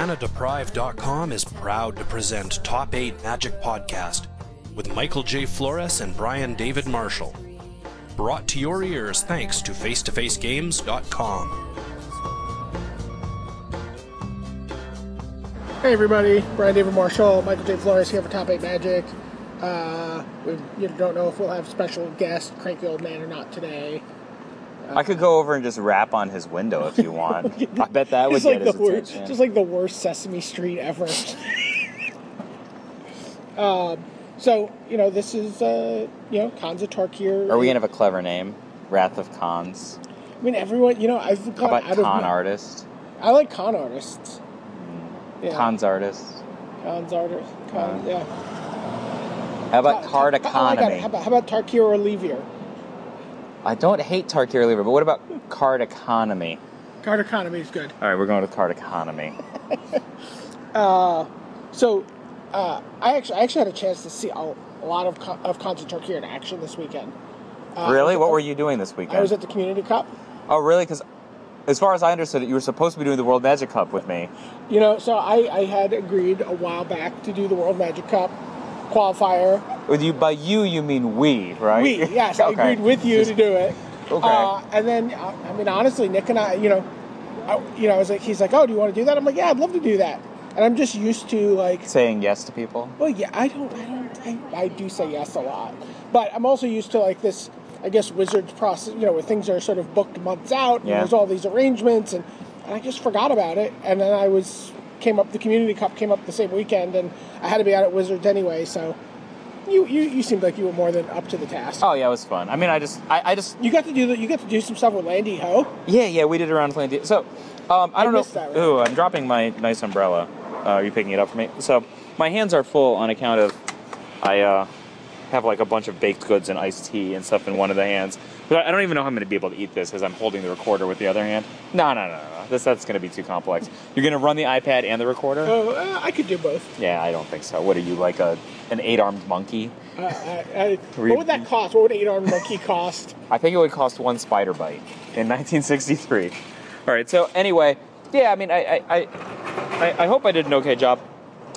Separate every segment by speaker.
Speaker 1: ManaDeprived.com is proud to present Top 8 Magic Podcast with Michael J. Flores and Brian David Marshall. Brought to your ears thanks to FaceToFaceGames.com.
Speaker 2: Hey everybody, Brian David Marshall, Michael J. Flores here for Top 8 Magic. Uh, we you don't know if we'll have special guest Cranky Old Man or not today.
Speaker 3: I could go over and just rap on his window if you want. I bet that would
Speaker 2: It's
Speaker 3: get
Speaker 2: like
Speaker 3: his
Speaker 2: the worst,
Speaker 3: attention.
Speaker 2: just like the worst Sesame Street ever. um, so you know this is uh, you know Kanza Tarkir.
Speaker 3: Are we gonna have a clever name? Wrath of Cons.
Speaker 2: I mean, everyone. You know, I've
Speaker 3: How
Speaker 2: gotten
Speaker 3: about
Speaker 2: out of.
Speaker 3: con
Speaker 2: my-
Speaker 3: artist?
Speaker 2: I like con artists. Yeah.
Speaker 3: Cons artist.
Speaker 2: Cons artists. Con,
Speaker 3: Con.
Speaker 2: yeah.
Speaker 3: How about Uh, card
Speaker 2: Oh, I got it.
Speaker 3: economy?
Speaker 2: How about, how about Tarkir or Levier?
Speaker 3: I don't hate Tarkir Lever, but what about card economy?
Speaker 2: Card economy is good.
Speaker 3: All right, we're going with card economy.
Speaker 2: So, uh, I actually I actually had a chance to see a lot of Con- of Kanza Tarkir in action this weekend. Uh,
Speaker 3: really? What were you doing this
Speaker 2: I was
Speaker 3: weekend?
Speaker 2: at the Community Cup.
Speaker 3: Oh, really? Because as far as I understood it, you were supposed to be doing the World Magic Cup with me.
Speaker 2: You know, so I, I had agreed a while back to do the World Magic Cup qualifier.
Speaker 3: With you, by you, you mean we, right?
Speaker 2: We, yes, I
Speaker 3: Okay.
Speaker 2: agreed with you to do it.
Speaker 3: Okay.
Speaker 2: Uh, and then, uh, I mean, honestly, Nick and I, you know, I, you know, I was like, he's like, oh, do you want to do that? I'm like, yeah, I'd love to do that. And I'm just used to like,
Speaker 3: Saying yes to people.
Speaker 2: well, yeah, I don't, I don't, I, I do say yes a lot, but I'm also used to like this, I guess, wizards process, you know, where things are sort of booked months out, and
Speaker 3: Yeah.
Speaker 2: there's all these arrangements, and, and I just forgot about it, and then I was came up the community cup came up the same weekend, and I had to be out at Wizards anyway, so you you, you seemed like you were more than up to the task.
Speaker 3: Oh yeah, it was fun. I mean, I just, I, I just
Speaker 2: You got to do the, you got to do some stuff with Landy Ho.
Speaker 3: Yeah, yeah, we did it around Flanders. So, um, I don't
Speaker 2: missed
Speaker 3: know.
Speaker 2: that one.
Speaker 3: Ooh, I'm dropping my nice umbrella. Uh, are you picking it up for me? So, my hands are full on account of I uh, have like a bunch of baked goods and iced tea and stuff in one of the hands. But I don't even know how I'm going to be able to eat this as I'm holding the recorder with the other hand. No, no, no, no. no. This that's going to be too complex. You're going to run the iPad and the recorder?
Speaker 2: Oh, uh, I could do both.
Speaker 3: yeah, I don't think so. What are you like a an eight-armed monkey?
Speaker 2: Uh, I, I,
Speaker 3: Three-
Speaker 2: what would that cost? What would eight armed monkey cost?
Speaker 3: I think it would cost one spider bite in 1963. All right. So anyway, yeah. I mean, I I, I, I- I hope I did an okay job.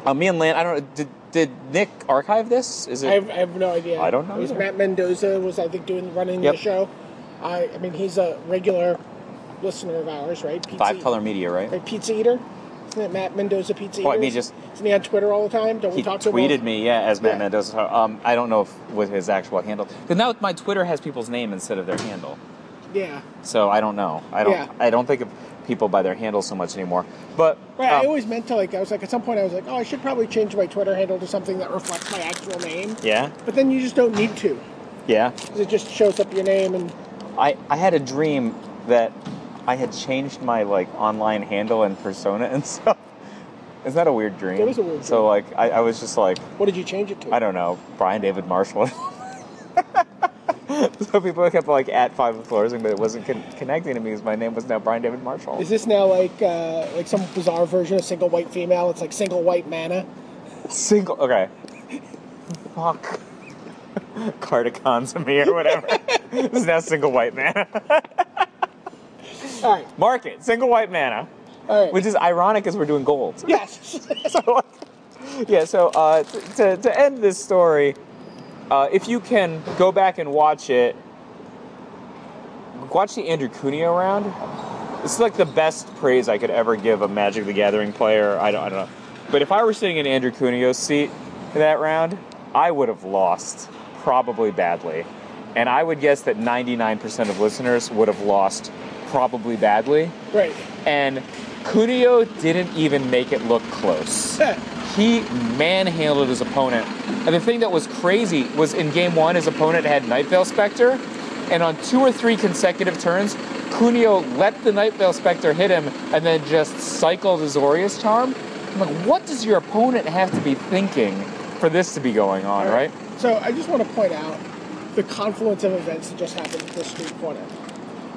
Speaker 3: Uh, me and Lan, I don't know. Did, did Nick archive this? Is it?
Speaker 2: I have, I have no idea.
Speaker 3: I don't know
Speaker 2: It was
Speaker 3: either.
Speaker 2: Matt Mendoza was I think doing running the
Speaker 3: Yep.
Speaker 2: show. I I mean he's a regular listener of ours, right? Pizza
Speaker 3: Five Color Media, right?
Speaker 2: Right, pizza eater. Isn't it Matt Mendoza pizza eater?
Speaker 3: Oh, I mean, just-
Speaker 2: isn't he on Twitter all the time? Don't we
Speaker 3: He
Speaker 2: talk to him? all-
Speaker 3: tweeted me, yeah, as Matt
Speaker 2: Yeah.
Speaker 3: Mendoza. Um, I don't know if with his actual handle. Because now my Twitter has people's name instead of their handle.
Speaker 2: Yeah.
Speaker 3: So I don't know. I don't.
Speaker 2: Yeah.
Speaker 3: I don't think of people by their handle so much anymore. But
Speaker 2: Right, I
Speaker 3: um,
Speaker 2: always meant to like. I was like, at some point, I was like, oh, I should probably change my Twitter handle to something that reflects my actual name.
Speaker 3: yeah,
Speaker 2: But then you just don't need to,
Speaker 3: yeah.
Speaker 2: 'cause it just shows up your name and
Speaker 3: I, I had a dream that I had changed my like online handle and persona and stuff. Isn't that a weird dream?
Speaker 2: That is a weird
Speaker 3: So
Speaker 2: dream.
Speaker 3: like I, I was just like
Speaker 2: what did you change it to?
Speaker 3: I don't know Brian David Marshall. so people kept like at five of floors, but it wasn't con- connecting to me because my name was now Brian David Marshall.
Speaker 2: Is this now like uh, like some bizarre version of single white female? It's like single white mana.
Speaker 3: single? Okay. Fuck. Carticons me or whatever. this is now single white mana.
Speaker 2: All right,
Speaker 3: Market single white mana,
Speaker 2: all right.
Speaker 3: which is ironic as we're doing gold.
Speaker 2: yes.
Speaker 3: so, yeah, so uh, t- to, to end this story, uh, if you can go back and watch it, watch the Andrew Cuneo round. This is like the best praise I could ever give a Magic the Gathering player. I don't, I don't know. But if I were sitting in Andrew Cuneo's seat in that round, I would have lost, probably badly. And I would guess that 99% of listeners would have lost, probably badly.
Speaker 2: right.
Speaker 3: And Cuneo didn't even make it look close he manhandled his opponent. And the thing that was crazy was in game one, his opponent had Night Vale Spectre, and on two or three consecutive turns, Cuneo let the Night Vale Spectre hit him and then just cycled his Aureus Charm. I'm like, what does your opponent have to be thinking for this to be going on, right?
Speaker 2: So I just want to point out the confluence of events that just happened at this street corner.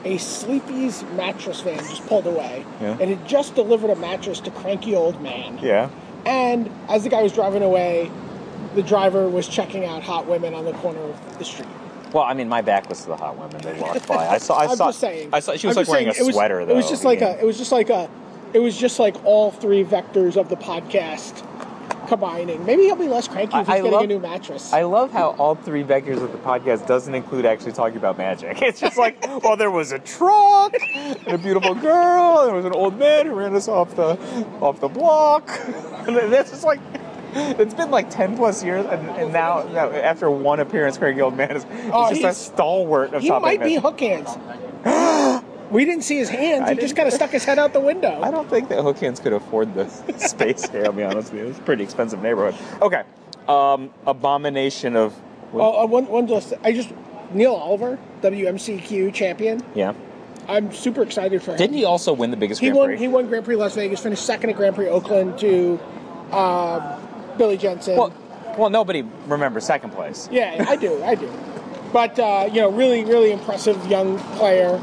Speaker 2: A Sleepy's mattress van just pulled away,
Speaker 3: Yeah.
Speaker 2: and it just delivered a mattress to cranky old man.
Speaker 3: Yeah.
Speaker 2: And as the guy was driving away, the driver was checking out hot women on the corner of the street.
Speaker 3: Well, I mean, my back was to the hot women. They walked by. I saw. I
Speaker 2: I'm
Speaker 3: saw.
Speaker 2: just saying.
Speaker 3: I saw. She was
Speaker 2: I'm
Speaker 3: like
Speaker 2: just
Speaker 3: wearing
Speaker 2: saying,
Speaker 3: a sweater,
Speaker 2: it was,
Speaker 3: though.
Speaker 2: It was just like
Speaker 3: Yeah.
Speaker 2: a. It was just like a. It was just like all three vectors of the podcast combining. Maybe he'll be less cranky if he's
Speaker 3: I- I
Speaker 2: getting
Speaker 3: love-
Speaker 2: a new mattress.
Speaker 3: I love how all three vectors of the podcast doesn't include actually talking about magic. It's just like, well, there was a truck and a beautiful girl, and there was an old man who ran us off the off the block. And that's just like, it's been like ten plus years, and, and now, now after one appearance, Craig Oldman is he's
Speaker 2: Oh,
Speaker 3: just
Speaker 2: he's-
Speaker 3: a stalwart of
Speaker 2: he
Speaker 3: top
Speaker 2: might
Speaker 3: eight men.
Speaker 2: be hook hands. we didn't see his hands. He
Speaker 3: I
Speaker 2: just
Speaker 3: didn't-
Speaker 2: kind of stuck his head out the window.
Speaker 3: I don't think that Hookhands could afford the space here. I'll be honest with you, it's a pretty expensive neighborhood. Okay, um, abomination of.
Speaker 2: Oh, uh, one, one just, I just, Neil Oliver, WMCQ champion.
Speaker 3: Yeah.
Speaker 2: I'm super excited for him.
Speaker 3: Didn't he also win the biggest
Speaker 2: He
Speaker 3: Grand
Speaker 2: won.
Speaker 3: Prix?
Speaker 2: He won Grand Prix Las Vegas. Finished second at Grand Prix Oakland to um, Billy Jensen.
Speaker 3: Well, well, nobody remembers second place.
Speaker 2: yeah, I do. I do. But uh, you know, really, really impressive young player.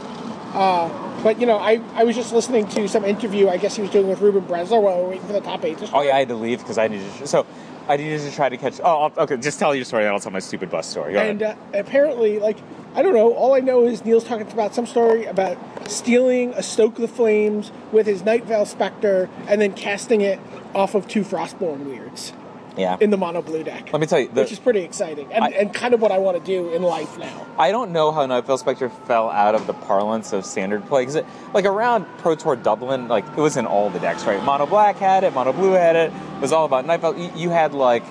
Speaker 2: Uh, but you know, I, I was just listening to some interview. I guess he was doing with Ruben Bresler while we were waiting for the top eight. to
Speaker 3: Oh
Speaker 2: start.
Speaker 3: yeah, I had to leave because I needed to. So I needed to try to catch. Oh, I'll, okay. Just tell your story. Then I'll tell my stupid bus story. Go
Speaker 2: and
Speaker 3: ahead.
Speaker 2: uh, apparently, like I don't know. All I know is Neil's talking about some story about stealing a Stoke the Flames with his Night Vale Spectre and then casting it off of two Frostborn Weirds.
Speaker 3: yeah.
Speaker 2: in the mono blue deck.
Speaker 3: Let me tell you, the-
Speaker 2: which is pretty exciting and,
Speaker 3: I-
Speaker 2: and kind of what I want to do in life now.
Speaker 3: I don't know how Nightfall Spectre fell out of the parlance of standard play because, like, around Pro Tour Dublin, like it was in all the decks, right? Mono Black had it, Mono Blue had it. It was all about Nightfall. You, you had like,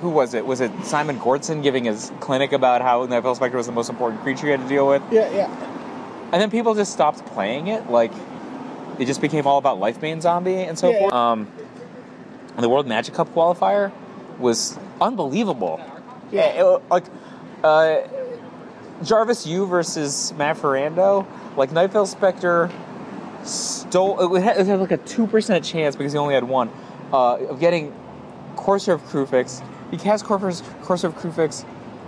Speaker 3: who was it? Was it Simon Gortson giving his clinic about how Nightfall Spectre was the most important creature you had to deal with?
Speaker 2: Yeah, yeah.
Speaker 3: and then people just stopped playing it. Like, it just became all about life bane zombie and so
Speaker 2: Yeah.
Speaker 3: forth. Um, and the World Magic Cup qualifier was unbelievable.
Speaker 2: Yeah.
Speaker 3: Uh, like uh, Jarvis U versus Matt Ferrando. Like Nightfall Spectre stole. It had, it had like a two percent chance because he only had one uh, of getting Courser of Crufix. He casts Courser, Courser of Crufix,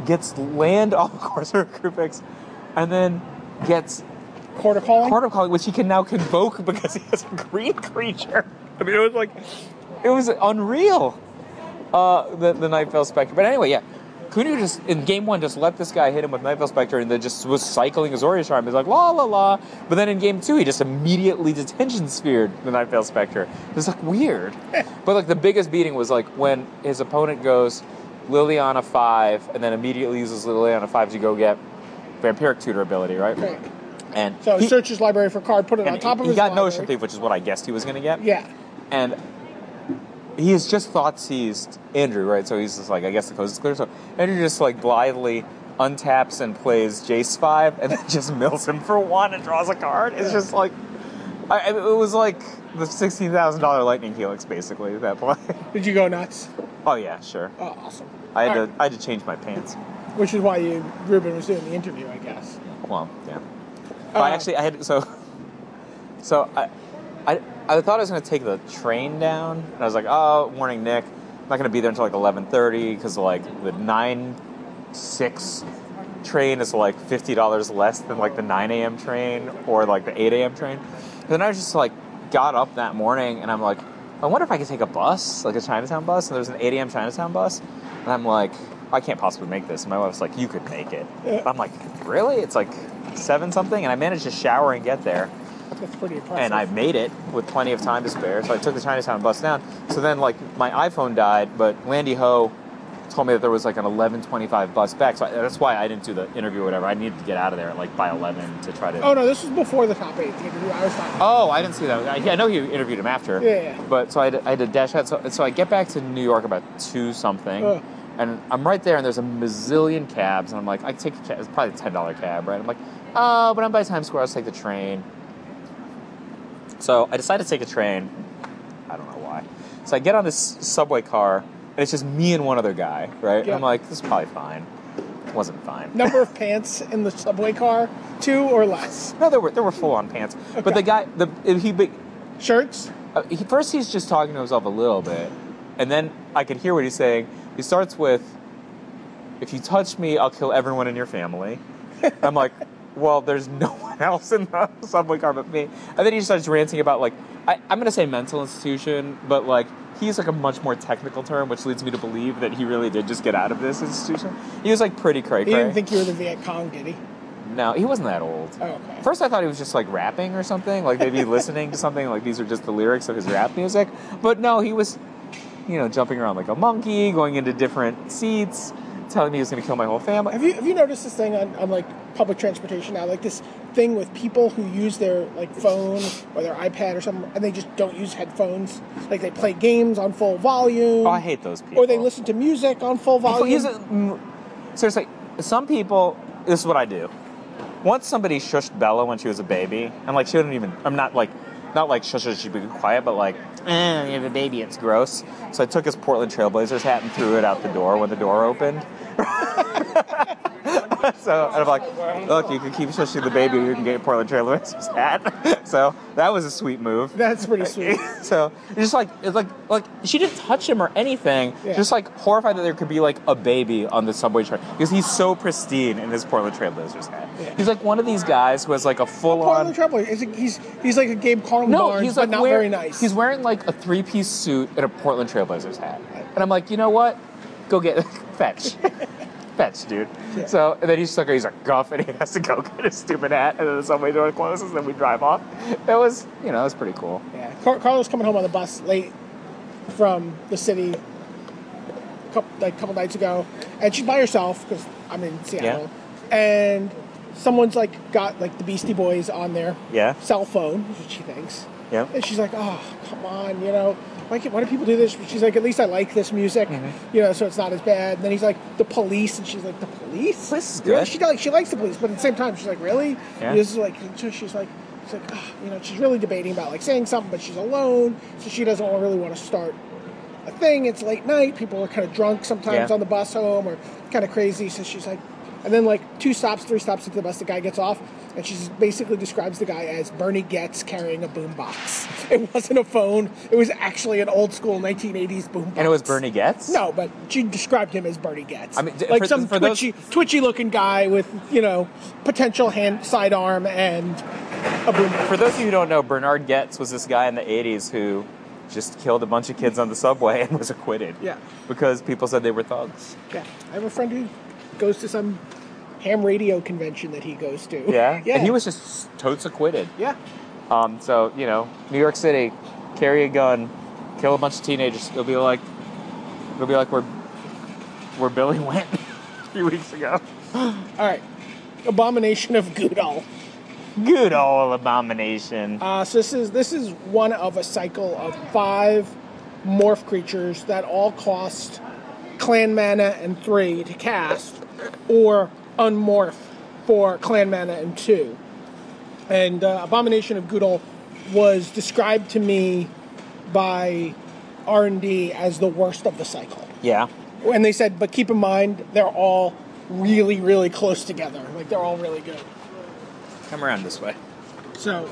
Speaker 3: gets land off Courser of Crufix, and then gets
Speaker 2: Quarter calling.
Speaker 3: Court of Calling, which he can now convoke because he has a green creature. I mean, it was like, it was unreal. Uh, the the Night Vale Spectre, but anyway, yeah, Kunio just in game one just let this guy hit him with Night Vale Spectre, and then just was cycling his Aureus Charm. He's like la la la, but then in game two he just immediately detention speared the Night Vale Spectre. It's like weird, but like the biggest beating was like when his opponent goes Liliana five, and then immediately uses Liliana five to go get Vampiric Tutor ability, right?
Speaker 2: Right.
Speaker 3: And
Speaker 2: So
Speaker 3: he-
Speaker 2: search his library for card, put it on
Speaker 3: and
Speaker 2: top
Speaker 3: he,
Speaker 2: of
Speaker 3: he
Speaker 2: his.
Speaker 3: got
Speaker 2: library.
Speaker 3: notion thief, which is what I guessed he was going to get.
Speaker 2: Yeah,
Speaker 3: And he has just thought seized Andrew, right? So he's just like, I guess the coast is clear. So Andrew just like blithely untaps and plays Jace five, and then just mills him for one and draws a card. It's just like, I, I- it was like the sixteen thousand dollar lightning helix, basically at that point.
Speaker 2: did you go nuts?
Speaker 3: oh yeah, sure.
Speaker 2: Oh, awesome.
Speaker 3: I had
Speaker 2: All
Speaker 3: to I had to change my pants.
Speaker 2: right. Which is why you Ruben was doing the interview, I guess.
Speaker 3: Well, yeah. I actually, I had so, so I, I, I thought I was going to take the train down, and I was like, oh, morning, Nick. I'm not going to be there until like 11:30 because like the nine six train is like fifty dollars less than like the nine a.m. train or like the eight a.m. train. But then I was just like got up that morning, and I'm like, I wonder if I could take a bus, like a Chinatown bus. And there's an eight a.m. Chinatown bus, and I'm like, I can't possibly make this. And my wife's like, you could make it. I'm like, really? It's like seven something, and I managed to shower and get there
Speaker 2: That's pretty impressive.
Speaker 3: and I made it with plenty of time to spare. So I took the Chinatown bus down. So then, like, my iPhone died, but Landy Ho told me that there was like an 11:25 bus back. So I, that's why I didn't do the interview or whatever. I needed to get out of there like by 11 to try to.
Speaker 2: Oh no, this was before the top eight the interview. I was talking.
Speaker 3: Oh, I didn't see that. I, yeah, I know you interviewed him after.
Speaker 2: Yeah, yeah.
Speaker 3: But so I had, I had to dash out. So, so I get back to New York about two something,
Speaker 2: Ugh.
Speaker 3: and I'm right there, and there's a bazillion cabs, and I'm like, I take a cab. It's probably a ten dollar cab, right? I'm like, oh, but I'm by Times Square. I'll just take the train. So I decided to take a train. I don't know why. So I get on this subway car, and it's just me and one other guy, right? And
Speaker 2: Yeah.
Speaker 3: I'm like, this is probably fine. It wasn't fine.
Speaker 2: Number of pants in the subway car, two or less.
Speaker 3: No, there were there were full on pants, but the guy, the he. be-
Speaker 2: Shirts.
Speaker 3: Uh, he, first, he's just talking to himself a little bit, and then I could hear what he's saying. He starts with, "If you touch me, I'll kill everyone in your family." I'm like, "Well, there's no one else in the subway car but me." And then he starts ranting about like, I, I'm gonna say mental institution, but like he's like a much more technical term, which leads me to believe that he really did just get out of this institution. He was like pretty cray
Speaker 2: He
Speaker 3: cray.
Speaker 2: didn't think you were the Viet Cong, did he?
Speaker 3: No, he wasn't that old.
Speaker 2: Oh, okay.
Speaker 3: First, I thought he was just like rapping or something, like maybe listening to something, like these are just the lyrics of his rap music. But no, he was, you know, jumping around like a monkey, going into different seats, telling me he was going to kill my whole family.
Speaker 2: Have you have you noticed this thing on, on like public transportation now? Like this thing with people who use their like phone or their iPad or something, and they just don't use headphones. Like they play games on full volume,
Speaker 3: Oh, I hate those people.
Speaker 2: or they listen to music on full
Speaker 3: People
Speaker 2: volume.
Speaker 3: use it- mm, seriously, some people. This is what I do. Once somebody shushed Bella when she was a baby, and like she wouldn't even. I'm not like, not like shush her, she'd be quiet, but like, eh, you have a baby, it's gross. So I took his Portland Trailblazers hat and threw it out the door when the door opened. so and I'm like, look, you can keep shushing the baby, you can get your Portland Trailblazers hat. so that was a sweet move.
Speaker 2: That's pretty sweet.
Speaker 3: so it's just like it's like like she didn't touch him or anything.
Speaker 2: Yeah.
Speaker 3: Just like horrified that there could be like a baby on the subway train because he's so pristine in his Portland Trailblazers hat.
Speaker 2: Yeah.
Speaker 3: He's like one of these guys who has like a full
Speaker 2: Portland
Speaker 3: on.
Speaker 2: Traveler. Is it- he's he's like a Gabe Carlin
Speaker 3: No,
Speaker 2: Barnes,
Speaker 3: he's like
Speaker 2: but not
Speaker 3: wear-
Speaker 2: very nice.
Speaker 3: He's wearing like a three piece suit and a Portland Trailblazers hat, and I'm like, you know what? Go get fetch. Fetch, dude.
Speaker 2: Yeah.
Speaker 3: So and then he's like, he's like guff, and he has to go get his stupid hat, and then the subway door closes, and then we drive off. It was, you know, it was pretty cool.
Speaker 2: Yeah, Car- Carlos coming home on the bus late from the city, a couple, like a couple nights ago, and she's by herself because I'm in Seattle, and someone's like got like the Beastie Boys on their
Speaker 3: Yeah.
Speaker 2: cell phone, is what she thinks,
Speaker 3: Yeah.
Speaker 2: and she's like, oh come on, you know. Why, can, why do people do this? But She's like, at least I like this music,
Speaker 3: Mm-hmm.
Speaker 2: you know, so it's not as bad. And then he's like, the police, and she's like, the police.
Speaker 3: Police is
Speaker 2: You know,
Speaker 3: good.
Speaker 2: she like she likes the police, but at the same time, she's like, really?
Speaker 3: Yeah.
Speaker 2: This is like, so she's like, she's like, ah, you know, she's really debating about like saying something, but she's alone, so she doesn't really want to start a thing. It's late night. People are kind of drunk sometimes
Speaker 3: Yeah.
Speaker 2: on the bus home, or kind of crazy. So she's like, and then like two stops, three stops into the bus, the guy gets off, and she basically describes the guy as Bernie Getz carrying a boombox. It wasn't a phone. It was actually an old school 1980s boombox.
Speaker 3: And it was Bernie Getz.
Speaker 2: No, but she described him as Bernie Getz.
Speaker 3: I mean, d-
Speaker 2: like
Speaker 3: for-
Speaker 2: some
Speaker 3: for those-
Speaker 2: twitchy, twitchy looking guy with you know potential hand sidearm and a boom.
Speaker 3: For those of you who don't know, Bernard Getz was this guy in the 80s who just killed a bunch of kids on the subway and was acquitted.
Speaker 2: Yeah.
Speaker 3: Because people said they were thugs.
Speaker 2: Yeah, I have a friend who goes to some ham radio convention that he goes to.
Speaker 3: Yeah.
Speaker 2: yeah,
Speaker 3: And he was just totes acquitted.
Speaker 2: Yeah,
Speaker 3: Um, so, you know, New York City, carry a gun, kill a bunch of teenagers. It'll be like, it'll be like where, where Billy went a few weeks ago.
Speaker 2: all right. Abomination of Goodall.
Speaker 3: Good old abomination.
Speaker 2: Uh, so this is this is one of a cycle of five morph creatures that all cost clan mana and three to cast, or unmorph for clan mana and two. And uh, Abomination of Goodall was described to me by R and D as the worst of the cycle.
Speaker 3: yeah.
Speaker 2: And they said, but keep in mind they're all really really close together. Like they're all really good.
Speaker 3: Come around this way.
Speaker 2: So,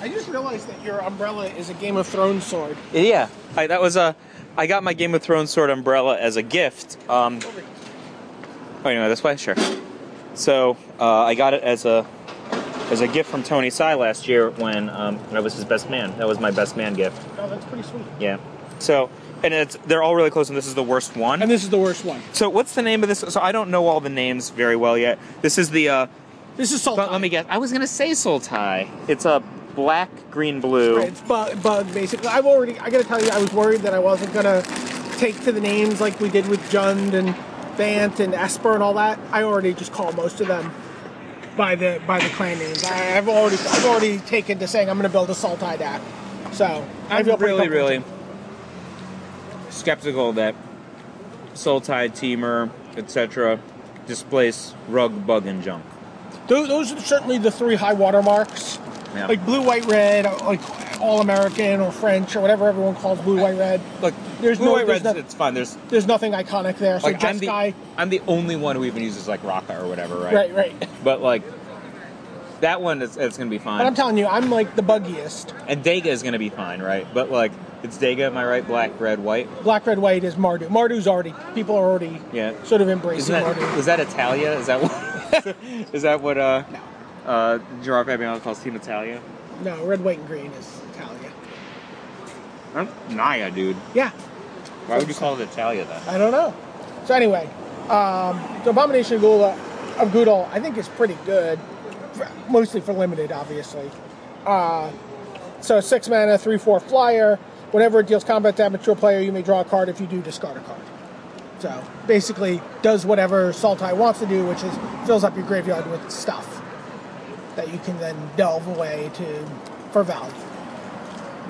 Speaker 2: I just realized that your umbrella is a Game of Thrones sword.
Speaker 3: Yeah, I, that was a. I got my Game of Thrones sword umbrella as a gift. Um, oh, you know this way, sure. So uh, I got it as a as a gift from Tony Si last year when um, when I was his best man. That was my best man gift.
Speaker 2: Oh, that's pretty sweet.
Speaker 3: Yeah. So and it's they're all really close, and this is the worst one.
Speaker 2: And this is the worst one.
Speaker 3: so what's the name of this? So I don't know all the names very well yet. This is the. Uh,
Speaker 2: This is salt.
Speaker 3: but let me guess. I was gonna say Sultai. It's a black, green, blue.
Speaker 2: It's bug, bug basically. I've already. I gotta tell you, I was worried that I wasn't gonna take to the names like we did with Jund and Bant and Esper and all that. I already just call most of them by the by the clan names. I, I've already I've already taken to saying I'm gonna build a salt eye deck. So I
Speaker 3: I'm
Speaker 2: feel pretty
Speaker 3: really,
Speaker 2: comfortable.
Speaker 3: really skeptical that Soul Tide, Teamer, etc., displace Rug, Bug, and Junk.
Speaker 2: Those, those are certainly the three high water marks.
Speaker 3: Yeah.
Speaker 2: Like blue, white, red, like all American or French or whatever everyone calls blue, white, red.
Speaker 3: Look,
Speaker 2: There's
Speaker 3: there's
Speaker 2: no-
Speaker 3: no way
Speaker 2: there's
Speaker 3: reds.
Speaker 2: no-
Speaker 3: it's fine. There's
Speaker 2: There's nothing iconic there. So
Speaker 3: like I'm
Speaker 2: just
Speaker 3: the
Speaker 2: guy.
Speaker 3: I'm the only one who even uses like Raka or whatever, right?
Speaker 2: Right, right.
Speaker 3: But like that one is it's gonna be fine.
Speaker 2: But I'm telling you, I'm like the buggiest.
Speaker 3: and Dega is gonna be fine, right? But like it's Dega, am I right? Black, red, white.
Speaker 2: Black, red, white is Mardu. Mardu's already people are already
Speaker 3: Yeah.
Speaker 2: sort of embracing
Speaker 3: Isn't that
Speaker 2: Mardu.
Speaker 3: was that Italia? Is that what is that what uh uh Gerard Fabiano calls Team Italia?
Speaker 2: No, red, white, and green is Italia.
Speaker 3: That's Naya, dude.
Speaker 2: Yeah,
Speaker 3: Why would you call it Italia then?
Speaker 2: I don't know. So anyway, um, the Abomination of Gula of Goodall, I think, is pretty good, for- mostly for limited, obviously. Uh, so six mana, three four flyer. Whenever it deals combat damage to a player, you may draw a card. If you do, discard a card. So basically, does whatever Sultai wants to do, which is fills up your graveyard with stuff that you can then delve away to for value.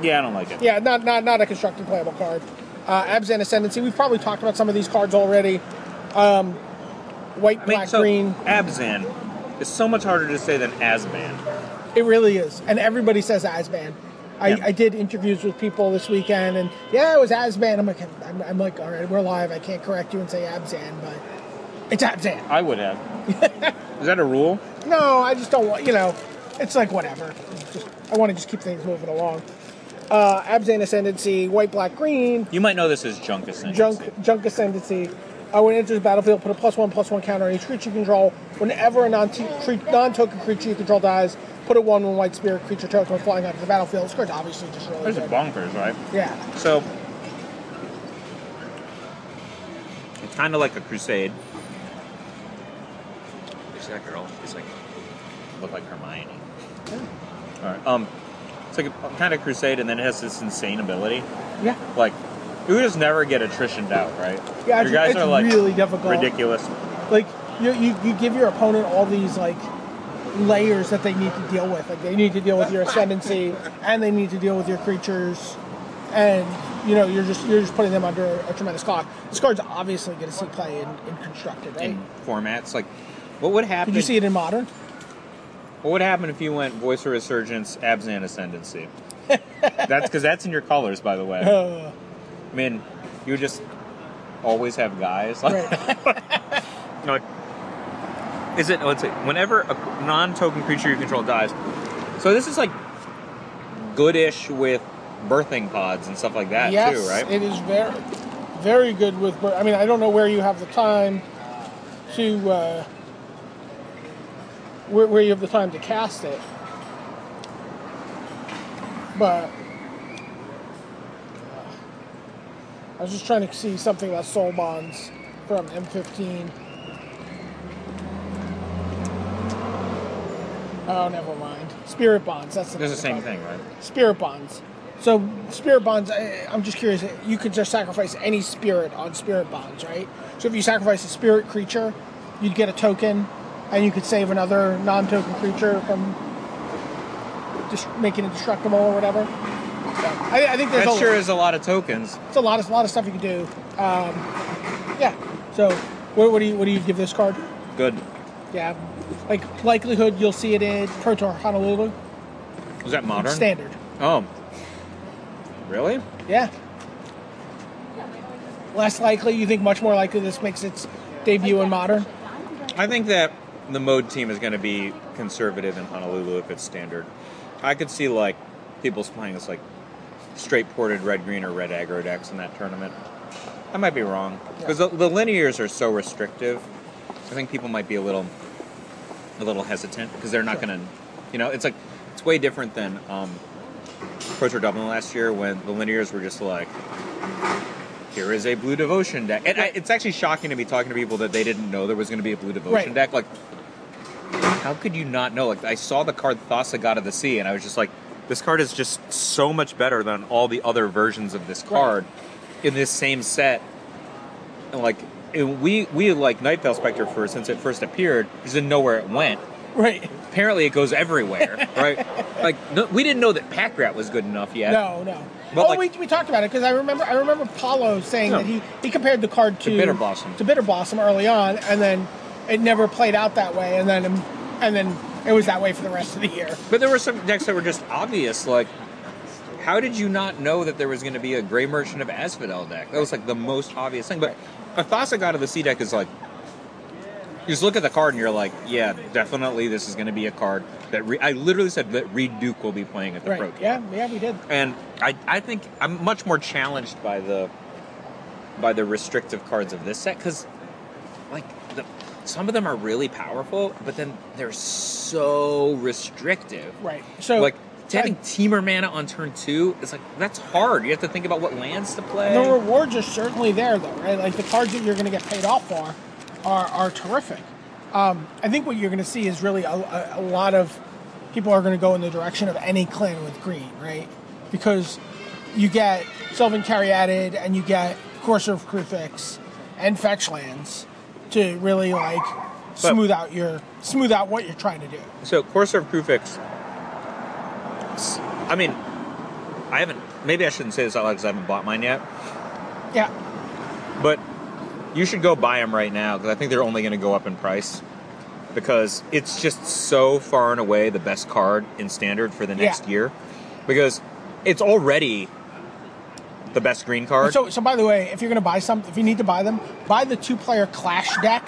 Speaker 3: Yeah, I don't like it.
Speaker 2: Yeah, not not not a constructed playable card. Uh, Abzan Ascendancy. We've probably talked about some of these cards already. Um, white,
Speaker 3: I mean,
Speaker 2: black,
Speaker 3: so
Speaker 2: green.
Speaker 3: Abzan is so much harder to say than Asban.
Speaker 2: It really is, and everybody says Asban. I,
Speaker 3: Yeah.
Speaker 2: I did interviews with people this weekend, and yeah, it was Asban. I'm like, I'm, I'm like, all right, we're live. I can't correct you and say Abzan, but it's Abzan.
Speaker 3: I would have. is that a rule?
Speaker 2: No, I just don't want. You know, it's like whatever. Just, I want to just keep things moving along. Uh, Abzan Ascendancy, white, black, green.
Speaker 3: You might know this as junk ascendancy.
Speaker 2: junk junk ascendancy. Uh, when it enters the battlefield, put a plus one plus one counter on each creature you control. Whenever a non token creature you control dies, put a one one white spirit creature token when flying onto the battlefield. This card's obviously just really
Speaker 3: Those are
Speaker 2: good.
Speaker 3: bonkers, right?
Speaker 2: Yeah,
Speaker 3: So it's kind of like a crusade. There's that girl. She's like look like Hermione. All right. Um, it's like a kind of crusade, and then it has this insane ability.
Speaker 2: yeah.
Speaker 3: Like you would just never get attritioned out, right?
Speaker 2: Yeah,
Speaker 3: Your
Speaker 2: it's-
Speaker 3: guys
Speaker 2: it's
Speaker 3: are like
Speaker 2: really difficult.
Speaker 3: ridiculous.
Speaker 2: Like you, you, you give your opponent all these like layers that they need to deal with. Like they need to deal with your ascendancy, and they need to deal with your creatures, and you know you're just you're just putting them under a tremendous clock. This card's obviously going to see play in, in constructed, right?
Speaker 3: in formats. Like, what would happen?
Speaker 2: Did you see it in modern?
Speaker 3: What would happen if you went Voice of Resurgence, Abzan Ascendancy? that's because that's in your colors, by the way.
Speaker 2: Uh,
Speaker 3: I mean, you would just always have guys. Like,
Speaker 2: right.
Speaker 3: like, is it? Let's see. Whenever a non-token creature you control dies, so this is like goodish with birthing pods and stuff like that
Speaker 2: yes,
Speaker 3: too, right?
Speaker 2: it is very, very good with. bur- I mean, I don't know where you have the time to uh, where, where you have the time to cast it, but uh, I was just trying to see something about soul bonds from M15. Oh, never mind. Spirit bonds. That's
Speaker 3: It's the
Speaker 2: another
Speaker 3: same
Speaker 2: problem
Speaker 3: thing, right?
Speaker 2: spirit bonds. So spirit bonds. I, I'm just curious. You could just sacrifice any spirit on spirit bonds, right? So if you sacrifice a spirit creature, you'd get a token, and you could save another non-token creature from just making it destructible or whatever. So I, I think there's
Speaker 3: That
Speaker 2: a,
Speaker 3: sure is a lot of tokens.
Speaker 2: it's a lot of a lot of stuff you could do. Um, yeah. So what, what do you what do you give this card?
Speaker 3: Good.
Speaker 2: Yeah. Like likelihood you'll see it in Protor Honolulu
Speaker 3: Was that modern?
Speaker 2: standard.
Speaker 3: Oh, really?
Speaker 2: Yeah. Less likely, you think much more likely this makes its debut in modern?
Speaker 3: I think that the mode team is going to be conservative in Honolulu if it's standard. I could see like people playing this like straight ported red green or red aggro decks in that tournament. I might be wrong because the, the linears are so restrictive. I think people might be a little a little hesitant because they're not going to, you know, it's like it's way different than um, Pro Tour Dublin last year when the linears were just like. Here is a blue devotion deck, and I, it's actually shocking to be talking to people that they didn't know there was going to be a blue devotion
Speaker 2: Right.
Speaker 3: deck. Like, how could you not know? Like, I saw the card Thassa God of the Sea, and I was just like, this card is just so much better than all the other versions of this card in this same set. And like, and we we like Nightfell Spectre for since it first appeared, just didn't know where it went.
Speaker 2: Right.
Speaker 3: Apparently, it goes everywhere, right? Like, no, we didn't know that Pack Rat was good enough yet.
Speaker 2: No, no.
Speaker 3: But,
Speaker 2: oh,
Speaker 3: like-
Speaker 2: we, we talked about it because I remember I remember Paulo saying
Speaker 3: Yeah.
Speaker 2: that he, he compared the card to,
Speaker 3: Bitter Blossom.
Speaker 2: to Bitter Blossom early on, and then it never played out that way, and then and then it was that way for the rest of the year.
Speaker 3: But there were some decks that were just obvious. Like, how did you not know that there was going to be a Grey Merchant of Asphodel deck? That was like the most obvious thing. But a Thassa God of the Sea deck is like, you just look at the card and you're like, yeah, definitely this is going to be a card that re- I literally said that Reed Duke will be playing at the
Speaker 2: Right?
Speaker 3: Pro Tour.
Speaker 2: Yeah, yeah, we did.
Speaker 3: And I, I think I'm much more challenged by the by the restrictive cards of this set because, like, the, some of them are really powerful, but then they're so restrictive
Speaker 2: Right. So
Speaker 3: like to having teamer mana on turn two is like that's hard. You have to think about what lands to play.
Speaker 2: the rewards are certainly there though, right? Like the cards that you're going to get paid off for are are terrific. Um, I think what you're going to see is really a, a, a lot of people are going to go in the direction of any clan with green, right? Because you get Sylvan Caryatid and you get Courser of Crufix and Fetchlands to really like smooth out your smooth out what you're trying to do.
Speaker 3: So Corsair Prefix. I mean, I haven't. Maybe I shouldn't say this out loud because I haven't bought mine yet.
Speaker 2: Yeah,
Speaker 3: But you should go buy them right now because I think they're only going to go up in price because it's just so far and away the best card in standard for the next
Speaker 2: Yeah.
Speaker 3: year because it's already the best green card.
Speaker 2: So, so by the way, if you're going to buy some, if you need to buy them, buy the two-player Clash deck.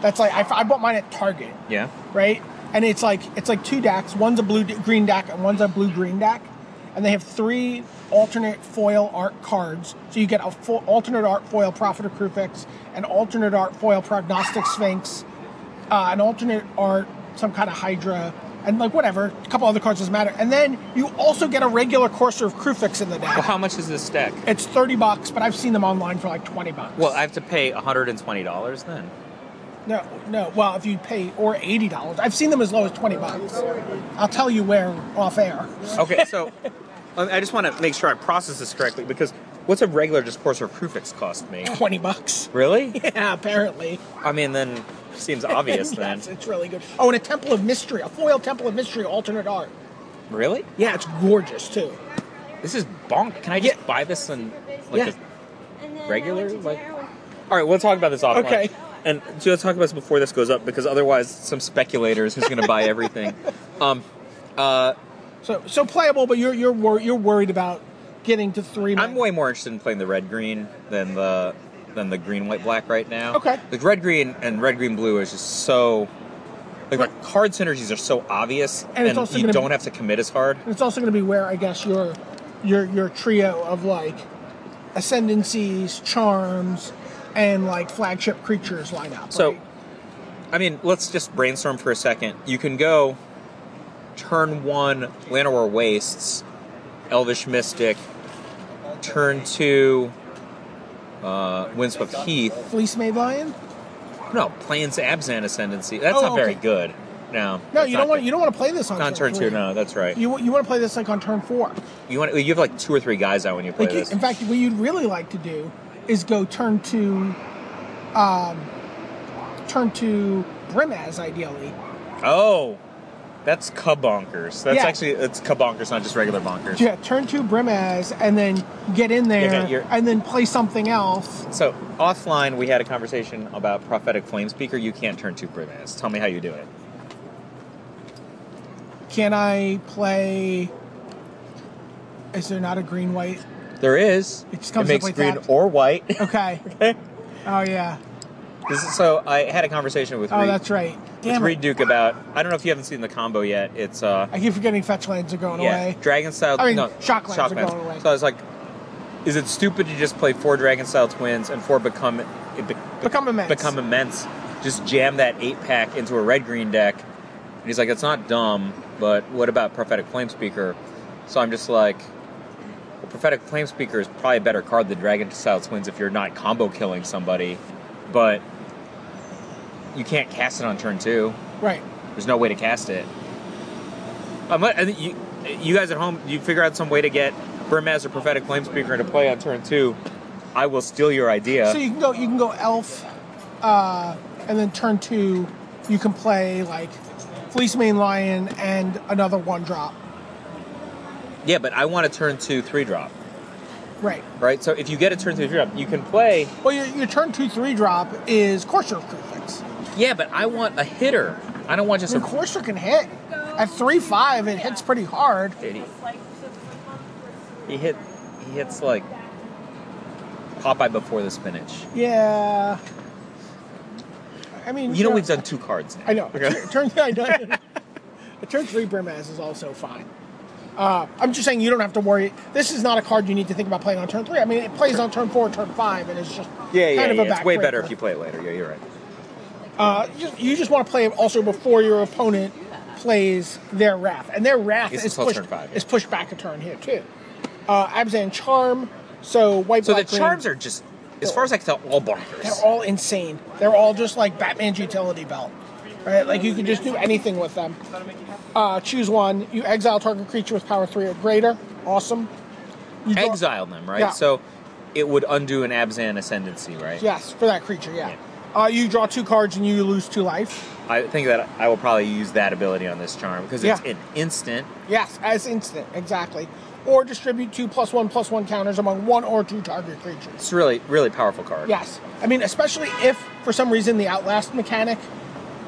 Speaker 2: That's like I, I bought mine at Target,
Speaker 3: yeah.
Speaker 2: right? And it's like it's like two decks. One's a blue d- green deck, and one's a blue green deck. And they have three alternate foil art cards. So you get a fo- alternate art foil Prophet of Crufix, an alternate art foil Prognostic Sphinx, uh, an alternate art some kind of Hydra, and like whatever, a couple other cards doesn't matter. And then you also get a regular Courser of Crufix in the deck.
Speaker 3: Well, how much is this deck?
Speaker 2: It's thirty bucks, but I've seen them online for like twenty bucks.
Speaker 3: Well, I have to pay $120 then.
Speaker 2: no, no. Well, if you pay or eighty dollars, I've seen them as low as twenty bucks. I'll tell you where off air.
Speaker 3: Okay, so um, I I just want to make sure I process this correctly because what's a regular just Corsair Prefix cost me?
Speaker 2: Twenty bucks.
Speaker 3: Really?
Speaker 2: Yeah, apparently.
Speaker 3: I mean, then seems obvious then.
Speaker 2: Yes, it's really good. Oh, and a Temple of Mystery, a foil Temple of Mystery alternate art.
Speaker 3: Really?
Speaker 2: Yeah, it's gorgeous too.
Speaker 3: This is bonk. Can I just buy this and like
Speaker 2: Yeah.
Speaker 3: a regular? Like, all right, we'll talk about this offline.
Speaker 2: Okay.
Speaker 3: And so let's talk about this before this goes up because otherwise, some speculators who's going to buy everything. Um,
Speaker 2: So, so playable, but you're you're wor- you're worried about getting to three.
Speaker 3: I'm
Speaker 2: man-
Speaker 3: way more interested in playing the red green than the than the green white black right now.
Speaker 2: Okay.
Speaker 3: The red green and red green blue is just so like the card synergies are so obvious,
Speaker 2: And
Speaker 3: and,
Speaker 2: it's also
Speaker 3: you
Speaker 2: gonna be-
Speaker 3: don't have to commit as hard.
Speaker 2: It's also going to be where I guess your your your trio of like ascendancies, charms, and like flagship creatures line up.
Speaker 3: So,
Speaker 2: right?
Speaker 3: I mean, let's just brainstorm for a second. You can go turn one, Llanowar Wastes, Elvish Mystic, turn two, uh, Windswept Heath.
Speaker 2: fleece made lion.
Speaker 3: No, Plains Abzan Ascendancy. That's
Speaker 2: Oh,
Speaker 3: not very
Speaker 2: okay.
Speaker 3: good. No.
Speaker 2: No,
Speaker 3: that's
Speaker 2: you
Speaker 3: not
Speaker 2: don't want
Speaker 3: good.
Speaker 2: you don't want to play this on,
Speaker 3: Not on turn two,
Speaker 2: three.
Speaker 3: no, that's right. You,
Speaker 2: You you want to play this like on turn four.
Speaker 3: want you have like two or three guys out when you play
Speaker 2: Like
Speaker 3: this.
Speaker 2: in fact, what you'd really like to do is go turn to, um, turn to Brimaz ideally.
Speaker 3: oh, that's cub bonkers. That's
Speaker 2: Yeah.
Speaker 3: actually it's cub bonkers, not just regular bonkers.
Speaker 2: Yeah, turn to Brimaz and then get in there
Speaker 3: Yeah, you're-
Speaker 2: and then play something else.
Speaker 3: So offline, we had a conversation about prophetic flame speaker. You can't turn two brilliance. Tell me how you do it.
Speaker 2: Can I play? Is there not a green white?
Speaker 3: There is.
Speaker 2: It just comes
Speaker 3: makes
Speaker 2: up like
Speaker 3: green
Speaker 2: that.
Speaker 3: or white.
Speaker 2: Okay. oh yeah.
Speaker 3: This is- so I had a conversation with
Speaker 2: Oh,
Speaker 3: Reed,
Speaker 2: that's right.
Speaker 3: with
Speaker 2: Damn
Speaker 3: Reed
Speaker 2: it.
Speaker 3: Duke about. I don't know if you haven't seen the combo yet. It's uh
Speaker 2: I keep forgetting fetch lands are going
Speaker 3: yeah
Speaker 2: away.
Speaker 3: dragon style.
Speaker 2: I mean,
Speaker 3: no,
Speaker 2: shock lands are
Speaker 3: lands.
Speaker 2: going away.
Speaker 3: So I was like, is it stupid to just play four dragon style twins and four become it be-
Speaker 2: Become immense.
Speaker 3: become immense? Just jam that eight pack into a red green deck. And he's like, it's not dumb, but what about prophetic flame speaker? So I'm just like. Well, prophetic flame speaker is probably a better card than dragon style twins if you're not combo killing somebody, but you can't cast it on turn two.
Speaker 2: Right.
Speaker 3: There's no way to cast it. Um, I think you, you guys at home, you figure out some way to get Burmaz or Prophetic Flame Speaker into play on turn two. I will steal your idea.
Speaker 2: So you can go. You can go elf, uh, and then turn two. You can play like fleece main lion and another one drop.
Speaker 3: yeah, but I want to turn two three drop,
Speaker 2: Right.
Speaker 3: right? So if you get a turn two three drop, you can play.
Speaker 2: Well, your, your turn two three drop is courser of prefix.
Speaker 3: Yeah, but I want a hitter. I don't want just
Speaker 2: The
Speaker 3: a.
Speaker 2: courser can hit at three five. It hits pretty hard.
Speaker 3: Did he? He hit. He hits like Popeye before the spinach.
Speaker 2: Yeah. I mean,
Speaker 3: You know we've done two cards now.
Speaker 2: I know.
Speaker 3: Okay.
Speaker 2: Tur- Turn, I know. turn three Brimaz is also fine. Uh, I'm just saying you don't have to worry. This is not a card you need to think about playing on turn three. I mean, it plays on turn four, turn five, and it's just
Speaker 3: Yeah, yeah,
Speaker 2: kind
Speaker 3: yeah.
Speaker 2: of a
Speaker 3: It's way
Speaker 2: backbreaker.
Speaker 3: better if you play it later. Yeah, you're right.
Speaker 2: Uh, you, you just want to play it also before your opponent plays their wrath, and their wrath
Speaker 3: It's
Speaker 2: is
Speaker 3: until
Speaker 2: pushed,
Speaker 3: turn five, yeah.
Speaker 2: is pushed back a turn here too. Uh, Abzan Charm, so white.
Speaker 3: So the
Speaker 2: black, green,
Speaker 3: charms are just, as far as I can tell, all bonkers.
Speaker 2: They're all insane. They're all just like Batman's utility belt. Right? Like you can just do anything with them. Uh, choose one. You exile target creature with power three or greater. Awesome. You draw-
Speaker 3: Exile them, right?
Speaker 2: Yeah.
Speaker 3: So it would undo an Abzan ascendancy, right?
Speaker 2: Yes, for that creature. Yeah. Uh, you draw two cards and you lose two life.
Speaker 3: I think that I will probably use that ability on this charm because it's
Speaker 2: Yeah.
Speaker 3: an instant.
Speaker 2: Yes, as instant, exactly. Or distribute two plus one plus one counters among one or two target creatures.
Speaker 3: It's a really, really powerful card.
Speaker 2: Yes. I mean, especially if for some reason the Outlast mechanic,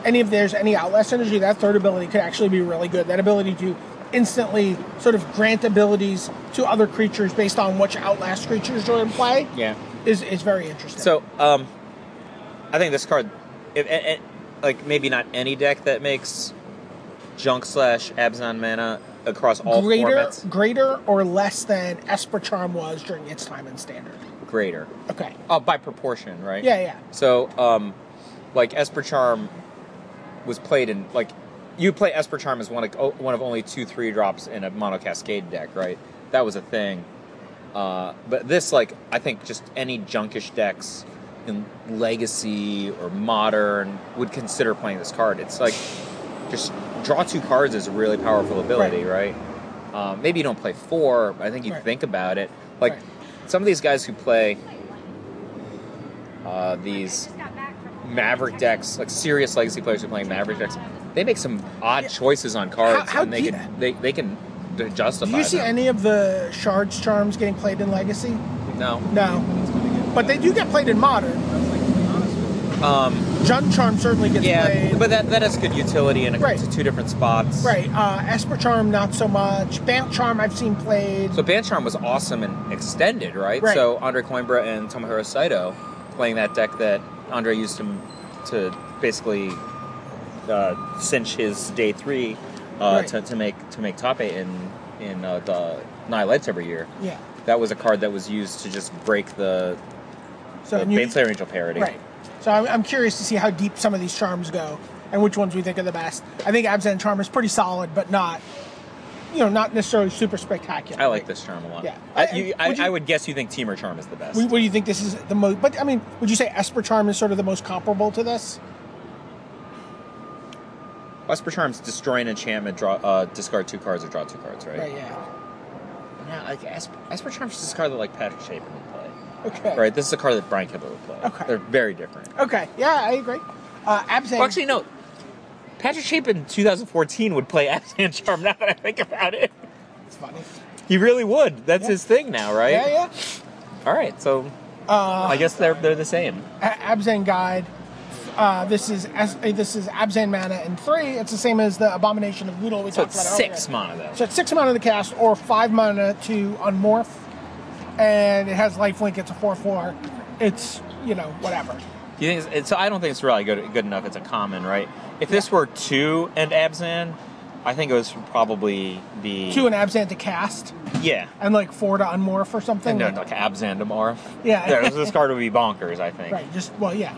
Speaker 2: any of there's any Outlast energy, that third ability could actually be really good. That ability to instantly sort of grant abilities to other creatures based on which Outlast creatures are in play
Speaker 3: Yeah.
Speaker 2: is, is very interesting.
Speaker 3: So, um, I think this card, if, a- a- like maybe not any deck that makes junk slash Abzan mana across all
Speaker 2: greater,
Speaker 3: formats,
Speaker 2: greater or less than Esper Charm was during its time in Standard.
Speaker 3: greater.
Speaker 2: Okay.
Speaker 3: Uh, by proportion, right?
Speaker 2: Yeah, yeah.
Speaker 3: So, um, like Esper Charm was played in like you play Esper Charm as one of oh, one of only two three drops in a mono cascade deck, right? That was a thing. Uh, but this, like, I think just any junkish decks in Legacy or Modern would consider playing this card. It's like just draw two cards is a really powerful ability, right? Um, maybe you don't play four, but I think you
Speaker 2: Right.
Speaker 3: think about it. Like
Speaker 2: Right.
Speaker 3: some of these guys who play uh, these Maverick decks, like serious legacy players who play Maverick decks, they make some odd choices on cards,
Speaker 2: How- how
Speaker 3: and they
Speaker 2: do you-
Speaker 3: can they, they can d- justify.
Speaker 2: Do you see
Speaker 3: them.
Speaker 2: any of the Shards Charms getting played in Legacy?
Speaker 3: No.
Speaker 2: No. But they do get played in Modern.
Speaker 3: Um,
Speaker 2: Jun Charm certainly gets
Speaker 3: yeah,
Speaker 2: played.
Speaker 3: but that that is good utility in a,
Speaker 2: Right.
Speaker 3: to two different spots.
Speaker 2: right, uh, Esper Charm not so much. Bant Charm I've seen played.
Speaker 3: So Bancharm was awesome and extended, right?
Speaker 2: Right.
Speaker 3: So Andre Coimbra and Tomohiro Saito playing that deck that Andre used him to basically uh, cinch his day three uh,
Speaker 2: Right.
Speaker 3: to, to make to make top eight in in uh, the Nine Lights every year.
Speaker 2: yeah.
Speaker 3: That was a card that was used to just break the,
Speaker 2: So
Speaker 3: the
Speaker 2: and you-
Speaker 3: Bane Slayer Angel parody.
Speaker 2: right. So I'm, I'm curious to see how deep some of these charms go and which ones we think are the best. I think Absent Charm is pretty solid, but not, you know, not necessarily super spectacular.
Speaker 3: I like this charm a lot.
Speaker 2: Yeah.
Speaker 3: I, you, I,
Speaker 2: Would you-
Speaker 3: I would guess you think Teamer Charm is the best.
Speaker 2: What, what do you think this is the most? But I mean, would you say Esper Charm is sort of the most comparable to this?
Speaker 3: Whisper Charm's destroy an enchantment, draw, uh, discard two cards, or draw two cards, right?
Speaker 2: Right. Yeah.
Speaker 3: Yeah, like Esper, Esper Charm's just a card that like Patrick Chapin would play.
Speaker 2: Okay.
Speaker 3: Right, this is a card that Brian Kibble would play.
Speaker 2: Okay.
Speaker 3: They're very different.
Speaker 2: Okay. Yeah, I agree. Uh, Absent.
Speaker 3: Well, actually, no. Patrick Chapin in 2014 would play Absent Charm now that I think about it.
Speaker 2: it's funny.
Speaker 3: He really would. That's his thing now, right?
Speaker 2: Yeah, yeah.
Speaker 3: All right, so I guess they're, they're the same.
Speaker 2: A- Abzan guide. Uh, this is as, uh, this is Abzan mana and three. It's the same as the abomination of Ludol we
Speaker 3: So
Speaker 2: talked
Speaker 3: it's
Speaker 2: about.
Speaker 3: six
Speaker 2: earlier.
Speaker 3: mana, though.
Speaker 2: So it's six mana to cast or five mana to unmorph, and it has lifelink. It's a four four. It's you know whatever.
Speaker 3: You think it's, it's- so I don't think it's really good, good enough. It's a common, right? If this were two and Abzan, I think it was probably be
Speaker 2: Two and Abzan to cast
Speaker 3: yeah.
Speaker 2: and like four to unmorph or something.
Speaker 3: And then
Speaker 2: Like-
Speaker 3: like Abzan to Morph.
Speaker 2: Yeah.
Speaker 3: There, this card would be bonkers, I think.
Speaker 2: Right. Just well, yeah.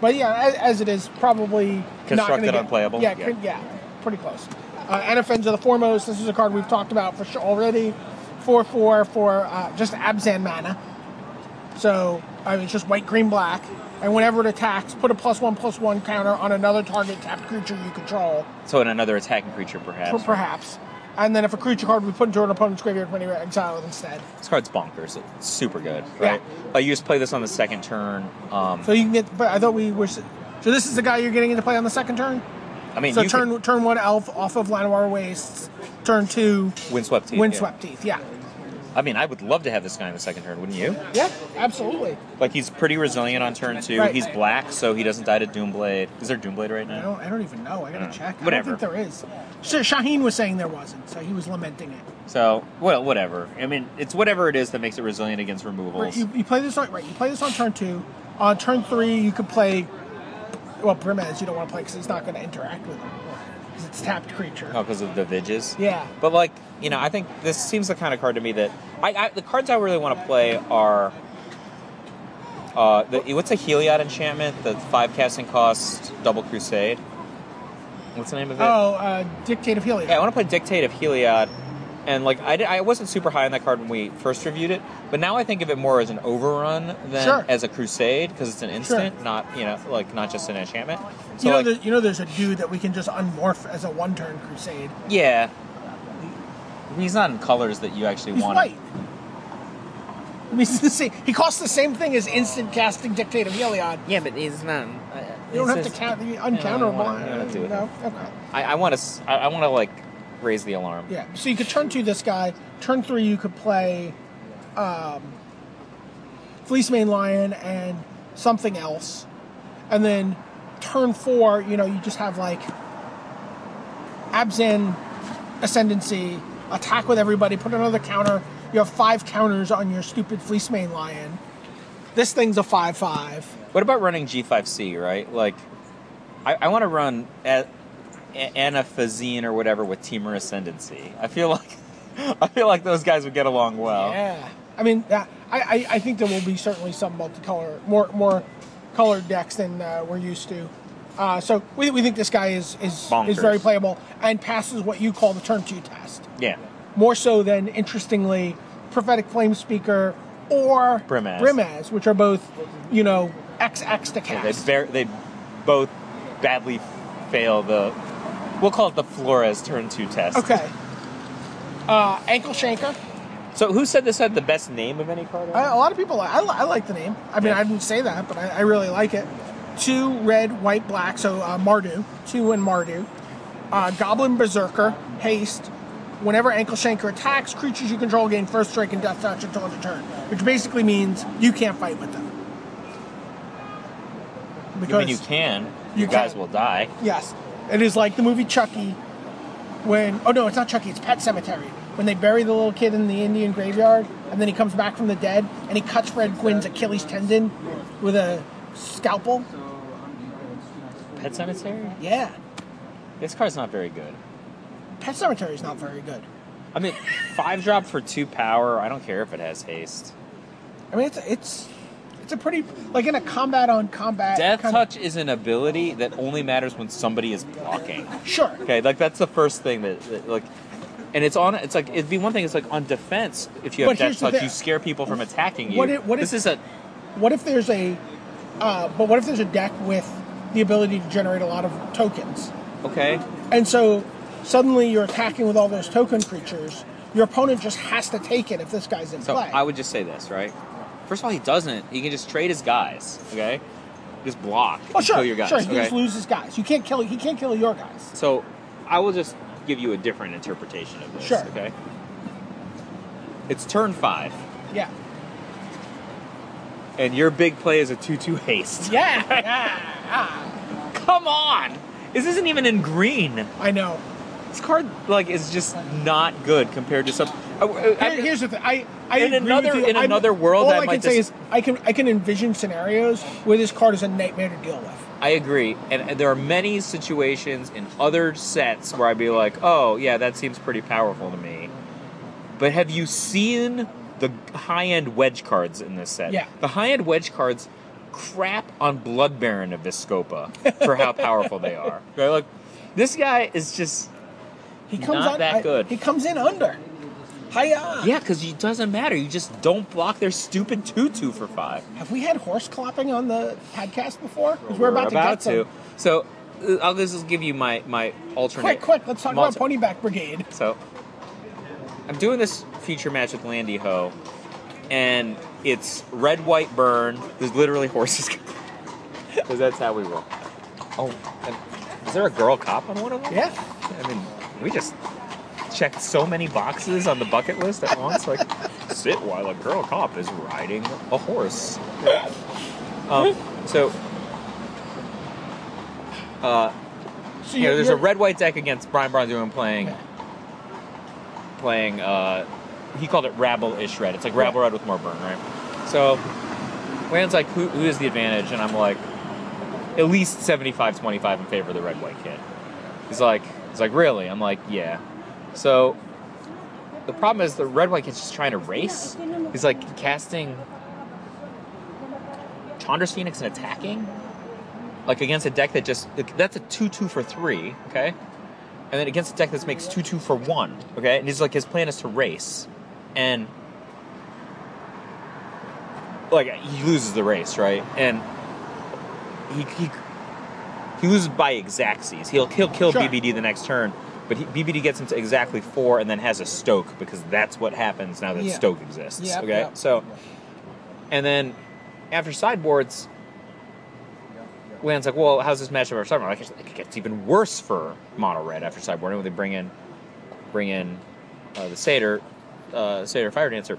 Speaker 2: But yeah, as, as it is, probably not gonna
Speaker 3: Constructed
Speaker 2: get,
Speaker 3: unplayable?
Speaker 2: Yeah,
Speaker 3: Yeah.
Speaker 2: yeah, yeah, pretty close. Uh, Anafenza the foremost. This is a card we've talked about for sure already. Four four for uh, just Abzan mana. So I mean, it's just white, green, black, and whenever it attacks, put a plus one plus one counter on another target tapped creature you control,
Speaker 3: So in another attacking creature,
Speaker 2: per-
Speaker 3: perhaps.
Speaker 2: perhaps. And then if a creature card we put into an opponent's graveyard when you exile it instead.
Speaker 3: This card's bonkers. It's super good, right?
Speaker 2: Yeah.
Speaker 3: Like you just play this on the second turn. Um,
Speaker 2: So you can get. But I thought we were. s- So this is the guy you're getting into play on the second turn.
Speaker 3: I mean,
Speaker 2: So
Speaker 3: you
Speaker 2: turn turn one elf off of Llanowar Wastes. Turn two
Speaker 3: could- windswept teeth.
Speaker 2: windswept teeth. Yeah,
Speaker 3: yeah. I mean, I would love to have this guy in the second turn, wouldn't you?
Speaker 2: yeah, absolutely.
Speaker 3: Like he's pretty resilient on turn two.
Speaker 2: Right.
Speaker 3: He's black, so he doesn't die to Doomblade. Is there Doomblade right
Speaker 2: I
Speaker 3: now?
Speaker 2: don't I don't even know. I gotta check.
Speaker 3: Uh, Whatever.
Speaker 2: I don't think there is. So Shaheen was saying there wasn't, so he was lamenting it.
Speaker 3: So well, whatever. I mean, it's whatever it is that makes it resilient against removals.
Speaker 2: You, you play this on right. You play this on turn two. On turn three, you could play. Well, Primaz you don't want to play because it's not going to interact with him because it's tapped creature.
Speaker 3: Oh, because of the Vidges?
Speaker 2: Yeah.
Speaker 3: But, like, you know, I think this seems the kind of card to me that. I, I The cards I really want to play are. Uh, the, what's a Heliod enchantment? The five casting cost double crusade. What's the name of it?
Speaker 2: Oh, uh, dictate of Heliod.
Speaker 3: Yeah, I want to play Dictate of Heliod And like I, di- I wasn't super high on that card when we first reviewed it, but now I think of it more as an overrun than
Speaker 2: Sure.
Speaker 3: as a crusade because it's an instant, not you know like not just an enchantment. So
Speaker 2: you know,
Speaker 3: like,
Speaker 2: there- you know, there's a dude that we can just unmorph as a one-turn crusade.
Speaker 3: yeah, he's not in colors that you actually
Speaker 2: He's
Speaker 3: want.
Speaker 2: white. I mean, it's the same. He costs the same thing as instant casting Dictate of Heliod.
Speaker 3: Yeah, but he's not. uh,
Speaker 2: You don't have to count the
Speaker 3: I don't
Speaker 2: uncounterable.
Speaker 3: wanna- I don't wanna do it.
Speaker 2: no, okay.
Speaker 3: I, I want to. I, I want to like raise the alarm.
Speaker 2: Yeah. So you could turn two this guy. Turn three, you could play um, Fleece Main Lion and something else. And then turn four, you know, you just have like Abzan Ascendancy, attack with everybody, put another counter. You have five counters on your stupid Fleece Main Lion. This thing's a 5 5.
Speaker 3: What about running G5C, right? Like, I, I want to run a- a- Anaphazine or whatever with Teamer Ascendancy. I feel like I feel like those guys would get along well.
Speaker 2: Yeah. I mean, that, I, I, I think there will be certainly some multicolor, more more colored decks than uh, we're used to. Uh, so we, we think this guy is is, is
Speaker 3: Bonkers.
Speaker 2: very playable and passes what you call the turn two test.
Speaker 3: Yeah.
Speaker 2: More so than, interestingly, Prophetic Flame Speaker or
Speaker 3: Brimaz.
Speaker 2: which are both, you know, XX to
Speaker 3: They
Speaker 2: cast.
Speaker 3: ver- they both badly fail the. We'll call it the Flores turn two test.
Speaker 2: okay. Uh, Ankle Shanker.
Speaker 3: So who said this had the best name of any card?
Speaker 2: I, a lot of people. I, li- I like the name. I mean,
Speaker 3: Yeah.
Speaker 2: I didn't say that, but I, I really like it. Two red, white, black. So uh, Mardu, two and Mardu. Uh, Goblin Berserker, haste. Whenever Ankle Shanker attacks, creatures you control gain first strike and death touch until end of turn, which basically means you can't fight with them.
Speaker 3: you mean you can?
Speaker 2: You
Speaker 3: You guys
Speaker 2: can.
Speaker 3: will die.
Speaker 2: Yes. It is like the movie Chucky when oh no, it's not Chucky, it's Pet Cemetery. When they bury the little kid in the Indian graveyard and then he comes back from the dead and he cuts Fred Gwynn's Achilles tendon with a scalpel.
Speaker 3: Pet Cemetery.
Speaker 2: Yeah.
Speaker 3: This card's not very good.
Speaker 2: Pet Cemetery is not very good.
Speaker 3: I mean, five drop for two power. I don't care if it has haste.
Speaker 2: I mean it's it's it's a pretty like in a combat on combat
Speaker 3: Death
Speaker 2: kind
Speaker 3: touch is an ability that only matters when somebody is blocking.
Speaker 2: Of, sure.
Speaker 3: Okay, like that's the first thing that, that, like, and it's on. It's like it'd be one thing. It's like on defense. If you have
Speaker 2: But here's
Speaker 3: death
Speaker 2: the
Speaker 3: touch,
Speaker 2: thing.
Speaker 3: you scare people from attacking you.
Speaker 2: What it- what
Speaker 3: this
Speaker 2: it's-
Speaker 3: is a
Speaker 2: What if there's a uh, but what if there's a deck with the ability to generate a lot of tokens?
Speaker 3: okay.
Speaker 2: And so suddenly you're attacking with all those token creatures. Your opponent just has to take it if this guy's in
Speaker 3: So
Speaker 2: play.
Speaker 3: I would just say this, right? First of all, he doesn't. He can just trade his guys. Okay, just block.
Speaker 2: oh,
Speaker 3: and
Speaker 2: sure,
Speaker 3: kill your guys.
Speaker 2: sure. He can
Speaker 3: okay?
Speaker 2: just lose his guys. You can't kill. He can't kill your guys.
Speaker 3: So I will just give you a different interpretation of this.
Speaker 2: Sure.
Speaker 3: Okay. It's turn five,
Speaker 2: Yeah.
Speaker 3: and your big play is a two-two haste.
Speaker 2: Yeah. yeah.
Speaker 3: Come on! This isn't even in green.
Speaker 2: I know.
Speaker 3: This card like is just not good compared to some. I, Uh, I-
Speaker 2: Here- here's the thing. I, I
Speaker 3: In
Speaker 2: agree
Speaker 3: another-
Speaker 2: with you.
Speaker 3: in
Speaker 2: I'm-
Speaker 3: another world,
Speaker 2: all
Speaker 3: I
Speaker 2: I can
Speaker 3: might
Speaker 2: say
Speaker 3: just-
Speaker 2: is I can I can envision scenarios where this card is a nightmare to deal with.
Speaker 3: I agree, and, and there are many situations in other sets where I'd be like, "Oh yeah, that seems pretty powerful to me." But have you seen the high-end wedge cards in this set?
Speaker 2: Yeah.
Speaker 3: the high-end wedge cards crap on Blood Baron of Viscopa for how powerful they are. Right? Like, this guy is just
Speaker 2: He comes
Speaker 3: Not
Speaker 2: on-
Speaker 3: that
Speaker 2: I-
Speaker 3: good.
Speaker 2: he comes in under. Hiya.
Speaker 3: yeah, because it doesn't matter. You just don't block their stupid two-two for five.
Speaker 2: Have we had horse clopping on the podcast before? 'Cause we're, about, to get some.
Speaker 3: So uh, I'll just give you my my alternate.
Speaker 2: Quick, quick. Let's talk
Speaker 3: multi-
Speaker 2: about Ponyback Brigade.
Speaker 3: So I'm doing this feature match with Landy Ho, and it's red white burn. There's literally horses. Because that's how we roll. Oh, and is there a girl cop on one of them?
Speaker 2: Yeah.
Speaker 3: I mean, we just checked so many boxes on the bucket list at once. Like, sit while a girl cop is riding a horse. um, so,
Speaker 2: So you're-
Speaker 3: you know, there's a
Speaker 2: you're-
Speaker 3: red white deck against Brian Bronzewin playing,
Speaker 2: Yeah.
Speaker 3: playing. Uh, he called it rabble ish red. It's like rabble red with more burn, right? So, Land's like, who, who is the advantage? And I'm like, at least 75 25 in favor of the red white kid. He's like, he's like, really? I'm like, yeah. So the problem is the red white kid's just trying to race. He's like casting Chandra's Phoenix and attacking, like against a deck that just that's a two two for three, okay? and then against a deck that makes two two for one. Okay, and he's like his plan is to race, and like he loses the race, right? And he he, he loses by exactsies. He'll he'll kill
Speaker 2: Sure.
Speaker 3: BBD the next turn, but he, BBD gets into exactly four and then has a stoke because that's what happens now that
Speaker 2: Yeah.
Speaker 3: stoke exists.
Speaker 2: Yep,
Speaker 3: okay,
Speaker 2: yep.
Speaker 3: so and then after sideboards. Land's like, well, how's this matchup after sideboard? Like, it gets even worse for mono red after sideboard. And when they bring in, bring in uh, the satyr, uh, satyr fire dancer,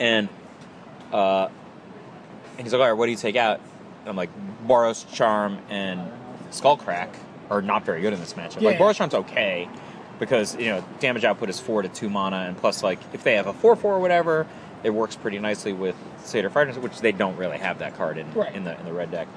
Speaker 3: and uh, and he's like, all right, what do you take out? And I'm like, Boros Charm and Skullcrack are not very good in this matchup.
Speaker 2: Yeah.
Speaker 3: Like Boros Charm's okay because you know damage output is four to two mana, and plus like if they have a four four or whatever, it works pretty nicely with Satyr Fire Dancer, which they don't really have that card in
Speaker 2: Right.
Speaker 3: in the in the red deck.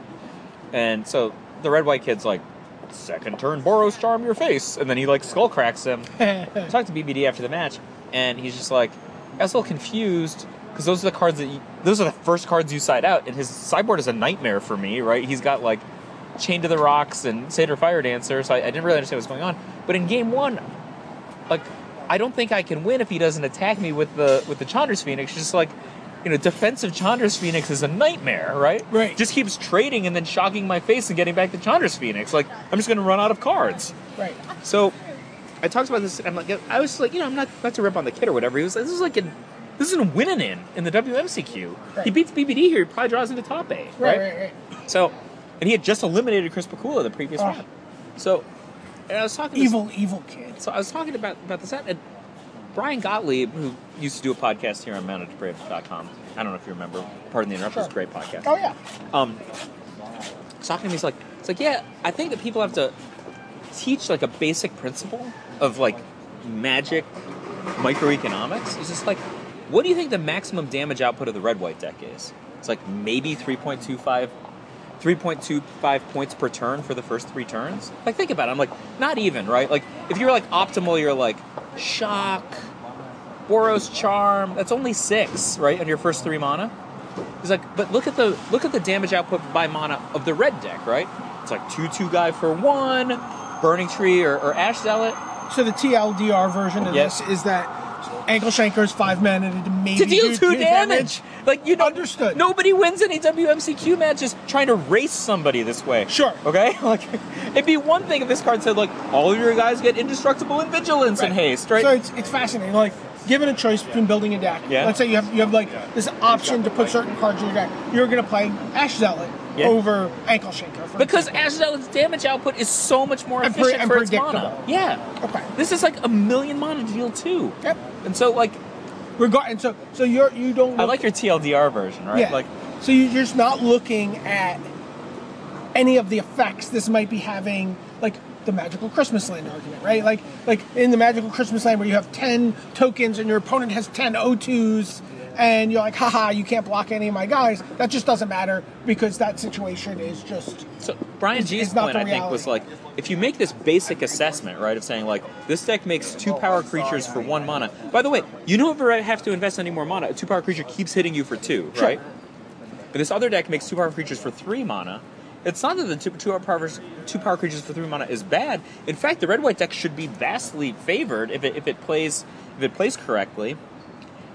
Speaker 3: And so the red white kid's like, second turn Boros Charm your face, and then he like skull cracks him. I talked to BBD after the match, and he's just like, I was a little confused because those are the cards that you, those are the first cards you side out, and his sideboard is a nightmare for me. Right? He's got like Chain to the Rocks and Satyr Fire Dancer, so I, I didn't really understand what's going on. But in game one, like I don't think I can win if he doesn't attack me with the with the Chandra's Phoenix. Just like you know, defensive Chandra's Phoenix is a nightmare, right?
Speaker 2: Right.
Speaker 3: Just keeps trading and then shocking my face and getting back the Chandra's Phoenix. Like I'm just gonna run out of cards.
Speaker 2: Right.
Speaker 3: So I talked about this. and I'm like, I was like, you know, I'm not not to rip on the kid or whatever. He was like, this is like an this is a winning in in the WMCQ. He
Speaker 2: Right.
Speaker 3: beats BBD here. He probably draws into top eight,
Speaker 2: Right, right, right.
Speaker 3: So, and he had just eliminated Chris Pakula the previous
Speaker 2: Ah.
Speaker 3: round. So, and I was talking to this-
Speaker 2: Evil, evil kids.
Speaker 3: so I was talking about about this and Brian Gottlieb, who used to do a podcast here on MountedDepraved.com. I don't know if you remember. Pardon the interruption. It's a
Speaker 2: Sure.
Speaker 3: great podcast
Speaker 2: Oh, yeah.
Speaker 3: um, was talking to me. He's like, it's like, yeah, I think that people have to teach like a basic principle of like magic microeconomics. It's just like, what do you think the maximum damage output of the red white deck is? It's like maybe 3.25, 3.25 points per turn for the first three turns. Like, think about it. I'm like, not even, right? Like, if you're like optimal, you're like shock, Boros charm. That's only six, right, on your first three mana. He's like, but look at the look at the damage output by mana of the red deck, right? It's like two two guy for one, burning tree or, or ash zealot.
Speaker 2: So the TLDR version of
Speaker 3: Yes.
Speaker 2: this is that Ankle Shanker's five men and it maybe
Speaker 3: to deal
Speaker 2: do
Speaker 3: two damage. Like you don't
Speaker 2: Understood.
Speaker 3: Nobody wins any WMCQ matches trying to race somebody this way.
Speaker 2: Sure.
Speaker 3: Okay. Like it'd be one thing if this card said like all of your guys get indestructible and vigilance and haste, right?
Speaker 2: So it's, it's fascinating. Like, given a choice between building a deck,
Speaker 3: Yeah.
Speaker 2: let's say you have you have like this option to put certain cards in your deck. You're gonna play Ash Zealot
Speaker 3: Yeah.
Speaker 2: over Ankle Shanker. For
Speaker 3: because Ash Zealot's damage output is so much more
Speaker 2: And pre-
Speaker 3: efficient
Speaker 2: and
Speaker 3: for its
Speaker 2: predictable.
Speaker 3: mana. Yeah.
Speaker 2: Okay.
Speaker 3: This is like a million mana to deal two.
Speaker 2: Yep.
Speaker 3: And so like
Speaker 2: Regard and so so you're you don't.
Speaker 3: I
Speaker 2: look-
Speaker 3: like your TLDR version, right?
Speaker 2: Yeah.
Speaker 3: Like
Speaker 2: so you're just not looking at any of the effects this might be having, like the magical Christmas land argument, right? Like like in the magical Christmas land where you have ten tokens and your opponent has 10 O2s and you're like, haha, you can't block any of my guys. That just doesn't matter because that situation is just
Speaker 3: So Brian
Speaker 2: It's-
Speaker 3: G's
Speaker 2: it's not
Speaker 3: point,
Speaker 2: the
Speaker 3: I think, was like,
Speaker 2: reality.
Speaker 3: if you make this basic assessment, right, of saying like this deck makes two power creatures for one mana. By the way, you don't ever have to invest any more mana. A two power creature keeps hitting you for two,
Speaker 2: Sure.
Speaker 3: right? But this other deck makes two power creatures for three mana. It's not that the two, two, power, two power creatures for three mana is bad. In fact, the red white deck should be vastly favored if it, if it plays if it plays correctly.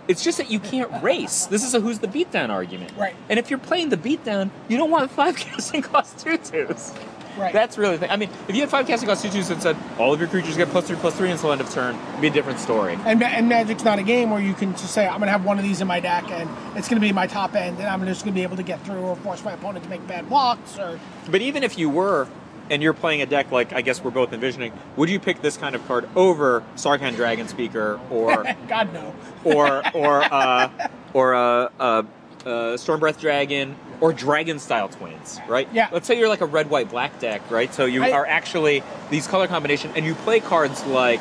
Speaker 3: It's just that you can't race. This is a who's the beatdown argument.
Speaker 2: Right.
Speaker 3: And if you're playing the beatdown, you don't want five casting cost two twos.
Speaker 2: Right.
Speaker 3: That's really the thing. I mean, if you had five casting cost two twos and said all of your creatures get plus three plus three until end of turn, it'd be a different story.
Speaker 2: And, ma- and Magic's not a game where you can just say, I'm going to have one of these in my deck and it's going to be my top end and I'm just going to be able to get through or force my opponent to make bad blocks or.
Speaker 3: But even if you were and you're playing a deck like I guess we're both envisioning, would you pick this kind of card over Sarkhan Dragon Speaker or
Speaker 2: God, no.
Speaker 3: or or uh, or uh, uh, uh, storm breath dragon or dragon style twins, right?
Speaker 2: Yeah.
Speaker 3: Let's say you're like a red white black deck, right? So you
Speaker 2: I-
Speaker 3: are actually these color combination, and you play cards like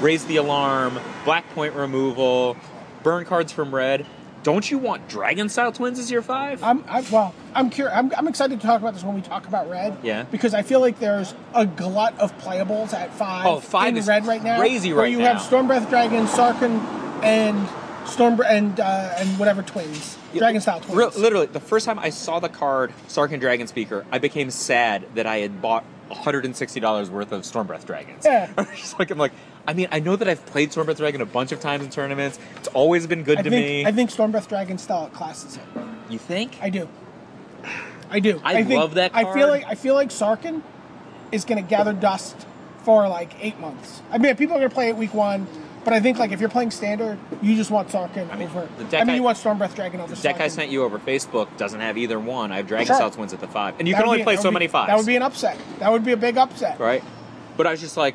Speaker 3: raise the alarm, black point removal, burn cards from red. Don't you want dragon style twins as your five?
Speaker 2: I'm, I, well, I'm curious. I'm, I'm excited to talk about this when we talk about red.
Speaker 3: Yeah.
Speaker 2: Because I feel like there's a glut of playables at five.
Speaker 3: Oh, five
Speaker 2: in
Speaker 3: is
Speaker 2: red right now.
Speaker 3: crazy
Speaker 2: Where
Speaker 3: right
Speaker 2: you
Speaker 3: now.
Speaker 2: have Stormbreath Dragon, Sarkin, and Storm and uh, and whatever twins, Dragon style twins.
Speaker 3: Real, literally, the first time I saw the card Sarkin Dragon Speaker, I became sad that I had bought $160 worth of Storm Breath Dragons.
Speaker 2: Yeah.
Speaker 3: Just like, I'm like, I mean, I know that I've played Storm Breath Dragon a bunch of times in tournaments. It's always been good
Speaker 2: I
Speaker 3: to
Speaker 2: think
Speaker 3: me.
Speaker 2: I think Stormbreath Dragon style classes it.
Speaker 3: you think?
Speaker 2: I do. I do.
Speaker 3: I
Speaker 2: think-
Speaker 3: love that
Speaker 2: I
Speaker 3: card.
Speaker 2: feel like I feel like Sarkin is going to gather dust for like eight months. I mean, people are going to play it week one, but I think like if you're playing standard, you just want Sarkin
Speaker 3: mean,
Speaker 2: over.
Speaker 3: the deck
Speaker 2: I mean,
Speaker 3: I-
Speaker 2: you want Stormbreath Dragon over.
Speaker 3: the deck I
Speaker 2: Sarkin.
Speaker 3: sent you over Facebook doesn't have either one. I have Dragon
Speaker 2: Sure.
Speaker 3: South wins at the five. And you
Speaker 2: That
Speaker 3: can
Speaker 2: would
Speaker 3: only
Speaker 2: be-
Speaker 3: play
Speaker 2: that
Speaker 3: so
Speaker 2: would be-
Speaker 3: many fives.
Speaker 2: That would be an upset. That would be a big upset.
Speaker 3: right? But I was just like,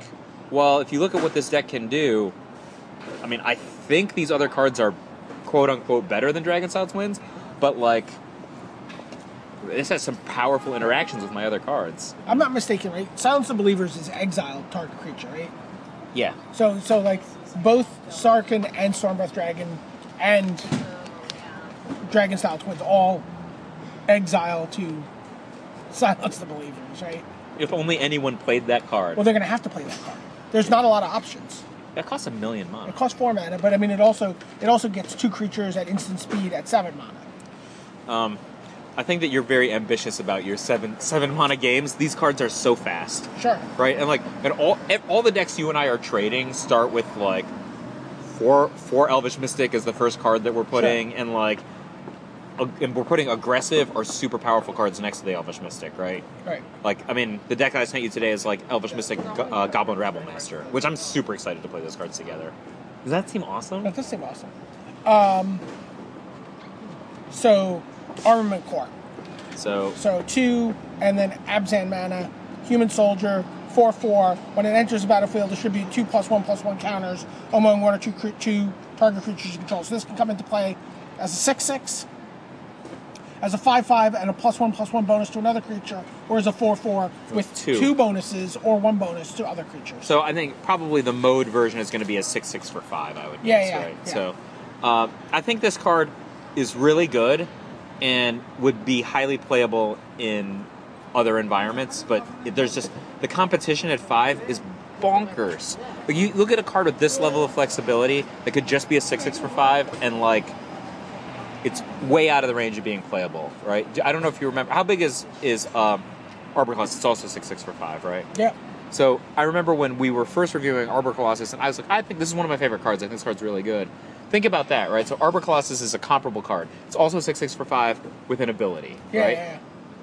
Speaker 3: well, if you look at what this deck can do, I mean, I think these other cards are quote unquote better than Dragon South wins, but like, this has some powerful interactions with my other cards.
Speaker 2: I'm not mistaken, right? Silence of Believers is exiled target creature, right?
Speaker 3: Yeah.
Speaker 2: So so like both Sarkin and Stormbreath Dragon and Dragon Style Twins all exile to silence the believers, right?
Speaker 3: If only anyone played that card.
Speaker 2: Well, they're going to have to play that card. There's not a lot of options.
Speaker 3: that costs a million
Speaker 2: It
Speaker 3: mana.
Speaker 2: costs four mana, but I mean it also it also gets two creatures at instant speed at seven mana.
Speaker 3: I think that you're very ambitious about your seven seven mana games. These cards are so fast.
Speaker 2: Sure.
Speaker 3: right? And like, and all ev- all the decks you and I are trading start with like four four Elvish Mystic is the first card that we're putting, and like, ag- and we're putting aggressive or super powerful cards next to the Elvish Mystic, right?
Speaker 2: Right.
Speaker 3: Like, I mean, the deck I sent you today is like Elvish Mystic Go- uh, Goblin Rabble Master, which I'm super excited to play those cards together. Does that seem awesome?
Speaker 2: That does seem awesome. Um, so armament core.
Speaker 3: So
Speaker 2: So two, and then Abzan mana, human soldier, four four. When it enters the battlefield, distribute two plus one plus one counters among one or two cre- two target creatures you control. So this can come into play as a six six, as a five five, and a plus one plus one bonus to another creature, or as a four four with
Speaker 3: two.
Speaker 2: bonuses or one bonus to other creatures.
Speaker 3: So I think probably the mode version is going to be a six six for five. I would
Speaker 2: Yeah,
Speaker 3: guess,
Speaker 2: yeah,
Speaker 3: right?
Speaker 2: yeah.
Speaker 3: So uh, I think this card is really good and would be highly playable in other environments. But there's just the competition at five is bonkers. Like, You look at a card with this level of flexibility that could just be a six six for five, and like it's way out of the range of being playable, right? I don't know if you remember how big is is um, Arbor Class. It's also six six for five, right?
Speaker 2: yeah.
Speaker 3: So I remember when we were first reviewing Arbor Colossus, and I was like, I think this is one of my favorite cards. I think this card's really good. Think about that, right? So Arbor Colossus is a comparable card. It's also six six for five with an ability,
Speaker 2: Yeah,
Speaker 3: right?
Speaker 2: yeah, yeah.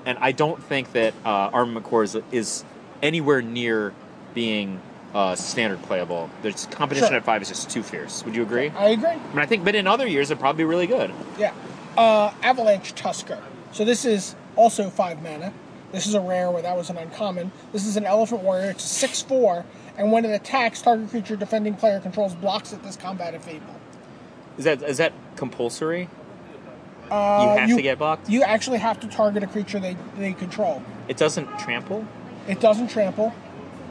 Speaker 3: And I don't think that uh, Armament Core is, is anywhere near being uh, standard playable. There's competition
Speaker 2: Sure.
Speaker 3: at five is just too fierce. Would you agree? I
Speaker 2: I agree.
Speaker 3: mean, I think, but in other years, it'd probably be really good.
Speaker 2: Yeah. Uh, Avalanche Tusker. So this is also five mana. This is a rare where that was an uncommon. This is an Elephant Warrior. It's a 6 4, and when it attacks, target creature defending player controls blocks at this combat if able.
Speaker 3: Is that is that compulsory? you have
Speaker 2: Uh, you-
Speaker 3: to get blocked.
Speaker 2: You actually have to target a creature they, they control.
Speaker 3: it doesn't trample.
Speaker 2: It doesn't trample.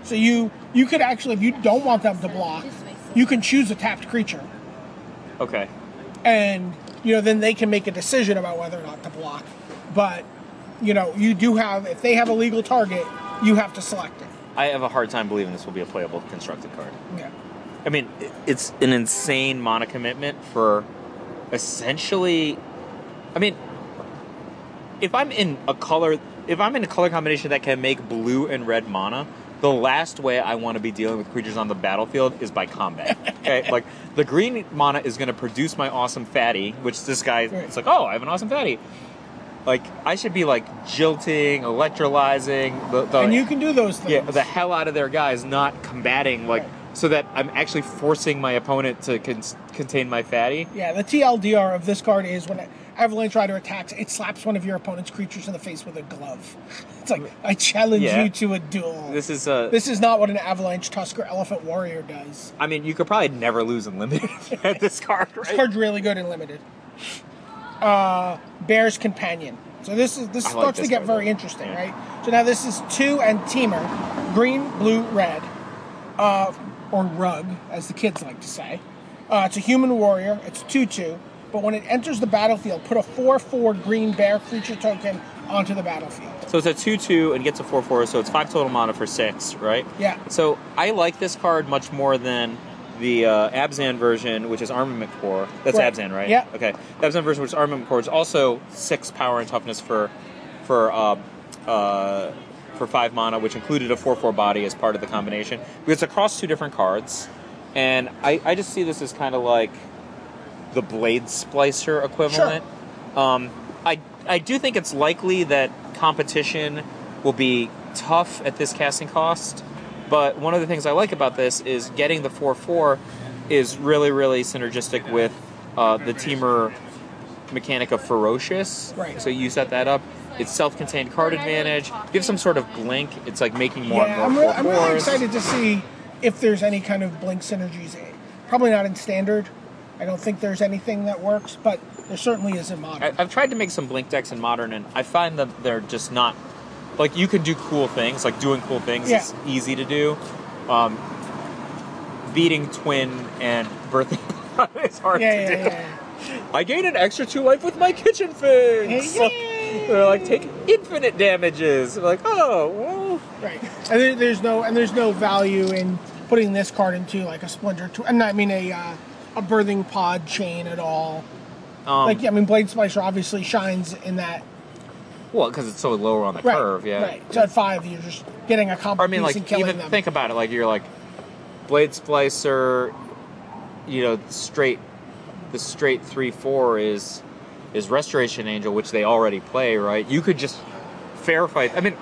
Speaker 2: So you you could actually, if you don't want them to block, you can choose a tapped creature.
Speaker 3: Okay.
Speaker 2: and you know then they can make a decision about whether or not to block but you know you do have if they have a legal target you have to select it
Speaker 3: I have a hard time believing this will be a playable constructed card.
Speaker 2: yeah
Speaker 3: I mean, i- it's an insane mana commitment for essentially. I mean, if I'm in a color, if I'm in a color combination that can make blue and red mana, the last way I want to be dealing with creatures on the battlefield is by combat. Okay, like the green mana is going to produce my awesome fatty, which this guy, it's like, oh, I have an awesome fatty. Like I should be like jilting, electrolyzing. The, the
Speaker 2: and you can do those things
Speaker 3: Oh, yeah, the hell out of their guys, not combating like so that I'm actually forcing my opponent to con- contain my fatty.
Speaker 2: Yeah, the tldr of this card is when avalanche rider attacks it slaps one of your opponent's creatures in the face with a glove it's like i challenge
Speaker 3: Yeah.
Speaker 2: you to a duel
Speaker 3: This is a.
Speaker 2: this is not what an avalanche tusker elephant warrior does
Speaker 3: I mean, you could probably never lose in limited at this card,
Speaker 2: this
Speaker 3: right?
Speaker 2: card's really good and limited uh bear's companion so this is this
Speaker 3: I like
Speaker 2: starts
Speaker 3: this
Speaker 2: to get
Speaker 3: card,
Speaker 2: very
Speaker 3: though.
Speaker 2: interesting
Speaker 3: Yeah.
Speaker 2: right so now this is two and teamer green blue red uh or rug as the kids like to say uh, it's a human warrior it's 2-2 but when it enters the battlefield put a 4-4 green bear creature token onto the battlefield
Speaker 3: So it's a two-two and gets a four-four, so it's five total mana for six, right?
Speaker 2: Yeah.
Speaker 3: So I like this card much more than the uh, Abzan version, which is Armament Core. That's
Speaker 2: Correct.
Speaker 3: Abzan, right?
Speaker 2: Yeah.
Speaker 3: Okay. The Abzan version, which is Armament Core, is also six power and toughness for for uh, uh, for five mana, which included a 4 4 body as part of the combination. Because it's across two different cards. And I, I just see this as kind of like the Blade Splicer equivalent. Um, I, I do think it's likely that competition will be tough at this casting cost. But one of the things I like about this is getting the 4 4 is really, really synergistic with uh, the teamer mechanic of Ferocious.
Speaker 2: Right.
Speaker 3: So you set that up. It's self-contained card advantage. Give some sort of blink. It's like making more
Speaker 2: yeah,
Speaker 3: and
Speaker 2: I'm,
Speaker 3: more
Speaker 2: re-
Speaker 3: four
Speaker 2: I'm really
Speaker 3: fours.
Speaker 2: excited to see if there's any kind of blink synergies. Probably not in standard. I don't think there's anything that works, but there certainly is in modern.
Speaker 3: I, I've tried to make some blink decks in modern, and I find that they're just not like you can do cool things. Like doing cool things
Speaker 2: Yeah.
Speaker 3: is easy to do. Um, beating twin and birthing is hard
Speaker 2: yeah,
Speaker 3: to
Speaker 2: yeah,
Speaker 3: do.
Speaker 2: yeah, yeah.
Speaker 3: I gain an extra two life with my kitchen figs.
Speaker 2: Hey, yay!
Speaker 3: They're like take infinite damages. I'm like oh well.
Speaker 2: Right. And there, there's no and there's no value in putting this card into like a splinter. Tw- and I mean a uh, a birthing pod chain at all.
Speaker 3: Um,
Speaker 2: like I mean, Blade Splicer obviously shines in that.
Speaker 3: Well, because it's so lower on the
Speaker 2: Right,
Speaker 3: curve, yeah.
Speaker 2: Right. So at five, you're just getting a combo
Speaker 3: Or, I mean,
Speaker 2: and
Speaker 3: like
Speaker 2: killing
Speaker 3: even
Speaker 2: them.
Speaker 3: think about it. Like you're like blade splicer. You know, straight the straight three four is is restoration angel, which they already play, right? You could just fair fight. I mean,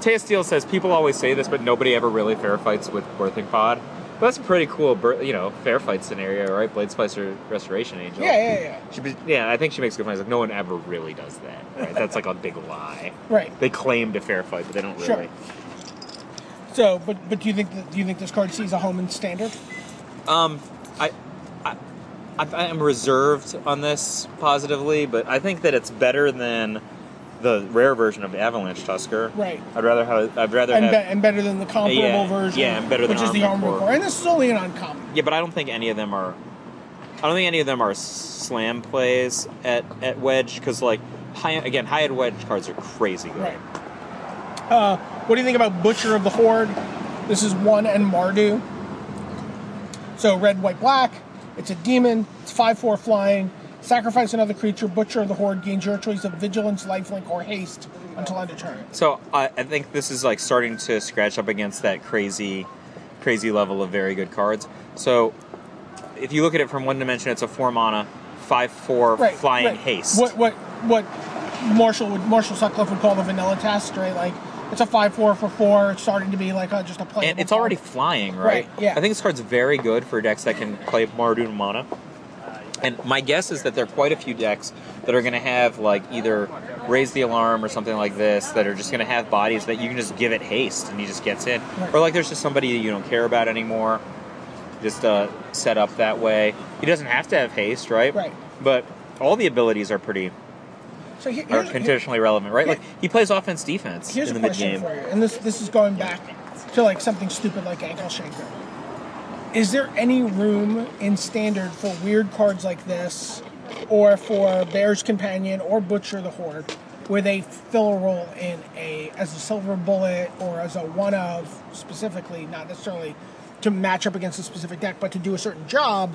Speaker 3: Taya Steele says people always say this, but nobody ever really fair fights with birthing pod. But that's a pretty cool, bir- you know, fair fight scenario, right? Blade splicer, restoration angel.
Speaker 2: yeah, yeah, yeah.
Speaker 3: She, be- yeah, I think she makes good points. Like no one ever really does that. Right? That's like a big lie.
Speaker 2: Right.
Speaker 3: They claim to fair fight, but they don't
Speaker 2: Sure.
Speaker 3: really.
Speaker 2: So, but but do you think that, do you think this card sees a home in standard?
Speaker 3: Um, I, I, I, I'm reserved on this positively, but I think that it's better than the rare version of Avalanche Tusker.
Speaker 2: Right.
Speaker 3: I'd rather have. I'd rather
Speaker 2: and,
Speaker 3: have.
Speaker 2: be- and better than the comparable
Speaker 3: yeah,
Speaker 2: version.
Speaker 3: yeah, and better than
Speaker 2: which is the
Speaker 3: Omnicore.
Speaker 2: armor core. And this is only an uncommon.
Speaker 3: Yeah, but I don't think any of them are. I don't think any of them are slam plays at at wedge because like high again high end wedge cards are crazy good.
Speaker 2: Right. Uh, what do you think about Butcher of the Horde? This is one and Mardu. So red, white, black. It's a demon. It's five four flying. Sacrifice another creature. Butcher of the Horde gains your choice of vigilance, lifelink, or haste until end of turn.
Speaker 3: So I, I think this is like starting to scratch up against that crazy, crazy level of very good cards. So if you look at it from one dimension, it's a four mana, five four
Speaker 2: Right.
Speaker 3: flying
Speaker 2: right.
Speaker 3: haste.
Speaker 2: What what what Marshall would Marshall Sutcliffe would call the vanilla test, right? Like it's a five four for four. It's starting to be like a, just a play.
Speaker 3: and it's already flying, right?
Speaker 2: Right, yeah.
Speaker 3: I think this card's very good for decks that can play Mardu and Mana. And my guess is that there are quite a few decks that are going to have like either raise the alarm or something like this that are just going to have bodies that you can just give it haste and he just gets in,
Speaker 2: Right.
Speaker 3: or like there's just somebody you don't care about anymore, just uh, set up that way. He doesn't have to have haste, right?
Speaker 2: Right.
Speaker 3: But all the abilities are pretty
Speaker 2: so here,
Speaker 3: are
Speaker 2: here's,
Speaker 3: conditionally relevant, right? Like he plays offense defense
Speaker 2: Here's
Speaker 3: in
Speaker 2: a
Speaker 3: the
Speaker 2: question
Speaker 3: mid game.
Speaker 2: for you, and this this is going back to like something stupid like ankle shaker. Is there any room in standard for weird cards like this, or for Bear's Companion or Butcher the Horde, where they fill a role in a as a silver bullet or as a one of specifically, not necessarily to match up against a specific deck, but to do a certain job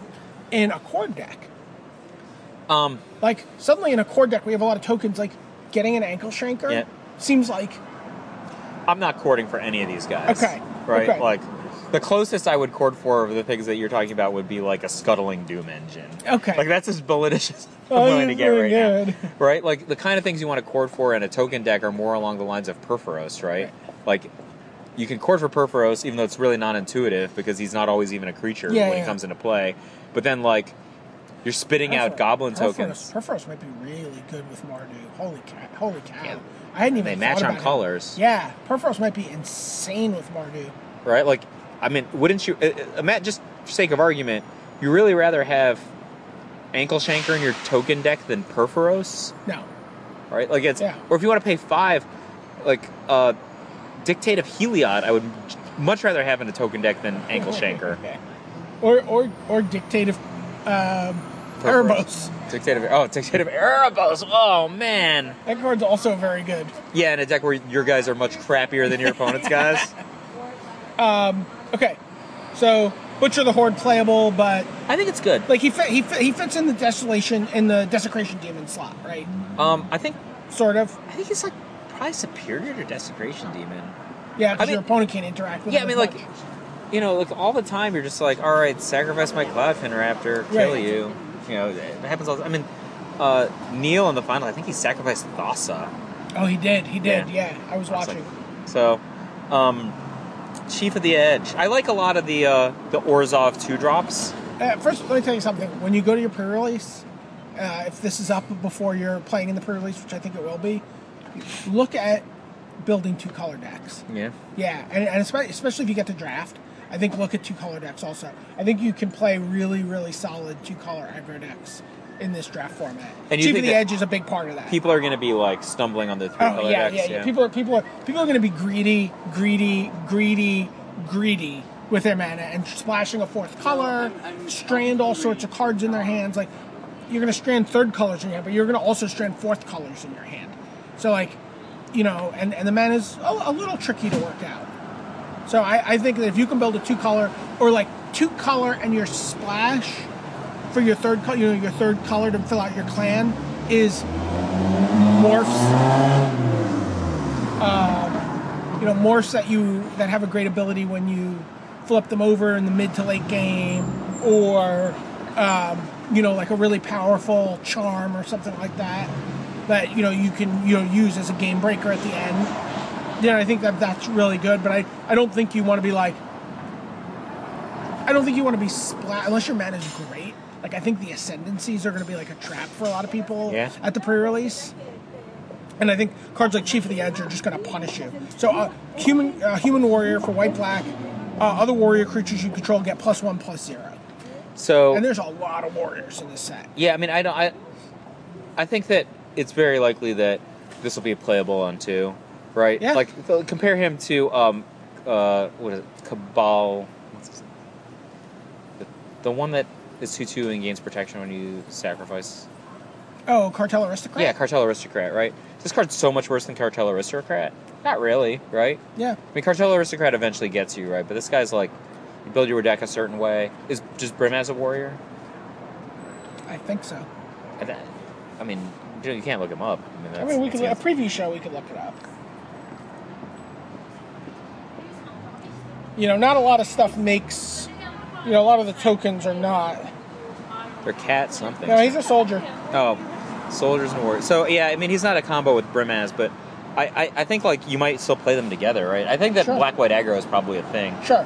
Speaker 2: in a core deck?
Speaker 3: Um,
Speaker 2: Like suddenly in a core deck, we have a lot of tokens. Like getting an ankle shanker
Speaker 3: Yeah.
Speaker 2: seems like
Speaker 3: I'm not courting for any of these guys.
Speaker 2: Okay,
Speaker 3: Right?
Speaker 2: okay.
Speaker 3: Like, the closest I would court for of the things that you're talking about would be like a scuttling doom engine.
Speaker 2: Okay.
Speaker 3: Like, that's as bulletish as I'm
Speaker 2: Oh,
Speaker 3: willing to
Speaker 2: you're
Speaker 3: get right
Speaker 2: very
Speaker 3: now.
Speaker 2: good.
Speaker 3: Right? Like, the kind of things you want to court for in a token deck are more along the lines of Perforos, right? Like, you can court for Perforos, even though it's really non intuitive because he's not always even a creature
Speaker 2: Yeah,
Speaker 3: when he
Speaker 2: yeah.
Speaker 3: comes into play. But then, like, you're spitting out
Speaker 2: Perforos-
Speaker 3: goblin
Speaker 2: Perforos-
Speaker 3: tokens.
Speaker 2: Perforos might be really good with Mardu. Holy cow! Holy cow! I hadn't even.
Speaker 3: They
Speaker 2: thought
Speaker 3: match on
Speaker 2: about him.
Speaker 3: colors.
Speaker 2: Yeah, Perforos might be insane with Mardu.
Speaker 3: right? Like, I mean, wouldn't you, uh, uh, Matt? Just for sake of argument, you really rather have ankle shanker in your token deck than Perforos,
Speaker 2: No,
Speaker 3: right? Like, it's
Speaker 2: Yeah.
Speaker 3: or if you want to pay five, like uh, dictate of Heliod, I would much rather have in a token deck than ankle shanker.
Speaker 2: or or or dictative. Um,
Speaker 3: Perforos.
Speaker 2: Erebos.
Speaker 3: Dictate of oh, dictate of Erebos. Oh man,
Speaker 2: That card's also very good.
Speaker 3: yeah, in a deck where your guys are much crappier than your opponent's guys.
Speaker 2: Okay, so Butcher the Horde playable, but
Speaker 3: I think it's good.
Speaker 2: like he fit, he fit, he fits in the desolation in the desecration demon slot, right?
Speaker 3: Um, I think
Speaker 2: Sort of.
Speaker 3: I think he's like probably superior to Desecration Demon.
Speaker 2: Yeah,
Speaker 3: I
Speaker 2: because
Speaker 3: mean-
Speaker 2: your opponent can't interact with
Speaker 3: Yeah,
Speaker 2: it
Speaker 3: I
Speaker 2: as
Speaker 3: mean, like,
Speaker 2: much.
Speaker 3: you know, like all the time, you're just like, all right, sacrifice my Cloudfin Raptor, kill
Speaker 2: Right.
Speaker 3: you. You know, it happens all. The, I mean, uh, Neil in the final, I think he sacrificed Thassa.
Speaker 2: Oh, he did. He did.
Speaker 3: Yeah.
Speaker 2: Yeah, I was watching.
Speaker 3: So, um, Chief of the Edge. I like a lot of the uh, the Orzov two drops.
Speaker 2: Uh, first, let me tell you something. When you go to your pre-release, uh, if this is up before you're playing in the pre-release, which I think it will be, look at building two color decks.
Speaker 3: Yeah.
Speaker 2: Yeah, and, and espe- especially if you get to draft, I think look at two color decks also. I think you can play really, really solid two color aggro decks in this draft format.
Speaker 3: And you
Speaker 2: Chief of
Speaker 3: think
Speaker 2: the
Speaker 3: that
Speaker 2: Edge is a big part of that.
Speaker 3: People are going to be like stumbling on the three
Speaker 2: oh
Speaker 3: color
Speaker 2: yeah,
Speaker 3: decks.
Speaker 2: yeah, yeah. People are people are people are going to be greedy, greedy, greedy, greedy with their mana and splashing a fourth color, strand all sorts of cards in their hands. Like you're going to strand third colors in your hand, but you're going to also strand fourth colors in your hand. So like, you know, and and the mana is a, a little tricky to work out. So I, I think that if you can build a two color or like two color and your splash for your third color, you know, your third color to fill out your clan is morphs you know morphs that you that have a great ability when you flip them over in the mid to late game or um, you know like a really powerful charm or something like that that you know you can you know use as a game breaker at the end yeah i think that that's really good but i i don't think you want to be like i don't think you want to be splat unless your mana is great like i think the ascendancies are going to be like a trap for a lot of people
Speaker 3: Yeah.
Speaker 2: at the pre-release and I think cards like Chief of the Edge are just going to punish you. So, uh, human uh, human warrior for white black, uh, other warrior creatures you control get plus one plus zero.
Speaker 3: So
Speaker 2: And there's a lot of warriors in this set.
Speaker 3: Yeah, I mean, I don't. I, I think that it's very likely that this will be playable on two, right?
Speaker 2: Yeah.
Speaker 3: Like so compare him to um, uh, what is it, Cabal? What's his the, the one that is two two and gains protection when you sacrifice.
Speaker 2: Oh, cartel aristocrat.
Speaker 3: Yeah, Cartel Aristocrat, right? This card's so much worse than Cartel Aristocrat. Not really, right?
Speaker 2: yeah.
Speaker 3: I mean, Cartel Aristocrat eventually gets you, right? But this guy's like, you build your deck a certain way. Is just Brim as a warrior?
Speaker 2: I think so.
Speaker 3: I, th- I mean, you you can't look him up. I mean,
Speaker 2: I
Speaker 3: that's,
Speaker 2: mean, we
Speaker 3: that
Speaker 2: could a
Speaker 3: seems-
Speaker 2: preview show. We could look it up. You know, not a lot of stuff makes. You know, a lot of the tokens are not.
Speaker 3: They're cat something.
Speaker 2: No, he's a soldier.
Speaker 3: oh, soldiers and warriors. So yeah, I mean he's not a combo with Brimaz, but I, I, I think like you might still play them together, right? I think that
Speaker 2: Sure.
Speaker 3: black white aggro is probably a thing.
Speaker 2: Sure.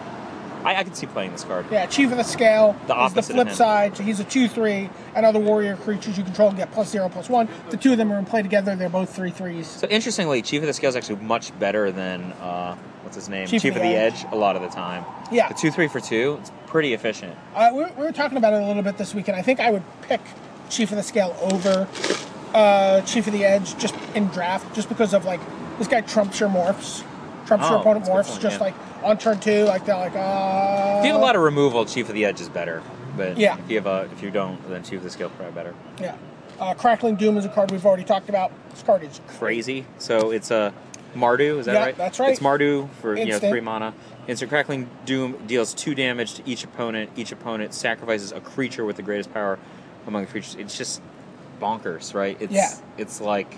Speaker 3: I, I could see playing this card.
Speaker 2: Yeah, Chief of the Scale
Speaker 3: The
Speaker 2: is the
Speaker 3: opposite of
Speaker 2: flip
Speaker 3: him.
Speaker 2: side. So he's a 2 3, and other warrior creatures you control get plus 0, plus 1. The two of them are in play together. They're both 3 3s.
Speaker 3: So interestingly, Chief of the Scale is actually much better than uh, what's his name,
Speaker 2: Chief of
Speaker 3: of
Speaker 2: the
Speaker 3: the
Speaker 2: Edge.
Speaker 3: Edge. a lot of the time.
Speaker 2: Yeah.
Speaker 3: the two three for two, it's pretty efficient.
Speaker 2: Uh, we, were- we were talking about it a little bit this weekend. I think I would pick Chief of the Scale over uh, Chief of the Edge just in draft, just because of like this guy trumps your morphs, trumps your
Speaker 3: Oh,
Speaker 2: opponent
Speaker 3: that's a good
Speaker 2: morphs,
Speaker 3: point,
Speaker 2: just
Speaker 3: yeah.
Speaker 2: like on turn two, like they're like, uh.
Speaker 3: If you have a lot of removal, Chief of the Edge is better. But
Speaker 2: Yeah.
Speaker 3: if you have a, if you don't, then Chief of the Scale is probably better.
Speaker 2: Yeah. Uh, Crackling Doom is a card we've already talked about. This card is
Speaker 3: crazy. So it's a Mardu, is that
Speaker 2: Yeah,
Speaker 3: right?
Speaker 2: that's right.
Speaker 3: It's Mardu for you know
Speaker 2: Instant.
Speaker 3: three mana. Instant Crackling Doom deals two damage to each opponent. Each opponent sacrifices a creature with the greatest power among the creatures. It's just bonkers, right? It's
Speaker 2: Yeah.
Speaker 3: it's like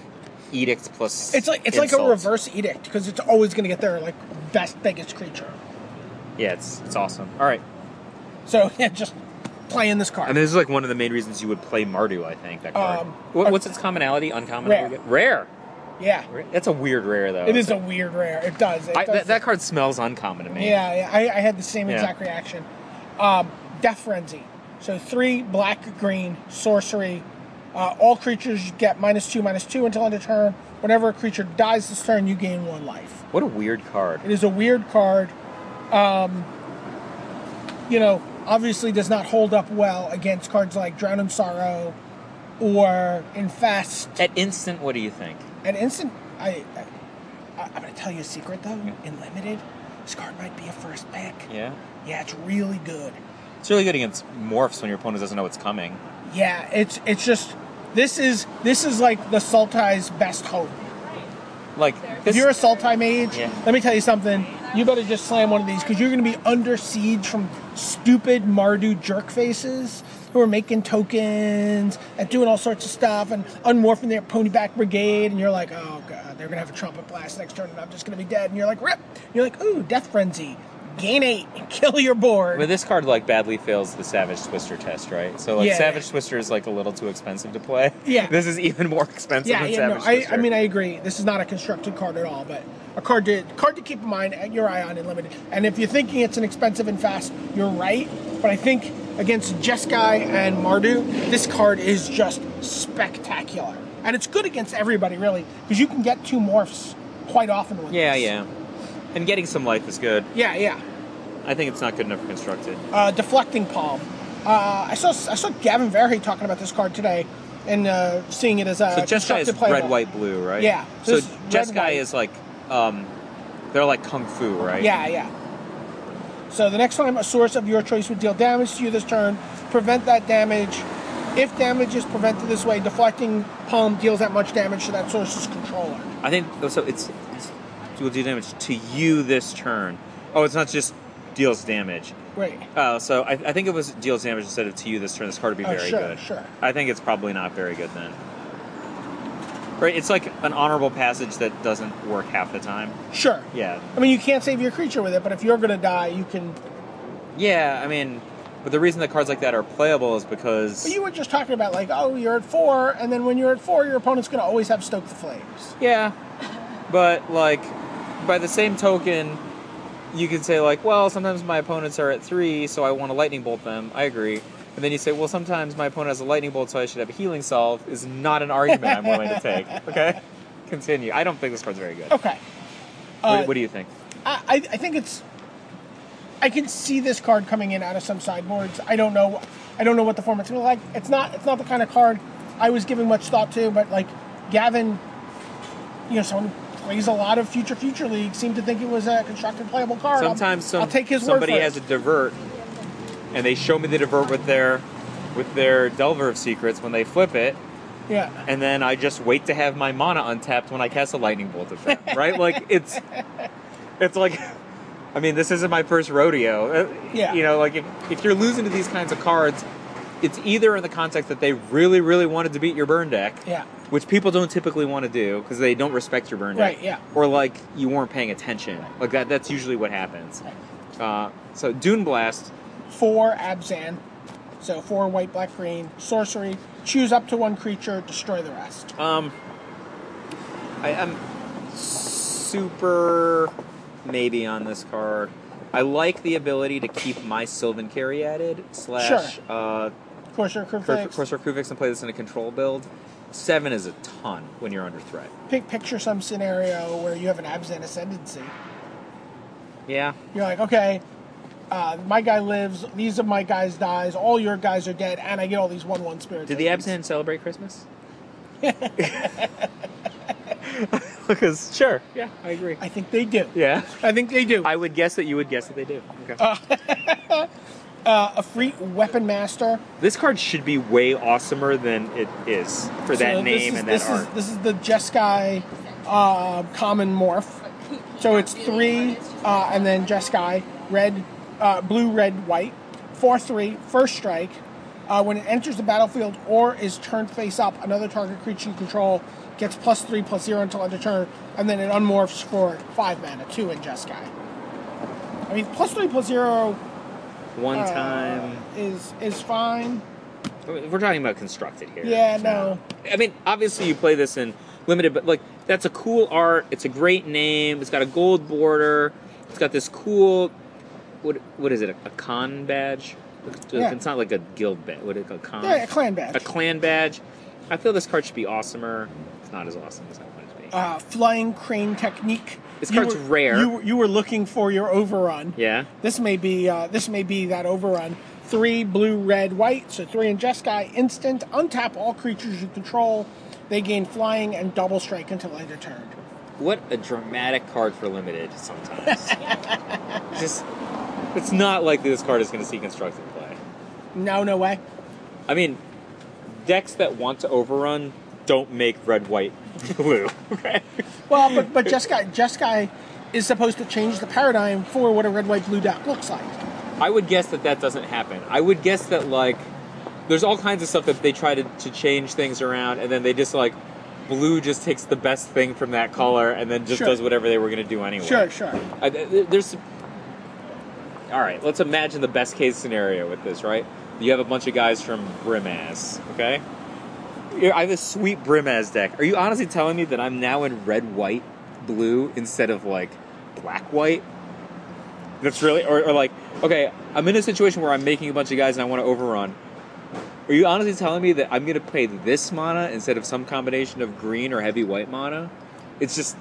Speaker 3: Edict plus
Speaker 2: It's like it's like
Speaker 3: insult.
Speaker 2: a reverse edict because it's always going to get their like best biggest creature.
Speaker 3: Yeah, it's it's awesome. All right.
Speaker 2: So yeah, just playing this card.
Speaker 3: I mean, this is like one of the main reasons you would play Mardu, I think, that card.
Speaker 2: Um,
Speaker 3: what, what's its commonality? Uncommon?
Speaker 2: Rare.
Speaker 3: Rare.
Speaker 2: yeah,
Speaker 3: That's a weird rare, though.
Speaker 2: it is a weird rare. It does. It
Speaker 3: I,
Speaker 2: does
Speaker 3: that, that card smells uncommon to me.
Speaker 2: yeah, yeah. I, I had the same
Speaker 3: Yeah.
Speaker 2: exact reaction. Um, Death frenzy. So three black green sorcery. Uh, all creatures get minus two minus two until end of turn. Whenever a creature dies this turn, you gain one life.
Speaker 3: What a weird card.
Speaker 2: It is a weird card. Um, you know, obviously does not hold up well against cards like Drown in Sorrow or Infest.
Speaker 3: At instant, what do you think?
Speaker 2: An instant, I, I I'm gonna tell you a secret though. In limited, this card might be a first pick.
Speaker 3: Yeah.
Speaker 2: Yeah, it's really good.
Speaker 3: It's really good against morphs when your opponent doesn't know what's coming.
Speaker 2: Yeah, it's it's just this is this is like the Sultai's best hope.
Speaker 3: Like
Speaker 2: if
Speaker 3: this,
Speaker 2: you're a Sultai mage,
Speaker 3: Yeah.
Speaker 2: let me tell you something. You better just slam one of these because you're going to be under siege from stupid Mardu jerk faces who are making tokens and doing all sorts of stuff and unmorphing their ponyback brigade. And you're like, oh god, they're going to have a trumpet blast next turn and I'm just going to be dead. And you're like, rip. And you're like, ooh, death frenzy. Gain eight and kill your board.
Speaker 3: But this card like badly fails the Savage Twister test, right? So like
Speaker 2: Yeah.
Speaker 3: Savage Twister is like a little too expensive to play.
Speaker 2: Yeah.
Speaker 3: This is even more expensive
Speaker 2: yeah,
Speaker 3: than
Speaker 2: yeah, no,
Speaker 3: Savage
Speaker 2: I,
Speaker 3: Twister.
Speaker 2: I mean, I agree. This is not a constructed card at all, but a card to card to keep in mind at your eye on Unlimited. And if you're thinking it's an expensive and fast, you're right. But I think against Jeskai and Mardu, this card is just spectacular, and it's good against everybody really because you can get two morphs quite often with
Speaker 3: Yeah,
Speaker 2: this.
Speaker 3: yeah. And getting some life is good.
Speaker 2: yeah, yeah.
Speaker 3: I think it's not good enough for constructed.
Speaker 2: uh, deflecting palm. Uh, I saw I saw Gavin Verhey talking about this card today, and uh, seeing it as a
Speaker 3: So Jeskai is
Speaker 2: constructed playable.
Speaker 3: red, white, blue, right?
Speaker 2: Yeah, so
Speaker 3: So
Speaker 2: this is red,
Speaker 3: Jeskai
Speaker 2: white.
Speaker 3: is like, um, they're like kung fu, right?
Speaker 2: Yeah, yeah. So the next time a source of your choice would deal damage to you this turn, prevent that damage. If damage is prevented this way, deflecting palm deals that much damage to that source's controller.
Speaker 3: I think oh, so. It's, it's will do damage to you this turn. Oh, it's not just deals damage.
Speaker 2: Great.
Speaker 3: Uh, so I, I think it was deals damage instead of to you this turn. It's hard to be
Speaker 2: Oh,
Speaker 3: very
Speaker 2: sure,
Speaker 3: good.
Speaker 2: sure.
Speaker 3: I think it's probably not very good then. Right, it's like an honorable passage that doesn't work half the time.
Speaker 2: Sure.
Speaker 3: Yeah,
Speaker 2: I mean, you can't save your creature with it, but if you're going to die, you can.
Speaker 3: yeah. I mean, but the reason that cards like that are playable is because
Speaker 2: But you were just talking about, like, oh, you're at four, and then when you're at four, your opponent's going to always have Stoke the Flames.
Speaker 3: Yeah, but like, by the same token, you could say like, well, sometimes my opponents are at three, so I want to lightning bolt them. I agree. And then you say, well, sometimes my opponent has a lightning bolt, so I should have a healing solve. Is not an argument I'm willing to take. Okay, continue. I don't think this card's very good.
Speaker 2: Okay.
Speaker 3: what, what do you think?
Speaker 2: I, I I think it's. I can see this card coming in out of some sideboards. I don't know. I don't know what the format's gonna like. It's not. It's not the kind of card I was giving much thought to. But like Gavin, you know, someone who plays a lot of future future league seemed to think it was a constructed playable card. I'll-
Speaker 3: Sometimes some,
Speaker 2: I'll take his
Speaker 3: somebody
Speaker 2: word for
Speaker 3: has
Speaker 2: it.
Speaker 3: a divert, and they show me the divert with their with their Delver of Secrets when they flip it,
Speaker 2: yeah.
Speaker 3: and then I just wait to have my mana untapped when I cast a lightning bolt at them, right? like it's, it's like, I mean, this isn't my first rodeo. Uh,
Speaker 2: Yeah.
Speaker 3: You know, like if, if you're losing to these kinds of cards, it's either in the context that they really, really wanted to beat your burn deck,
Speaker 2: Yeah.
Speaker 3: which people don't typically want to do because they don't respect your burn deck,
Speaker 2: Right, yeah.
Speaker 3: or like you weren't paying attention. Like that, that's usually what happens. Uh, so Dune Blast,
Speaker 2: Four Abzan, so four white, black, green sorcery. Choose up to one creature, destroy the rest.
Speaker 3: Um, I am super maybe on this card. I like the ability to keep my Sylvan Carry added slash
Speaker 2: Sure.
Speaker 3: uh,
Speaker 2: Corsair
Speaker 3: Cor-
Speaker 2: Curfix.
Speaker 3: Corsair Kuvix and play this in a control build. Seven is a ton when you're under threat.
Speaker 2: Pic- picture some scenario where you have an Abzan ascendancy.
Speaker 3: Yeah,
Speaker 2: You're like, okay, uh, my guy lives, these of my guys dies, all your guys are dead, and I get all these one one spirits.
Speaker 3: Did the Absinthe celebrate Christmas? because sure, yeah, I agree.
Speaker 2: I think they do.
Speaker 3: Yeah,
Speaker 2: I think they do. Ah.
Speaker 3: I would guess that you would guess that they do. Okay.
Speaker 2: uh, a free weapon master.
Speaker 3: this card should be way awesomer than it is for
Speaker 2: So
Speaker 3: that
Speaker 2: this
Speaker 3: name
Speaker 2: is-
Speaker 3: and
Speaker 2: this
Speaker 3: that art.
Speaker 2: Is, this is the Jeskai uh, common morph. So it's three, uh, and then Jeskai, red, uh, blue, red, white, four, three, first strike. Uh, when it enters the battlefield or is turned face up, another target creature you control gets plus three, plus zero until end of turn, and then it unmorphs for five mana, two in Jeskai. I mean, plus three, plus zero
Speaker 3: One
Speaker 2: uh,
Speaker 3: time,
Speaker 2: is is fine.
Speaker 3: we're talking about constructed here.
Speaker 2: Yeah, no.
Speaker 3: I mean, obviously you play this in limited, but like that's a cool art. It's a great name. It's got a gold border. It's got this cool. What what is it? A, a con badge?
Speaker 2: Yeah.
Speaker 3: It's not like a guild badge. What is it, a con?
Speaker 2: Yeah, a clan badge.
Speaker 3: A clan badge. I feel this card should be awesomer. It's not as awesome as I want it to be.
Speaker 2: uh, flying crane technique.
Speaker 3: This
Speaker 2: You
Speaker 3: card's
Speaker 2: were-
Speaker 3: rare.
Speaker 2: You, were- you were looking for your overrun.
Speaker 3: yeah.
Speaker 2: This may be uh, this may be that overrun. Three blue, red, white. So three in Jeskai. Instant. Untap all creatures you control. They gain flying and double strike until end of turn.
Speaker 3: What a dramatic card for limited sometimes. Just, it's not likely this card is going to see constructed play.
Speaker 2: No, no way.
Speaker 3: I mean, decks that want to overrun don't make red, white, blue. Okay.
Speaker 2: Well, but but Jeskai Jeskai is supposed to change the paradigm for what a red, white, blue deck looks like.
Speaker 3: I would guess that that doesn't happen. I would guess that like there's all kinds of stuff that they try to, to change things around, and then they just like blue just takes the best thing from that color, and then just
Speaker 2: Sure.
Speaker 3: does whatever they were gonna do anyway.
Speaker 2: Sure, sure.
Speaker 3: I, th- th- there's all right. Let's imagine the best case scenario with this, right? You have a bunch of guys from Brimass, okay? Yeah, I have a sweet Brimass deck. Are you honestly telling me that I'm now in red, white, blue instead of like black, white? That's really, or, or like, okay, I'm in a situation where I'm making a bunch of guys and I want to overrun. Are you honestly telling me that I'm going to play this mana instead of some combination of green or heavy white mana? It's just,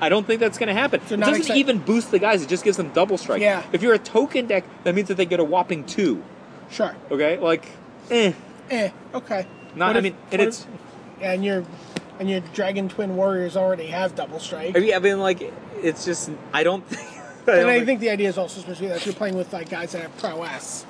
Speaker 3: I don't think that's going to happen.
Speaker 2: So
Speaker 3: it
Speaker 2: not
Speaker 3: doesn't
Speaker 2: excite-
Speaker 3: even boost the guys, it just gives them double strike.
Speaker 2: Yeah.
Speaker 3: If you're a token deck, that means that they get a whopping two.
Speaker 2: Sure.
Speaker 3: Okay? Like, eh.
Speaker 2: Eh, okay.
Speaker 3: Not,
Speaker 2: What
Speaker 3: I
Speaker 2: if-
Speaker 3: mean, and
Speaker 2: what
Speaker 3: it's.
Speaker 2: if- and your and your Dragon Twin Warriors already have double strike.
Speaker 3: I mean, I mean, like, it's just. I don't think. I
Speaker 2: and
Speaker 3: don't
Speaker 2: I think the idea is also supposed to be that if you're playing with like guys that have prowess,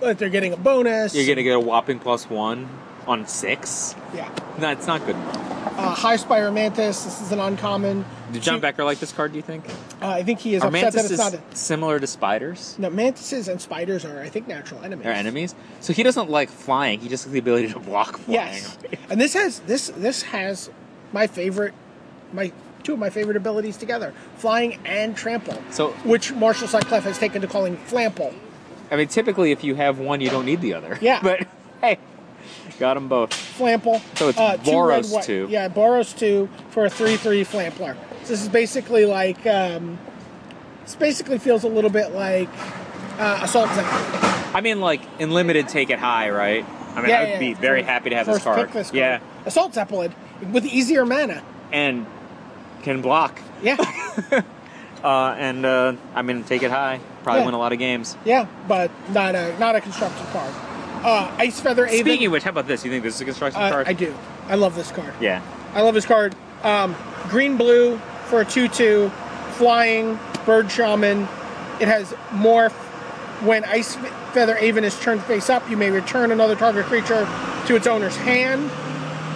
Speaker 2: that they're getting a bonus.
Speaker 3: you're gonna get a whopping plus one on six.
Speaker 2: yeah.
Speaker 3: No, it's not good enough.
Speaker 2: Uh, High Spire Mantis. This is an uncommon.
Speaker 3: Did John
Speaker 2: She-
Speaker 3: Becker like this card? Do you think?
Speaker 2: Uh, I think he is
Speaker 3: Are
Speaker 2: upset that
Speaker 3: mantis
Speaker 2: it's
Speaker 3: is
Speaker 2: not. A,
Speaker 3: similar to spiders?
Speaker 2: no, mantises and spiders are, I think, natural enemies.
Speaker 3: They're enemies. So he doesn't like flying. He just likes the ability to block flying.
Speaker 2: Yes, and this has this this has my favorite, my two of my favorite abilities together: flying and trample.
Speaker 3: So-
Speaker 2: which Marshall Cyclef has taken to calling flample.
Speaker 3: I mean, typically, if you have one, you don't need the other.
Speaker 2: Yeah.
Speaker 3: but hey, got them both.
Speaker 2: Flample.
Speaker 3: So it's
Speaker 2: Uh, two red,
Speaker 3: Boros
Speaker 2: white-
Speaker 3: two.
Speaker 2: Yeah, Boros two for a three three flampler. So this is basically like um, this basically feels a little bit like uh, assault zone.
Speaker 3: I mean, like in limited, take it high, right? I mean,
Speaker 2: Yeah,
Speaker 3: I'd
Speaker 2: yeah,
Speaker 3: be
Speaker 2: yeah.
Speaker 3: very happy to have this
Speaker 2: First
Speaker 3: card.
Speaker 2: pick this card.
Speaker 3: Yeah,
Speaker 2: assault zeppelin with easier mana.
Speaker 3: and can block.
Speaker 2: Yeah,
Speaker 3: Uh, and uh, I mean, take it high. Probably
Speaker 2: Yeah.
Speaker 3: win a lot of games.
Speaker 2: yeah, but not a not a constructive card. Uh, Ice feather. Aven-
Speaker 3: Speaking of which, how about this? You think this is a construction
Speaker 2: Uh,
Speaker 3: card?
Speaker 2: I do. I love this card.
Speaker 3: Yeah.
Speaker 2: I love this card. Um, green blue for a 2 2, flying, bird shaman. It has morph. When Ice Feather Avon is turned face up, you may return another target creature to its owner's hand.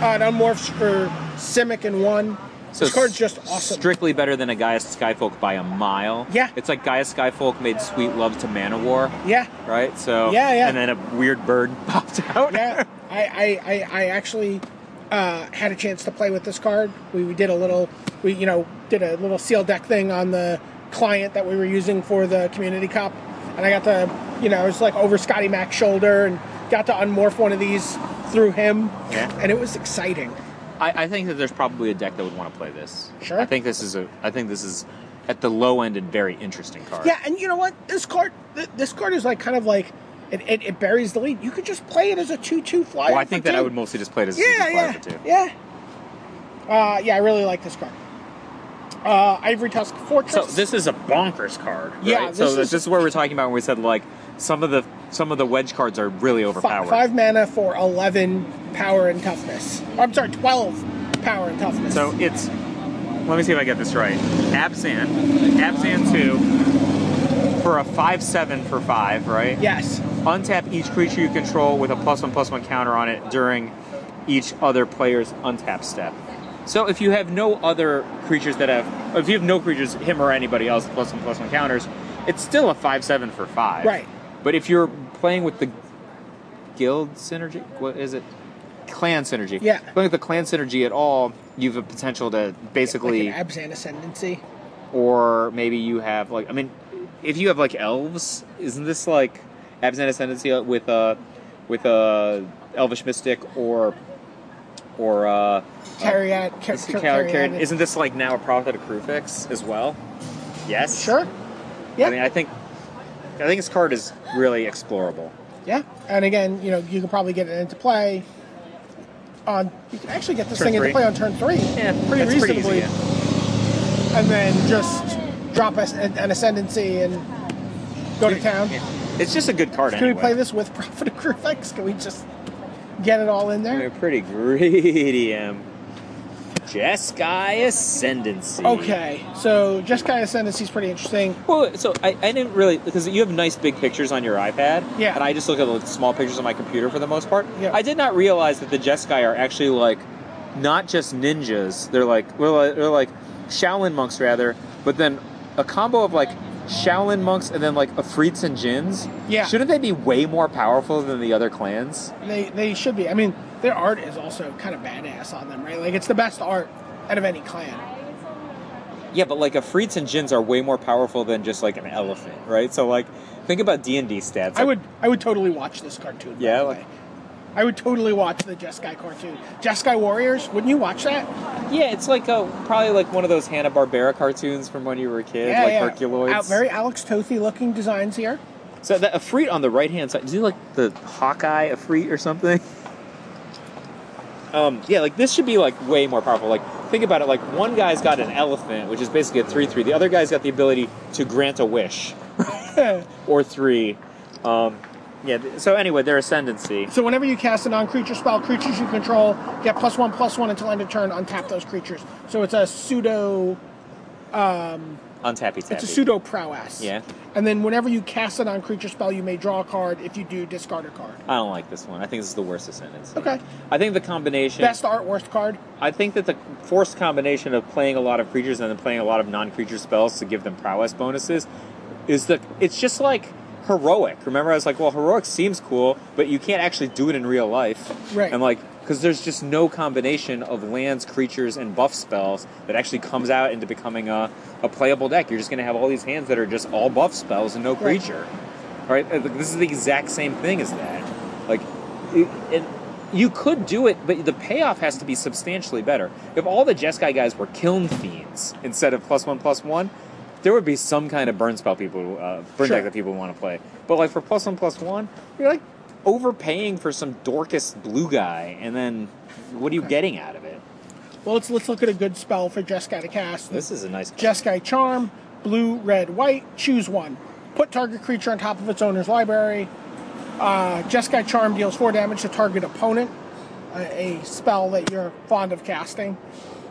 Speaker 2: Uh, it unmorphs for Simic and one. this card's just awesome.
Speaker 3: Strictly better than a Gaia Skyfolk by a mile.
Speaker 2: Yeah.
Speaker 3: It's like Gaia Skyfolk made sweet love to Manowar,
Speaker 2: yeah,
Speaker 3: right? So
Speaker 2: Yeah, yeah.
Speaker 3: And then a weird bird popped out.
Speaker 2: yeah. I, I, I, I actually uh, had a chance to play with this card. We, we did a little, we you know did a little seal deck thing on the client that we were using for the community cup, and I got to you know it was like over Scotty Mac's shoulder and got to unmorph one of these through him,
Speaker 3: Yeah.
Speaker 2: and it was exciting.
Speaker 3: I, I think that there's probably a deck that would want to play this.
Speaker 2: Sure.
Speaker 3: I think this is a. I think this is at the low end and very interesting card.
Speaker 2: Yeah, and you know what? This card, th- this card is like kind of like it, it, it buries the lead. You could just play it as a two-two flyer.
Speaker 3: Well, I
Speaker 2: for
Speaker 3: think that I
Speaker 2: two.
Speaker 3: would mostly just play it as a
Speaker 2: Yeah,
Speaker 3: super flyer
Speaker 2: yeah,
Speaker 3: for two.
Speaker 2: yeah. Uh, yeah, I really like this card. Uh, Ivory Tusk Fortress.
Speaker 3: So this is a bonkers card. Right?
Speaker 2: Yeah,
Speaker 3: so
Speaker 2: this
Speaker 3: this
Speaker 2: is-
Speaker 3: is where we're talking about when we said like some of the some of the wedge cards are really overpowered.
Speaker 2: five, five mana for eleven power and toughness. I'm sorry, twelve power and toughness.
Speaker 3: So it's. Let me see if I get this right. Absan, Absan two, for a five seven for five, right?
Speaker 2: yes,
Speaker 3: Untap each creature you control with a plus one plus one counter on it during each other player's untap step. So if you have no other creatures that have, if you have no creatures, him or anybody else, plus one plus one counters, it's still a five seven for five.
Speaker 2: Right.
Speaker 3: But if you're playing with the guild synergy, what is it? Clan synergy.
Speaker 2: Yeah.
Speaker 3: Playing with the clan synergy at all, you have a potential to
Speaker 2: like
Speaker 3: basically
Speaker 2: an Abzan Ascendancy.
Speaker 3: or maybe you have like I mean, if you have like elves, isn't this like absent ascendancy with a with a elvish mystic or or uh,
Speaker 2: Carriat, car-
Speaker 3: is
Speaker 2: car- Carriat.
Speaker 3: Isn't this like now a prophetic prefix as well? Yes.
Speaker 2: sure?
Speaker 3: I mean,
Speaker 2: Yeah,
Speaker 3: I think I think this card is really explorable.
Speaker 2: yeah. And again, you know, you can probably get it into play on. You can actually get this
Speaker 3: Turn
Speaker 2: thing
Speaker 3: three.
Speaker 2: into play on turn three.
Speaker 3: Yeah,
Speaker 2: pretty
Speaker 3: that's pretty easy,
Speaker 2: reasonably.
Speaker 3: yeah.
Speaker 2: and then just drop us an, an ascendancy and go to town.
Speaker 3: It's just a good card.
Speaker 2: Can we
Speaker 3: anyway.
Speaker 2: play this with Prophet of Grufex? Can we just get it all in there?
Speaker 3: They're pretty greedy, um, Jeskai Ascendancy.
Speaker 2: Okay, so Jeskai Ascendancy is pretty interesting.
Speaker 3: Well, so I, I didn't really because you have nice big pictures on your iPad.
Speaker 2: Yeah.
Speaker 3: And I just look at the small pictures on my computer for the most part.
Speaker 2: Yeah.
Speaker 3: I did not realize that the Jeskai are actually like not just ninjas. They're like well, they're like
Speaker 4: Shaolin monks rather, but then a combo of like Shaolin monks and then like Afrits and Jins.
Speaker 2: Yeah.
Speaker 4: Shouldn't they be way more powerful than the other clans?
Speaker 2: They they should be. I mean, their art is also kind of badass on them, right? Like it's the best art out of any clan.
Speaker 3: Yeah, but like Afrits and Jins are way more powerful than just like an elephant, right? So like, think about D and D stats.
Speaker 2: I would I would totally watch this cartoon. by
Speaker 3: Yeah,
Speaker 2: the
Speaker 3: like-
Speaker 2: way. I would totally watch the Jeskai cartoon. Jeskai Warriors, wouldn't you watch that?
Speaker 3: Yeah, it's like a probably like one of those Hanna Barbera cartoons from when you were a kid, like Herculoids.
Speaker 2: Out- very Alex Tothi looking designs here.
Speaker 3: So that Afreet on the right hand side, is he like the Hawkeye Afreet or something? Um, yeah, like this should be like way more powerful. Like think about it, like one guy's got an elephant, which is basically a three three. The other guy's got the ability to grant a wish or three. Um, yeah. th- So anyway, their ascendancy.
Speaker 2: So whenever you cast a non-creature spell, creatures you control get plus one plus one until end of turn. Untap those creatures. So it's a pseudo.
Speaker 3: Untappy tappy.
Speaker 2: It's a pseudo prowess.
Speaker 3: Yeah.
Speaker 2: And then whenever you cast a non-creature spell, you may draw a card. If you do, discard a card.
Speaker 3: I don't like this one. I think this is the worst ascendancy.
Speaker 2: Okay.
Speaker 3: I think the combination.
Speaker 2: Best art, worst card.
Speaker 3: I think that the forced combination of playing a lot of creatures and then playing a lot of non-creature spells to give them prowess bonuses is the it's just like heroic. Remember, I was like, well, heroic seems cool, but you can't actually do it in real life,
Speaker 2: Right.
Speaker 3: And like, because there's just no combination of lands, creatures, and buff spells that actually comes out into becoming a, a playable deck. You're just going to have all these hands that are just all buff spells and no
Speaker 2: Right.
Speaker 3: creature. All right, uh, this is the exact same thing as that. Like, it, it, you could do it, but the payoff has to be substantially better. If all the Jeskai guys were kiln fiends instead of plus one plus one, there would be some kind of burn spell people, uh, burn
Speaker 2: Sure.
Speaker 3: deck that people want to play. But like for plus one plus one, you're like overpaying for some Dorcas blue guy, and then what are you getting out of it?
Speaker 2: Well, let's let's look at a good spell for Jeskai to cast.
Speaker 3: This is a nice.
Speaker 2: Jeskai Charm, blue, red, white. Choose one. Put target creature on top of its owner's library. Uh, Jeskai Charm deals four damage to target opponent, a, a spell that you're fond of casting.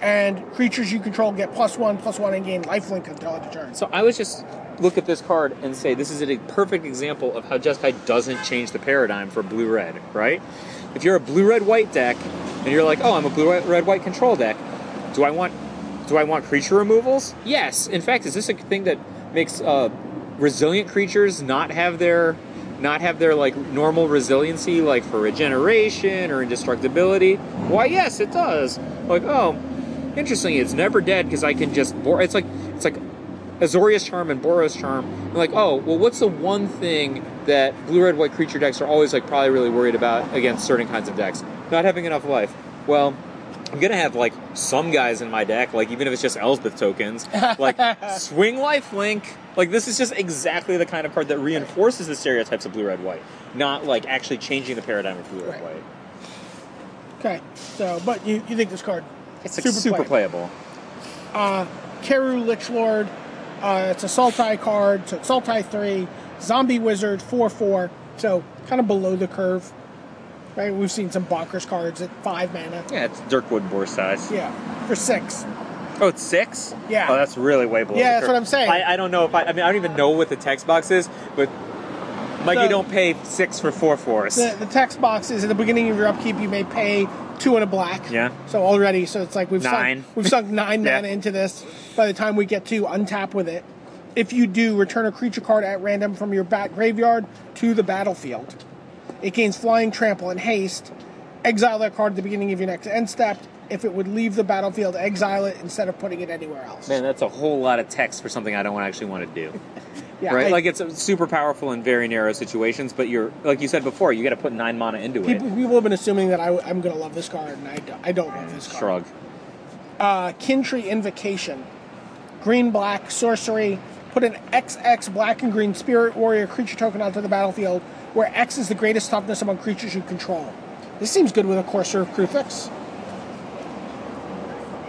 Speaker 2: And creatures you control get plus one, plus one, and gain lifelink until end of turn.
Speaker 3: So I was just look at this card and say this is a perfect example of how Jeskai doesn't change the paradigm for blue red, right? If you're a blue red white deck and you're like, "Oh, I'm a blue red white control deck. Do I want do I want creature removals?" Yes. In fact, is this a thing that makes uh, resilient creatures not have their not have their like normal resiliency like for regeneration or indestructibility? Why, yes, it does. Like, oh, interesting. It's never dead because I can just bore. It's like it's like Azorius Charm and Boros Charm. And like, oh, well, what's the one thing that blue, red, white creature decks are always like probably really worried about against certain kinds of decks? Not having enough life. Well, I'm gonna have like some guys in my deck, like even if it's just Elspeth tokens, like swing life link. Like this is just exactly the kind of card that reinforces the stereotypes of blue, red, white, not like actually changing the paradigm of blue, red,
Speaker 2: Right.
Speaker 3: white.
Speaker 2: Okay, so, but you, you think this card.
Speaker 3: It's like, super, playable.
Speaker 2: Keru Lich Lord. Uh, it's a Sultai card, so it's Sultai 3. Zombie Wizard, 4 4. So kind of below the curve. Right? We've seen some bonkers cards at 5 mana.
Speaker 3: Yeah, it's Dirkwood boar size.
Speaker 2: Yeah, for 6.
Speaker 3: Oh, it's six.
Speaker 2: Yeah.
Speaker 3: Oh, that's really way below.
Speaker 2: Yeah,
Speaker 3: the
Speaker 2: that's
Speaker 3: curve.
Speaker 2: what I'm saying.
Speaker 3: I, I don't know if I. I mean, I don't even know what the text box is, but Mikey,
Speaker 2: So-
Speaker 3: don't pay six for four fours.
Speaker 2: The, the text box is at the beginning of your upkeep, you may pay two and a black.
Speaker 3: Yeah.
Speaker 2: So already, so it's like we've
Speaker 3: Nine.
Speaker 2: sunk, we've sunk nine
Speaker 3: Yeah.
Speaker 2: mana into this. By the time we get to untap with it, if you do, return a creature card at random from your back graveyard to the battlefield. It gains flying, trample, and haste. Exile that card at the beginning of your next end step. If it would leave the battlefield, exile it instead of putting it anywhere else.
Speaker 3: Man, that's a whole lot of text for something I don't actually want to do.
Speaker 2: yeah,
Speaker 3: right?
Speaker 2: I-
Speaker 3: like it's uh, super powerful in very narrow situations, but you're like you said before, you got to put nine mana into
Speaker 2: people,
Speaker 3: it.
Speaker 2: people have been assuming that I, am going to love this card, and I, do- I don't love this card.
Speaker 3: Shrug.
Speaker 2: uh, Kintree Invocation. Green black sorcery. Put an XX black and green spirit warrior creature token onto the battlefield, where X is the greatest toughness among creatures you control. This seems good with a Courser of Crufix.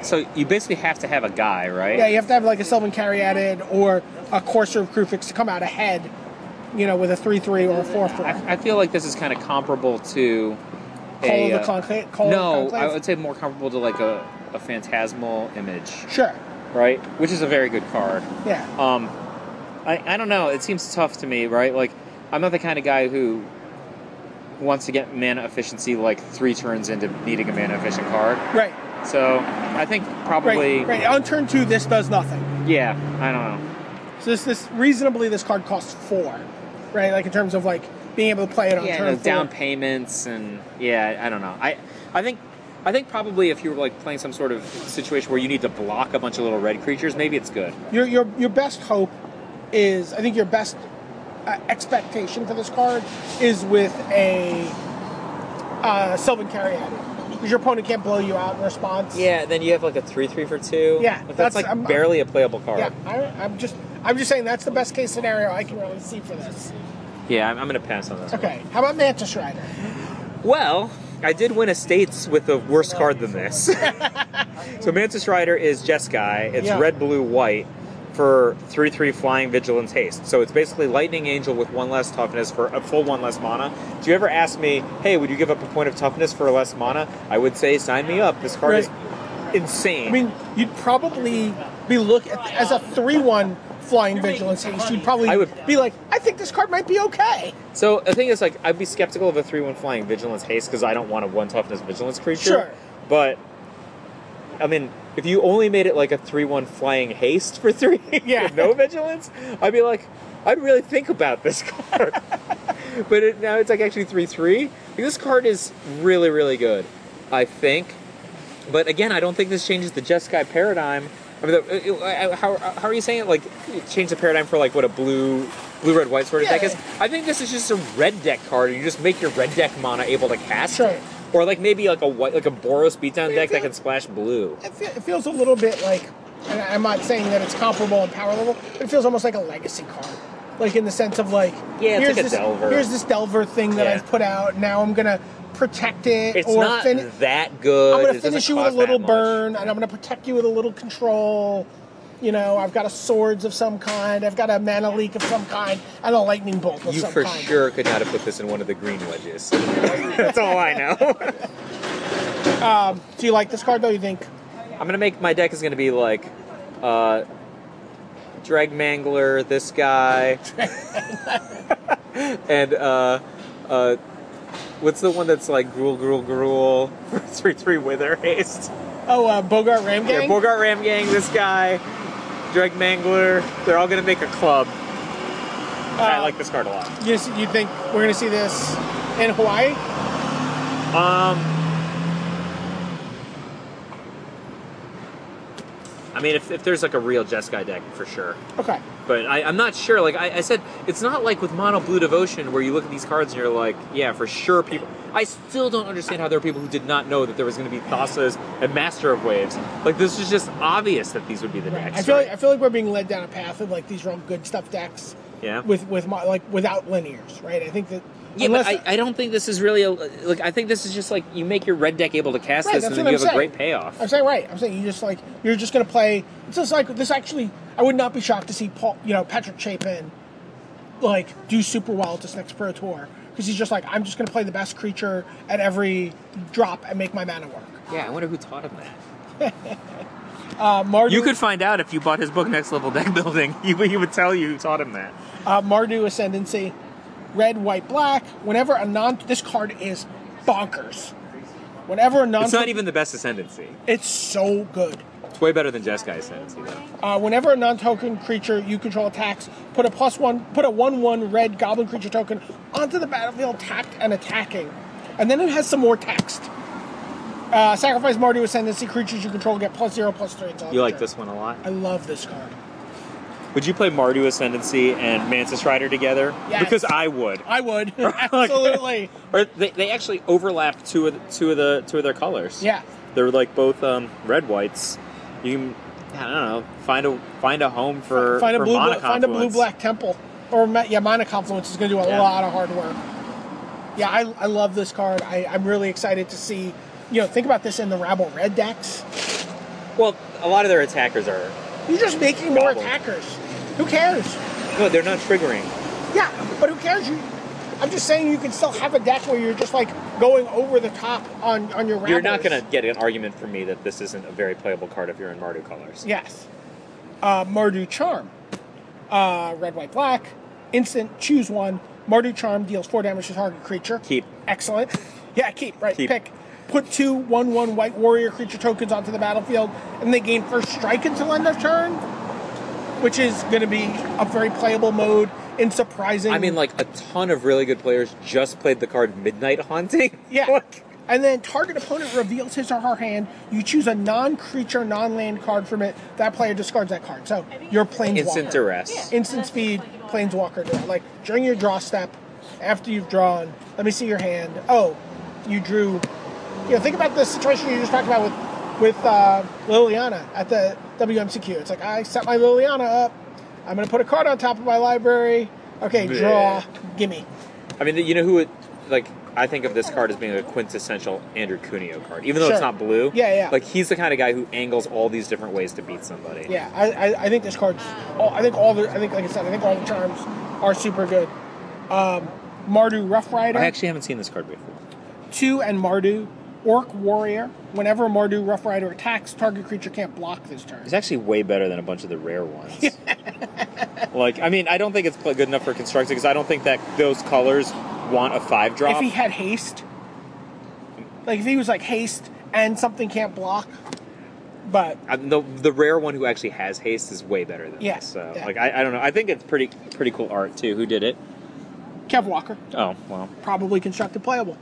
Speaker 3: So you basically have to have a guy, right?
Speaker 2: Yeah, you have to have like a Sylvan Caryatid or a Courser of Crufix to come out ahead, you know, with a 3 3 or a 4 4.
Speaker 3: I, I feel like this is kind of comparable to
Speaker 2: Call of
Speaker 3: a,
Speaker 2: the
Speaker 3: uh,
Speaker 2: Conclave. Call
Speaker 3: no,
Speaker 2: of the
Speaker 3: I
Speaker 2: Conclave.
Speaker 3: would say more comparable to like a, a phantasmal image.
Speaker 2: Sure.
Speaker 3: right? Which is a very good card.
Speaker 2: Yeah.
Speaker 3: Um, I, I don't know. It seems tough to me, right? Like, I'm not the kind of guy who wants to get mana efficiency like three turns into needing a mana efficient card.
Speaker 2: Right.
Speaker 3: So I think probably.
Speaker 2: Right, right. On turn two, this does nothing.
Speaker 3: Yeah, I don't know.
Speaker 2: So this, this reasonably, this card costs four, right? Like in terms of like being able to play it on
Speaker 3: yeah,
Speaker 2: turn
Speaker 3: and
Speaker 2: four.
Speaker 3: those down payments and yeah, I don't know. I I think I think probably if you were like playing some sort of situation where you need to block a bunch of little red creatures, maybe it's good.
Speaker 2: your your your best hope is I think your best uh, expectation for this card is with a uh, Sylvan Carry because your opponent can't blow you out in response.
Speaker 3: Yeah, then you have like a three three for two.
Speaker 2: Yeah,
Speaker 3: Like,
Speaker 2: that's-
Speaker 3: that's, like
Speaker 2: I'm-
Speaker 3: barely a playable card.
Speaker 2: yeah. I, I'm just I'm just saying that's the best case scenario I can really see for this.
Speaker 3: Yeah, I'm, I'm gonna pass on this. one.
Speaker 2: Okay, how about Mantis Rider?
Speaker 3: Well, I did win estates with a worse card than this. so Mantis Rider is Jeskai. It's
Speaker 2: Yeah.
Speaker 3: red, blue, white for 3 3 flying vigilance haste. So it's basically Lightning Angel with one less toughness for a full one less mana. If you ever ask me, hey, would you give up a point of toughness for less mana? I would say, sign me up. This card is insane.
Speaker 2: I mean, you'd probably be look at, as a three-one flying vigilance haste. You'd probably
Speaker 3: I would-
Speaker 2: be like, I think this card might be okay.
Speaker 3: So the thing is, like, I'd be skeptical of a three-one flying vigilance haste because I don't want a one toughness vigilance creature.
Speaker 2: Sure.
Speaker 3: But I mean, if you only made it like a three-one flying haste for three,
Speaker 2: Yeah.
Speaker 3: with no vigilance, I'd be like, I'd really think about this card. but it, now it's like actually three-three. Like, this card is really, really good. I think. But again, I don't think this changes the Jeskai paradigm. I mean, the, uh, uh, how, how are you saying it? Like, change the paradigm for like what a blue, blue, red, white sort of deck is. I think this is just a red deck card, and you just make your red deck mana able to cast.
Speaker 2: Sure.
Speaker 3: Or like maybe like a white, like a Boros beatdown deck that
Speaker 2: feel-
Speaker 3: can splash blue.
Speaker 2: It, fe- it feels a little bit like, and I'm not saying that it's comparable in power level, but it feels almost like a legacy card. Like in the sense of like,
Speaker 3: Yeah, it's
Speaker 2: here's
Speaker 3: like a
Speaker 2: this
Speaker 3: Delver.
Speaker 2: here's this Delver thing that
Speaker 3: Yeah.
Speaker 2: I've put out. Now I'm gonna protect it
Speaker 3: It's
Speaker 2: or
Speaker 3: not
Speaker 2: fin-
Speaker 3: that good.
Speaker 2: I'm
Speaker 3: It
Speaker 2: gonna
Speaker 3: doesn't
Speaker 2: finish you with a
Speaker 3: cost that
Speaker 2: little
Speaker 3: much.
Speaker 2: burn, and I'm gonna protect you with a little control. You know, I've got a swords of some kind. I've got a mana leak of some kind, and a lightning bolt of
Speaker 3: You
Speaker 2: some
Speaker 3: for
Speaker 2: kind.
Speaker 3: sure could not have put this in one of the green wedges. That's all I know.
Speaker 2: Do you like this card though? You think?
Speaker 3: I'm gonna make my deck is gonna be like, uh, Dreg Mangler, this guy, and uh, uh, what's the one that's like Gruel Gruel Gruel three three Wither Haste?
Speaker 2: Oh, uh, Bogart Ram Gang.
Speaker 3: Yeah, Bogart Ram Gang, this guy, Dreg Mangler. They're all gonna make a club. And I
Speaker 2: Uh,
Speaker 3: like this card a lot.
Speaker 2: You, s- you think we're gonna see this in Hawaii?
Speaker 3: I mean, if, if there's like a real Jeskai deck for sure.
Speaker 2: Okay.
Speaker 3: But I, I'm not sure. Like I, I said, it's not like with Mono Blue Devotion where you look at these cards and you're like, yeah, for sure people. I still don't understand how there are people who did not know that there was going to be Thassa's and Master of Waves. Like this is just obvious that these would be the
Speaker 2: Right.
Speaker 3: decks.
Speaker 2: I feel
Speaker 3: right?
Speaker 2: like I feel like we're being led down a path of like these are all good stuff decks.
Speaker 3: Yeah.
Speaker 2: With with my, like without linears, right? I think that.
Speaker 3: yeah,
Speaker 2: unless,
Speaker 3: but I, I don't think this is really a like. I think this is just like you make your red deck able to cast
Speaker 2: Right,
Speaker 3: this,
Speaker 2: that's
Speaker 3: and
Speaker 2: what
Speaker 3: then you
Speaker 2: I'm
Speaker 3: have
Speaker 2: saying.
Speaker 3: a great payoff.
Speaker 2: I'm saying right. I'm saying you just like you're just gonna play. It's just like this. Actually, I would not be shocked to see Paul, you know, Patrick Chapin, like do super well at this next pro tour because he's just like I'm just gonna play the best creature at every drop and make my mana work.
Speaker 3: Yeah, I wonder who taught him that.
Speaker 2: Uh, Mardu,
Speaker 3: You could find out if you bought his book, Next Level Deck Building. He, would- he would tell you who taught him that.
Speaker 2: uh, Mardu Ascendancy, red, white, black. Whenever a non, this card is bonkers. Whenever a non,
Speaker 3: It's not even the best ascendancy.
Speaker 2: It's so good.
Speaker 3: It's way better than Jeskai ascendancy though.
Speaker 2: Uh, whenever a non-token creature you control attacks, put a plus one, put a one-one red goblin creature token onto the battlefield, tapped and attacking, and then it has some more text. Uh, sacrifice Mardu Ascendancy creatures you control get plus zero, plus three.
Speaker 3: You like this one a lot.
Speaker 2: I love this card.
Speaker 3: Would you play Mardu Ascendancy and Mantis Rider together?
Speaker 2: Yes.
Speaker 3: Because I would.
Speaker 2: I would absolutely.
Speaker 3: Or they, they actually overlap two of the, two of the two of their colors.
Speaker 2: Yeah.
Speaker 3: They're like both um, red whites. You can I don't know find a find a home for
Speaker 2: find a
Speaker 3: for
Speaker 2: blue,
Speaker 3: mono
Speaker 2: bla- find a blue
Speaker 3: confluence.
Speaker 2: black temple, or ma- yeah, mana confluence is going to do a
Speaker 3: Yeah.
Speaker 2: lot of hard work. Yeah, I, I love this card. I, I'm really excited to see. You know, think about this in the rabble red decks.
Speaker 3: Well, a lot of their attackers are
Speaker 2: You're just making more
Speaker 3: Goblin.
Speaker 2: attackers. Who cares?
Speaker 3: no, they're not triggering.
Speaker 2: Yeah, but who cares? You, I'm just saying you can still have a deck where you're just like going over the top on on your.
Speaker 3: You're not
Speaker 2: rabblers.
Speaker 3: going to get an argument from me that this isn't a very playable card if you're in Mardu colors.
Speaker 2: Yes. Uh, Mardu Charm. Uh, red, white, black. Instant. Choose one. Mardu Charm deals four damage to target creature.
Speaker 3: Keep.
Speaker 2: Excellent. Yeah, keep. Right.
Speaker 3: Keep.
Speaker 2: Pick. put two one one white warrior creature tokens onto the battlefield, and they gain first strike until end of turn, which is going to be a very playable mode in surprising.
Speaker 3: I mean, like a ton of really good players just played the card Midnight Haunting.
Speaker 2: Yeah.
Speaker 3: Like,
Speaker 2: And then target opponent reveals his or her hand. You choose a non-creature, non-land card from it. That player discards that card. So your planeswalker.
Speaker 3: Instant duress.
Speaker 2: Instant speed, planeswalker. Draw. Like during your draw step, after you've drawn, let me see your hand. Oh, you drew. You know, think about the situation you just talked about with with uh, Liliana at the WMCQ. It's like I set my Liliana up. I'm going to put a card on top of my library. Okay, draw. Gimme.
Speaker 3: I mean, you know who it like. I think of this card as being a quintessential Andrew Cuneo card, even though
Speaker 2: Sure.
Speaker 3: it's not blue.
Speaker 2: Yeah, yeah.
Speaker 3: Like he's the kind of guy who angles all these different ways to beat somebody.
Speaker 2: Yeah, I, I, I think this card's. All, I think all the. I think, like I said, I think all the charms are super good. Um, Mardu Rough Rider,
Speaker 3: I actually haven't seen this card before.
Speaker 2: two and Mardu Orc Warrior. Whenever Mardu Rough Rider attacks, target creature can't block this turn.
Speaker 3: It's actually way better than a bunch of the rare ones. like, I mean, I don't think it's pl- good enough for constructed because I don't think that those colors want a five drop.
Speaker 2: if he had haste, like if he was like haste and something can't block, but
Speaker 3: I- the, the rare one who actually has haste is way better than
Speaker 2: Yeah,
Speaker 3: this. So,
Speaker 2: yeah.
Speaker 3: like, I, I don't know. I think it's pretty pretty cool art too. Who did it?
Speaker 2: Kev Walker
Speaker 3: Oh, well.
Speaker 2: probably constructed playable.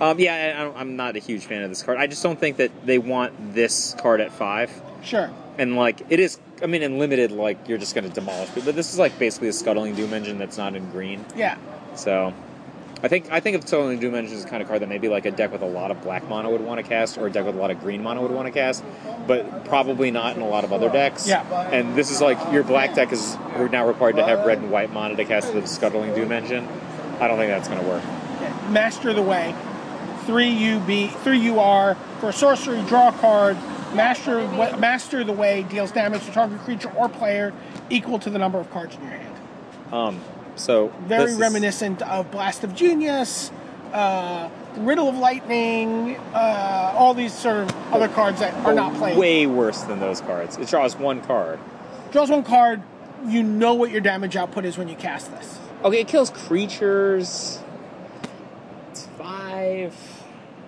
Speaker 3: Um, yeah, I, I don't, I'm not a huge fan of this card. I just don't think that they want this card at five.
Speaker 2: Sure.
Speaker 3: And like, it is. I mean, in limited, like, you're just going to demolish. people. But this is like basically a scuttling doom engine that's not in green.
Speaker 2: Yeah.
Speaker 3: So, I think I think of Solo Doom Engine is the kind of card that maybe like a deck with a lot of black mono would want to cast, or a deck with a lot of green mono would want to cast, but probably not in a lot of other decks.
Speaker 2: Yeah.
Speaker 3: And this is like your black deck is we're now required to have red and white mono to cast the Scuttling Doom Engine. I don't think that's going to work.
Speaker 2: Master the Way. 3UB, 3UR for sorcery, draw a card. Master wa- Master the Way deals damage to target creature or player equal to the number of cards in your hand.
Speaker 3: Um, So
Speaker 2: Very
Speaker 3: this is-
Speaker 2: reminiscent of Blast of Genius, uh, Riddle of Lightning, uh, all these sort of other cards that are not played.
Speaker 3: Way worse than those cards. It draws one card.
Speaker 2: Draws one card, you know what your damage output is when you cast this.
Speaker 3: Okay, it kills creatures. It's five.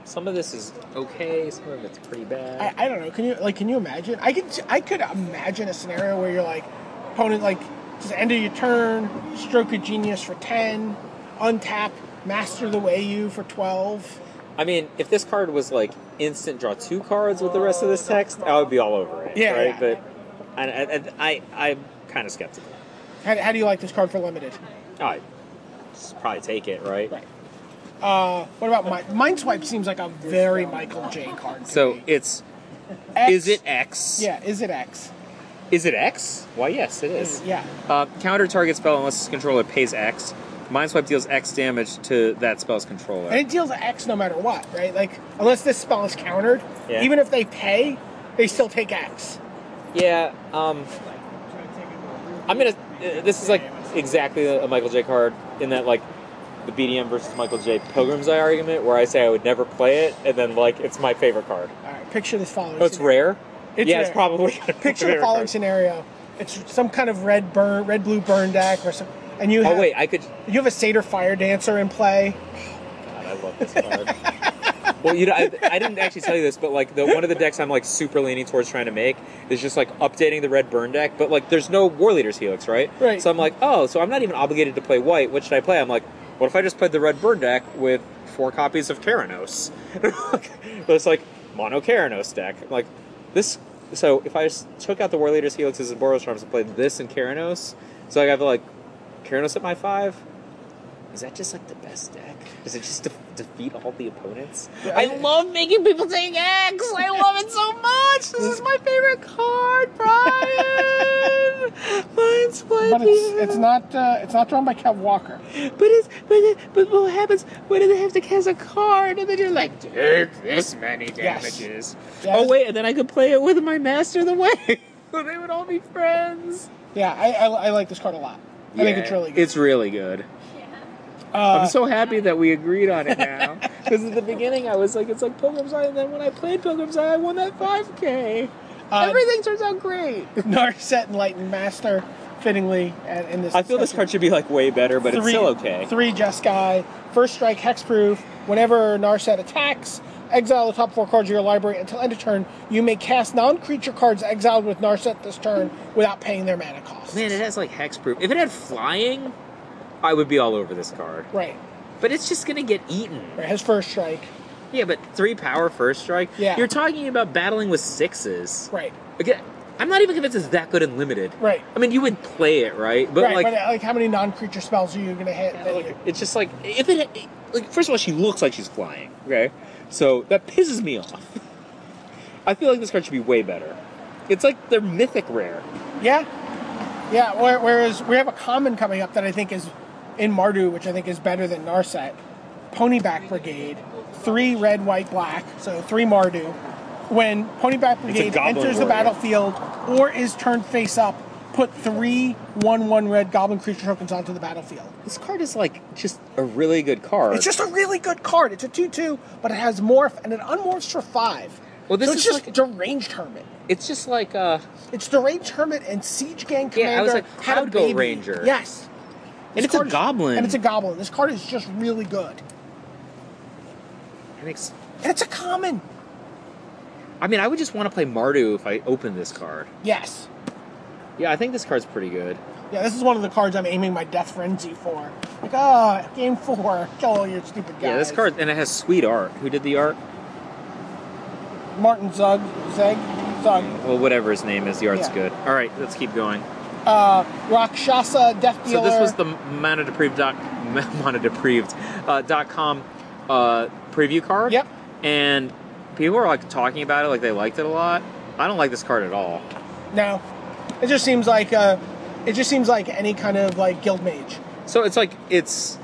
Speaker 3: Some of this is okay. Some of it's pretty bad.
Speaker 2: I, I don't know. Can you like? Can you imagine? I could. I could imagine a scenario where you're like, opponent like, just end of your turn, stroke of genius for ten, untap, master the way you for twelve.
Speaker 3: I mean, if this card was like instant draw two cards with the rest of this text, I would be all over it.
Speaker 2: Yeah,
Speaker 3: right.
Speaker 2: yeah.
Speaker 3: But I, I, I, I'm kind of skeptical.
Speaker 2: How, how do you like this card for limited?
Speaker 3: I just probably take it, right?
Speaker 2: Right. What about my Mineswipe? Seems like a very Michael J card. to
Speaker 3: So
Speaker 2: me.
Speaker 3: it's
Speaker 2: X-
Speaker 3: is it X?
Speaker 2: Yeah. Is it X?
Speaker 3: Is it X? Why yes, it is.
Speaker 2: Yeah.
Speaker 3: Uh, counter target spell unless its controller pays X. Mineswipe deals X damage to that spell's controller.
Speaker 2: And it deals X no matter what, right? Like unless this spell is countered,
Speaker 3: Yeah.
Speaker 2: even if they pay, they still take X.
Speaker 3: Yeah. Um, I'm gonna. uh, This is like exactly a Michael J. card in that like the BDM versus Michael J. Pilgrim's Eye argument, where I say I would never play it, and then like it's my favorite card.
Speaker 2: All right. Picture this following.
Speaker 3: Oh, it's
Speaker 2: scenario.
Speaker 3: rare.
Speaker 2: It's
Speaker 3: yeah, it's
Speaker 2: rare.
Speaker 3: probably gonna be my
Speaker 2: Picture the
Speaker 3: favorite
Speaker 2: following
Speaker 3: card.
Speaker 2: scenario: it's some kind of red burn, red blue burn deck, or some, and you have,
Speaker 3: Oh wait, I could.
Speaker 2: you have a satyr fire dancer in play.
Speaker 3: God, I love this card. well, you know, I, I didn't actually tell you this, but like the one of the decks I'm like super leaning towards trying to make is just like updating the red burn deck. But like, there's no War Leaders Helix, right?
Speaker 2: Right.
Speaker 3: So I'm like, oh, so I'm not even obligated to play white. What should I play? I'm like, what if I just played the red burn deck with four copies of Karanos? but it's like mono Karanos deck. I'm like, this. So if I just took out the War Leaders Helixes and Boros Charms and played this and Karanos, so I have like Karanos at my five. Is that just like the best deck? Does it just def defeat all the opponents? I love making people take X. I love it so much. This is my favorite card, Brian. Mine's
Speaker 2: But it's it's not uh, it's not drawn by Kev Walker.
Speaker 3: but it's but, it- but what happens when they have to cast a card and then you're like, dude, this many
Speaker 2: Yes.
Speaker 3: damages.
Speaker 2: Yeah.
Speaker 3: Oh wait, and then I could play it with my master of the way. so they would all be friends.
Speaker 2: Yeah, I, I, I like this card a lot. I think it's really good.
Speaker 3: It's really good. I'm so happy that we agreed on it now. Because Uh, at the beginning, I was like, it's like Pilgrim's Eye, and then when I played Pilgrim's Eye, I won that 5K.
Speaker 2: Uh,
Speaker 3: Everything turns out great.
Speaker 2: Narset Enlightened Master, fittingly at, in this.
Speaker 3: I feel this
Speaker 2: discussion.
Speaker 3: card should be like way better, but it's still okay.
Speaker 2: Three Jeskai, first strike, hexproof. Whenever Narset attacks, exile the top four cards of your library until end of turn. You may cast non-creature cards exiled with Narset this turn without paying their mana cost.
Speaker 3: Man, it has like hexproof. If it had flying, I would be all over this card.
Speaker 2: Right.
Speaker 3: But it's just gonna get eaten.
Speaker 2: Right, His first strike.
Speaker 3: Yeah, but three power first strike.
Speaker 2: Yeah.
Speaker 3: You're talking about battling with sixes.
Speaker 2: Right.
Speaker 3: Again, I'm not even convinced it's that good in limited.
Speaker 2: Right.
Speaker 3: I mean, you would play it, right? But
Speaker 2: right.
Speaker 3: like,
Speaker 2: but uh, like, how many non-creature spells are you going to hit? that you-
Speaker 3: it's just like if it like first of all, she looks like she's flying. Okay, so that pisses me off. I feel like this card should be way better. It's like their mythic rare.
Speaker 2: Yeah. Yeah. where- Whereas we have a common coming up that I think is in Mardu, which I think is better than Narset. Ponyback Brigade, three red, white, black, so three Mardu. When Ponyback Brigade
Speaker 3: goblin
Speaker 2: enters the
Speaker 3: warrior.
Speaker 2: battlefield or is turned face up, put three one-one red goblin creature tokens onto the battlefield.
Speaker 3: This card is like just a really good card.
Speaker 2: It's just a really good card. It's a two-two, but it has morph and it unmorphs for five.
Speaker 3: Well, this
Speaker 2: so it's
Speaker 3: is
Speaker 2: just
Speaker 3: like-
Speaker 2: deranged hermit.
Speaker 3: it's just like uh,
Speaker 2: It's deranged hermit and siege gang commander.
Speaker 3: Yeah, I was like,
Speaker 2: had a
Speaker 3: Cloud Goat
Speaker 2: baby.
Speaker 3: Ranger.
Speaker 2: Yes,
Speaker 3: and
Speaker 2: This
Speaker 3: it's a
Speaker 2: card is-
Speaker 3: goblin.
Speaker 2: And it's a goblin. This card is just really good.
Speaker 3: And it's-
Speaker 2: And it's a common.
Speaker 3: I mean, I would just want to play Mardu if I opened this card.
Speaker 2: Yes.
Speaker 3: Yeah, I think this card's pretty good.
Speaker 2: Yeah, this is one of the cards I'm aiming my Death Frenzy for. Like, oh, game four, kill all your stupid guys.
Speaker 3: Yeah, this card, and it has sweet art. Who did the art?
Speaker 2: Martin Zug, Zeg, Zug,
Speaker 3: Well, whatever his name is, the art's
Speaker 2: Yeah.
Speaker 3: good. All right, let's keep going.
Speaker 2: Rakshasa, Death Dealer.
Speaker 3: So this was the monodeprived doc, monodeprived uh, dot com uh, preview card.
Speaker 2: Yep.
Speaker 3: And people were like talking about it, like they liked it a lot. I don't like this card at all.
Speaker 2: No, it just seems like uh, it just seems like any kind of like guild mage.
Speaker 3: So it's like it's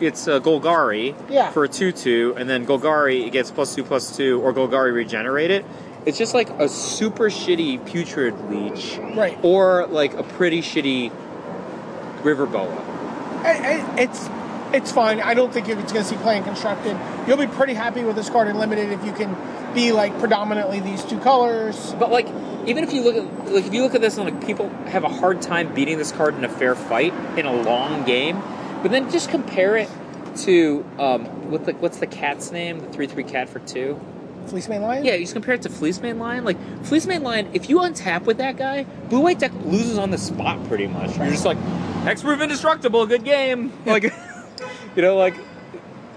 Speaker 3: it's uh, Golgari
Speaker 2: Yeah.
Speaker 3: for a two two, and then Golgari it gets plus two plus two, or Golgari regenerate it. It's just like a super shitty putrid leech,
Speaker 2: Right.
Speaker 3: Or like a pretty shitty river boa.
Speaker 2: I, I, it's it's fine. I don't think it's going to see play in constructed. You'll be pretty happy with this card in limited if you can be like predominantly these two colors.
Speaker 3: But like, even if you look at like if you look at this and like people have a hard time beating this card in a fair fight in a long game, but then just compare it to um, what the, what's the cat's name? The three three cat for two.
Speaker 2: Fleeceman Lion.
Speaker 3: Yeah, you just compare it to Fleeceman Lion. Like Fleeceman Lion, if you untap with that guy, Blue White Deck loses on the spot pretty much. You're just like, Hexproof Indestructible, good game. Like, you know, like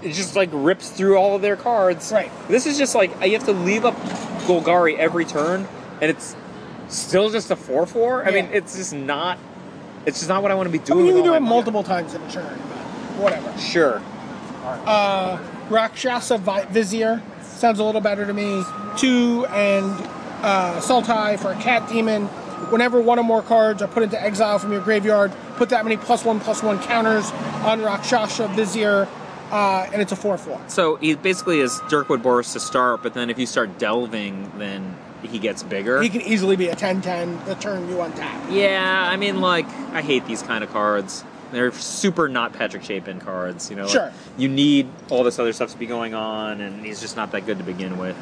Speaker 3: it just like rips through all of their cards.
Speaker 2: Right.
Speaker 3: This is just like you have to leave up Golgari every turn, and it's still just a four four. I
Speaker 2: Yeah.
Speaker 3: mean, it's just not. It's just not what I want to be
Speaker 2: I
Speaker 3: doing.
Speaker 2: mean, you
Speaker 3: with
Speaker 2: can do
Speaker 3: all
Speaker 2: it
Speaker 3: my-
Speaker 2: multiple times in a turn, but whatever.
Speaker 3: Sure.
Speaker 2: Rakshasa Vi- Vizier sounds a little better to me. Two and uh, Sultai for a cat demon. Whenever one or more cards are put into exile from your graveyard, put that many plus one plus one counters on Rakshasa Vizier, uh, and it's a four four.
Speaker 3: So he basically is Dirkwood Boris to start, but then if you start delving, then he gets bigger.
Speaker 2: He can easily be a 10-10 the turn you untap.
Speaker 3: Yeah, I mean, like, I hate these kind of cards. They're super not Patrick Chapin cards, you know. like,
Speaker 2: Sure.
Speaker 3: you need all this other stuff to be going on, and he's just not that good to begin with.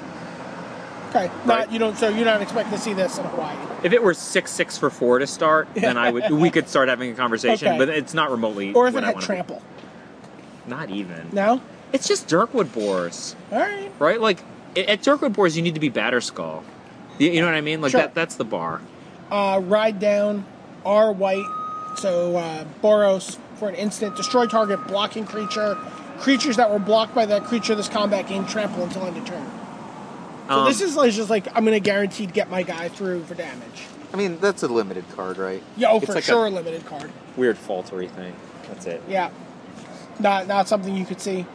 Speaker 2: Okay,
Speaker 3: Right.
Speaker 2: not you don't. So you're not expecting to see this in Hawaii.
Speaker 3: If it were six six for four to start, then I would we could start having a conversation.
Speaker 2: Okay.
Speaker 3: But it's not remotely.
Speaker 2: Or if
Speaker 3: what
Speaker 2: it
Speaker 3: I
Speaker 2: had
Speaker 3: wanna be-
Speaker 2: trample.
Speaker 3: Not even.
Speaker 2: No.
Speaker 3: It's just Dirkwood Boars,
Speaker 2: All right.
Speaker 3: right? Like i- at Dirkwood Boars, you need to be Batter Skull. You, you know what I mean? Like
Speaker 2: Sure.
Speaker 3: that. That's the bar.
Speaker 2: uh, ride down R white, so uh, Boros for an instant, destroy target blocking creature. Creatures that were blocked by that creature this combat gain trample until end of turn. So
Speaker 3: Um,
Speaker 2: this is like, just like I'm gonna guaranteed get my guy through for damage.
Speaker 5: I mean, that's a limited card, right?
Speaker 2: Yeah, oh
Speaker 3: It's
Speaker 2: for
Speaker 3: like
Speaker 2: sure
Speaker 3: a-
Speaker 2: limited card.
Speaker 3: weird faltery thing. That's it.
Speaker 2: Yeah, not not something you could see.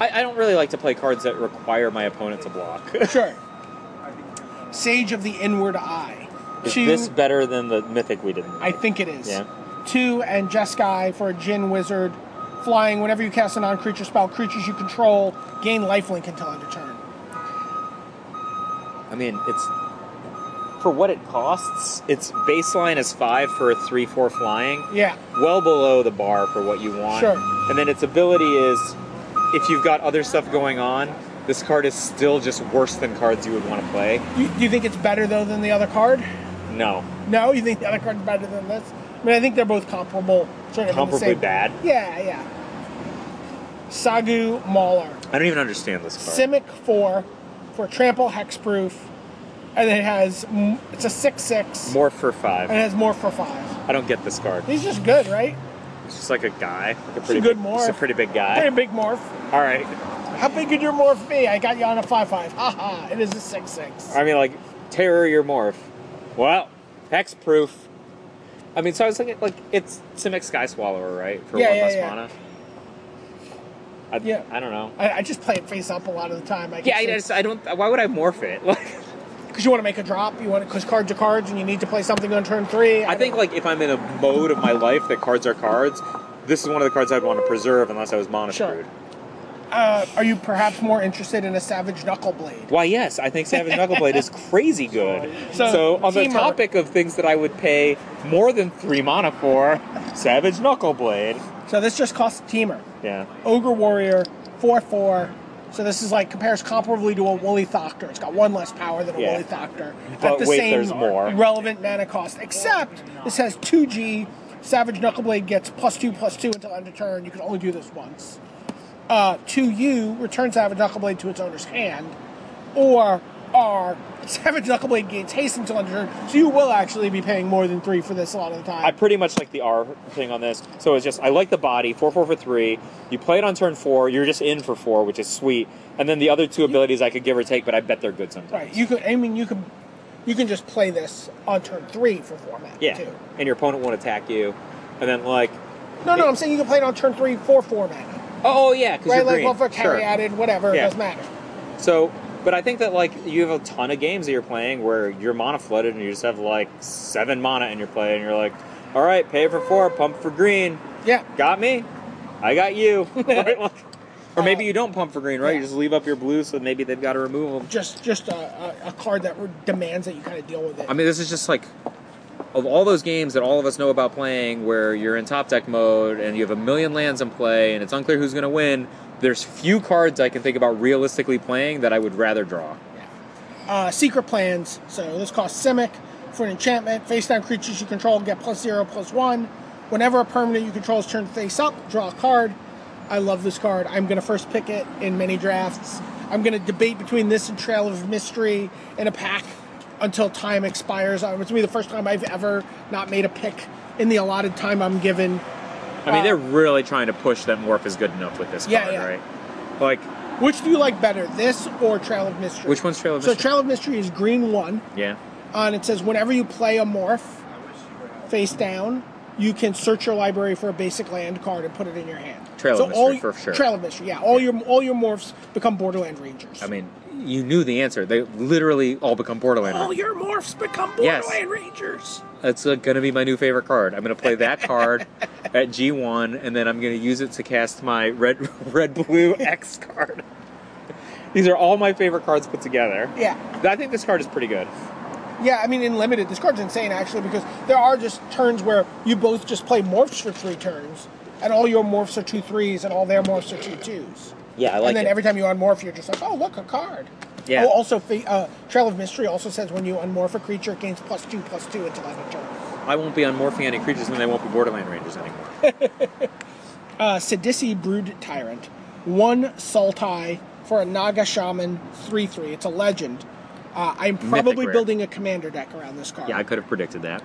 Speaker 3: I, I don't really like to play cards that require my opponent to block.
Speaker 2: Sure. Sage of the Inward Eye.
Speaker 3: Is
Speaker 2: Two-
Speaker 3: this better than the mythic we did?
Speaker 2: I think it is.
Speaker 3: Yeah.
Speaker 2: Two and Jeskai for a Jin Wizard. Flying, whenever you cast a non creature spell, creatures you control gain lifelink until end of turn.
Speaker 3: I mean, it's for what it costs. Its baseline is five for a three-four flying.
Speaker 2: Yeah.
Speaker 3: Well below the bar for what you want.
Speaker 2: Sure.
Speaker 3: And then its ability is, if you've got other stuff going on, this card is still just worse than cards you would want to play.
Speaker 2: You, do you think it's better, though, than the other card?
Speaker 6: No.
Speaker 2: No, you think the other card's better than this? I mean, I think they're both comparable. Sort of in the
Speaker 6: Comparably
Speaker 2: same-
Speaker 6: bad?
Speaker 2: Yeah, yeah. Sagu Mauler.
Speaker 3: I don't even understand this card.
Speaker 2: Simic 4 for Trample Hexproof. And it has, m- it's a 6 6.
Speaker 3: More for
Speaker 2: And it
Speaker 3: five.
Speaker 2: has more for 5.
Speaker 3: I don't get this card.
Speaker 2: He's just good, right?
Speaker 3: It's just like a guy. Like a pretty
Speaker 2: good
Speaker 3: big,
Speaker 2: morph.
Speaker 3: It's a pretty big
Speaker 2: Hey,
Speaker 3: guy.
Speaker 2: big morph.
Speaker 3: All right.
Speaker 2: How big could your morph be? I got you on a 5 5. Haha, it is a 6 6.
Speaker 3: I mean, like terror your morph. Well, hex proof.
Speaker 6: I mean, so I was thinking, like, it's Simic Sky Swallower, right? For
Speaker 2: Yeah,
Speaker 6: one
Speaker 2: yeah,
Speaker 6: less
Speaker 2: yeah.
Speaker 6: mana. I,
Speaker 2: Yeah.
Speaker 6: I don't know.
Speaker 2: I, I just play it face up a lot of the time. I
Speaker 6: Yeah, I, just, I don't. Why would I morph it? Like,
Speaker 2: Because you want to make a drop, you want to, because cards are cards and you need to play something on turn 3.
Speaker 3: I think like if I'm in a mode of my life that cards are cards, this is one of the cards I'd want to preserve unless I was mono
Speaker 2: Sure. Uh, are you perhaps more interested in a Savage Knuckleblade?
Speaker 6: why? Yes, I think Savage Knuckleblade is crazy good.
Speaker 2: So,
Speaker 6: So, on the
Speaker 2: teamer.
Speaker 6: topic of things that I would pay more than three mana for, Savage Knuckleblade.
Speaker 2: So this just costs Teamer.
Speaker 3: Yeah.
Speaker 2: Ogre Warrior, 4 4. So this is like compares comparably to a Woolly Thoctor. It's got one less power than a
Speaker 3: Yeah.
Speaker 2: Woolly Thoctor.
Speaker 3: But wait, there's more.
Speaker 2: relevant mana cost. Except this has 2G. Savage Knuckleblade gets plus 2 plus 2 until end of turn. You can only do this once. Uh, 2U returns Savage Knuckleblade to its owner's hand. Or R. Savage Knuckleblade gains haste until end of turn. So you will actually be paying more than 3 for this a lot of the time.
Speaker 3: I pretty much like the R thing on this. So it's just I like the body four four for three. You play it on turn four, you're just in for four, which is sweet. And then the other two abilities I could give or take, but I bet they're good sometimes.
Speaker 2: Right. You could. I mean, you could. You can just play this on turn three for format.
Speaker 3: Yeah.
Speaker 2: Too.
Speaker 3: And your opponent won't attack you. And then like
Speaker 2: No, no. I'm saying you can play it on turn three for format.
Speaker 6: Oh, oh, yeah, because
Speaker 2: Right.
Speaker 6: you're
Speaker 2: Like
Speaker 6: green.
Speaker 2: well, for carry
Speaker 3: Sure.
Speaker 2: added, whatever. It
Speaker 3: Yeah.
Speaker 2: doesn't matter.
Speaker 3: So, but I think that like you have a ton of games that you're playing where you're mana flooded and you just have like seven mana in your play, and you're like, all right, pay for four, pump for green,
Speaker 2: Yeah.
Speaker 3: got me, I got you. Uh, Right? Like- or maybe you don't pump for green, right?
Speaker 2: yeah.
Speaker 3: You just leave up your blue, so maybe they've got to remove them.
Speaker 2: Just, just a, a, a card that re- demands that you kind of deal with it.
Speaker 3: I mean, this is just like of all those games that all of us know about playing, where you're in top deck mode and you have a million lands in play, and it's unclear who's going to win. There's few cards I can think about realistically playing that I would rather draw.
Speaker 2: uh, secret plans. So this costs Simic for an enchantment. Face down creatures you control get plus zero, plus one. Whenever a permanent you control is turned face up, draw a card. I love this card. I'm going to first pick it in many drafts. I'm going to debate between this and Trail of Mystery in a pack until time expires. Uh, It's going to be the first time I've ever not made a pick in the allotted time I'm given.
Speaker 3: I mean, they're really trying to push that Morph is good enough with this
Speaker 2: Yeah,
Speaker 3: card,
Speaker 2: yeah.
Speaker 3: right? Like,
Speaker 2: Which do you like better, this or Trail of Mystery?
Speaker 3: which one's Trail of
Speaker 2: So
Speaker 3: Mystery?
Speaker 2: Trail of Mystery is green one.
Speaker 3: yeah.
Speaker 2: Uh, and it says whenever you play a morph face down, you can search your library for a basic land card and put it in your hand.
Speaker 3: Trail of Mystery,
Speaker 2: all,
Speaker 3: for sure.
Speaker 2: Trail of mystery, yeah. All your all your morphs become Borderland Rangers.
Speaker 3: I mean, you knew the answer. They literally all become Borderland.
Speaker 2: all your morphs become
Speaker 3: Yes.
Speaker 2: Borderland Rangers.
Speaker 3: That's uh, going to be my new favorite card. I'm going to play that card at G1, and then I'm going to use it to cast my red, red, blue X card. These are all my favorite cards put together.
Speaker 2: Yeah,
Speaker 3: I think this card is pretty good.
Speaker 2: yeah. I mean, in limited, this card's insane actually because there are just turns where you both just play morphs for three turns, and all your morphs are two threes, and all their morphs are two twos.
Speaker 3: Yeah, I
Speaker 2: and then every time you unmorph, you're just like, oh, look, a card.
Speaker 3: Yeah.
Speaker 2: Oh, also, fa- uh, Trail of Mystery also says when you unmorph a creature, it gains plus two, plus two until end of turn.
Speaker 3: I won't be unmorphing any creatures, and they won't be Borderland Rangers anymore.
Speaker 2: Uh, Sidisi Brood Tyrant. One Sultai for a Naga Shaman 3 3. It's a legend. Uh, I'm probably
Speaker 3: rare.
Speaker 2: building a commander deck around this card.
Speaker 3: Yeah, I could have predicted that.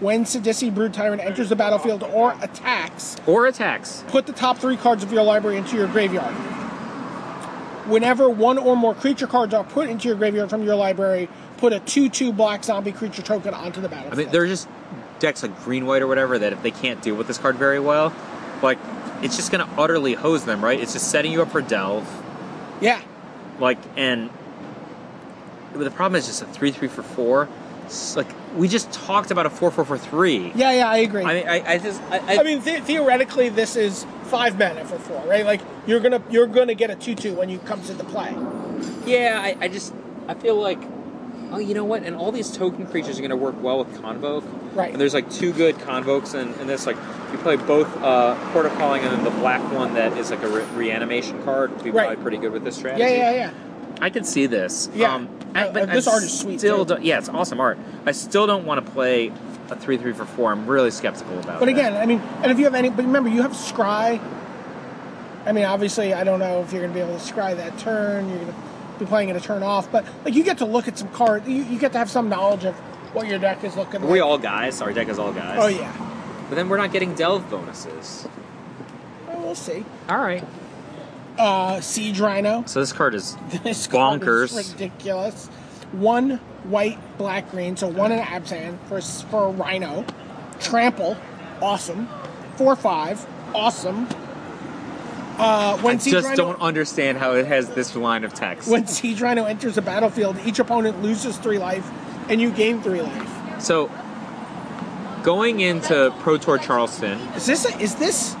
Speaker 2: When Sidisi Brood Tyrant enters the battlefield or attacks,
Speaker 3: Or attacks.
Speaker 2: put the top three cards of your library into your graveyard. Whenever one or more creature cards are put into your graveyard from your library, put a 2 2 black zombie creature token onto the
Speaker 3: I
Speaker 2: battlefield.
Speaker 3: mean, there are just decks like green, white, or whatever that if they can't deal with this card very well, like it's just going to utterly hose them, right? It's just setting you up for delve,
Speaker 2: Yeah.
Speaker 3: like, and but the problem is just a three, three for four. It's like we just talked about a four, four for three.
Speaker 2: Yeah, yeah, I agree.
Speaker 3: I mean, I, I just, I, I,
Speaker 2: I mean, the- theoretically, this is five mana for four, right? Like you're gonna you're gonna get a two two when you comes into play.
Speaker 6: Yeah, I, I just I feel like oh you know what? And all these token creatures are gonna work well with Convoke.
Speaker 2: Right.
Speaker 6: And there's like two good convokes in, in this. Like you play both uh Court of Calling and then the black one that is like a re- reanimation card would be
Speaker 2: Right.
Speaker 6: probably pretty good with this strategy.
Speaker 2: Yeah, yeah, yeah.
Speaker 3: I could see this. Um,
Speaker 2: Yeah.
Speaker 3: I-
Speaker 2: Uh,
Speaker 3: but
Speaker 2: this
Speaker 3: I
Speaker 2: art is sweet,
Speaker 3: Still,
Speaker 2: too.
Speaker 3: don't- yeah, it's awesome art. I still don't want to play a three three for four. I'm really skeptical
Speaker 2: But
Speaker 3: about. that.
Speaker 2: again, I mean, and if you have any, but remember, you have scry. I mean, obviously, I don't know if you're going to be able to scry that turn. You're going to be playing it a turn off, but like you get to look at some cards. You, you get to have some knowledge of what your deck is looking.
Speaker 3: Are we
Speaker 2: like.
Speaker 3: all guys? Our deck is all guys.
Speaker 2: Oh yeah,
Speaker 3: But then we're not getting delve bonuses.
Speaker 2: Well, we'll see.
Speaker 3: All right.
Speaker 2: Uh, Siege Rhino.
Speaker 3: So this card is
Speaker 2: This card is
Speaker 3: bonkers.
Speaker 2: ridiculous. One white, black, green, so one in Abzan for for a Rhino. Trample, awesome. Four five, awesome. Uh, when
Speaker 3: I
Speaker 2: Siege
Speaker 3: just
Speaker 2: Rhino-
Speaker 3: don't understand how it has this line of text.
Speaker 2: When Siege Rhino enters the battlefield, each opponent loses three life, and you gain three life.
Speaker 3: So, going into Pro Tour Charleston,
Speaker 2: Is this a, is this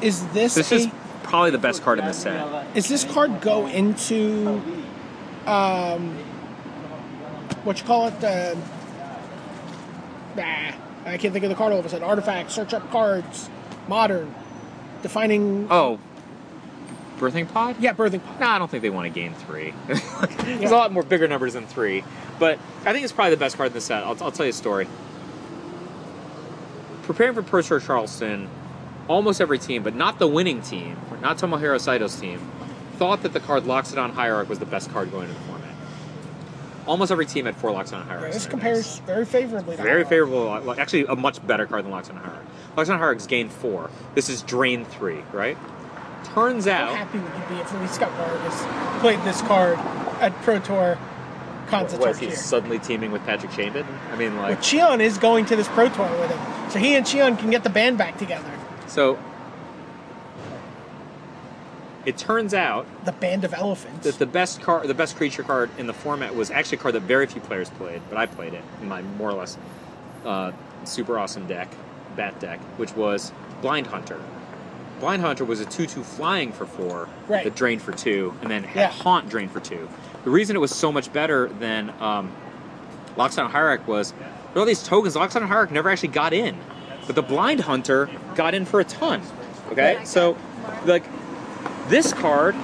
Speaker 2: is this
Speaker 3: this
Speaker 2: a,
Speaker 3: is probably the best card in the set.
Speaker 2: is this card go into um what you call it? Uh, nah, I can't think of the card all of a sudden. Artifact, search up cards, modern, defining.
Speaker 3: Oh, Birthing Pod?
Speaker 2: yeah, birthing. pod.
Speaker 3: No, I don't think they want to gain three. There's a lot more bigger numbers than three, but I think it's probably the best card in the set. I'll, I'll tell you a story. Preparing for Pro Tour Charleston, almost every team, but not the winning team, not Tomohiro Saito's team, thought that the card Loxodon Hierarch was the best card going into the format. Almost every team had four Loxodon Hierarchs.
Speaker 2: This
Speaker 3: in their decks.
Speaker 2: compares very favorably. To
Speaker 3: Very
Speaker 2: Hyrule.
Speaker 3: favorable. like, Actually, a much better card than Loxodon Hierarch. Loxodon Hierarch's gained four. This is drain three, right? Turns
Speaker 2: How
Speaker 3: out.
Speaker 2: happy would you be if Luis Scott Vargas played this card at Pro Tour concert
Speaker 3: Was
Speaker 2: turf
Speaker 3: he
Speaker 2: here?
Speaker 3: suddenly teaming with Patrick Chambin? I mean,
Speaker 2: But
Speaker 3: like,
Speaker 2: Chion is going to this Pro Tour with him, so he and Chion can get the band back together.
Speaker 3: so it turns out
Speaker 2: The band of elephants.
Speaker 3: that the best card, the best creature card in the format was actually a card that very few players played, but I played it in my more or less uh, super awesome deck, bat deck, which was Blind Hunter. Blind Hunter was a 2 2 flying for 4
Speaker 2: Right.
Speaker 3: that drained for 2, and then had
Speaker 2: Yeah.
Speaker 3: Haunt drained for 2. The reason it was so much better than um, Loxodon Hierarch was there were all these tokens. Loxodon Hierarch never actually got in, but the Blind Hunter got in for a ton. Okay? So, like, this card